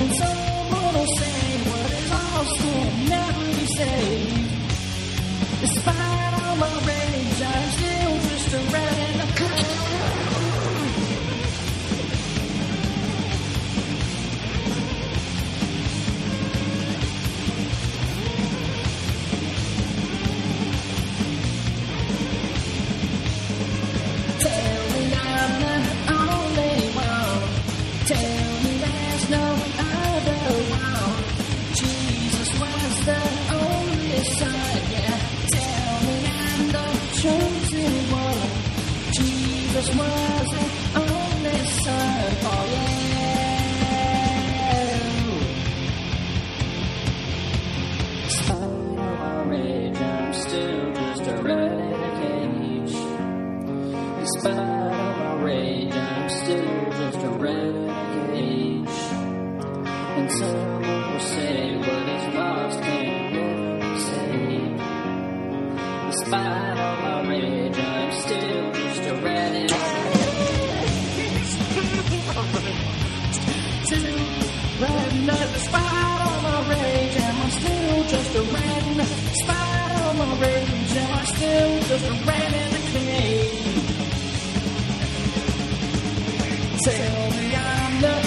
[SPEAKER 8] And someone will say what is lost and never be saved. Despite all my rage, I'm still just a rat in a cage. Tell me I'm the only one. Tell me there's no other one. Jesus was the only son. Yeah. Tell me I'm the chosen one. Jesus was the only son. Oh yeah. Spite all my rage, I'm still just a rat in a cage. Despite all my rage, I'm still just a renegade. And some will say what is lost can never be saved. Despite all my rage, I'm still just a renegade. Redneck, despite all my rage, am I still just a redneck? Despite all my rage, am I still just a redneck? Tell me I'm the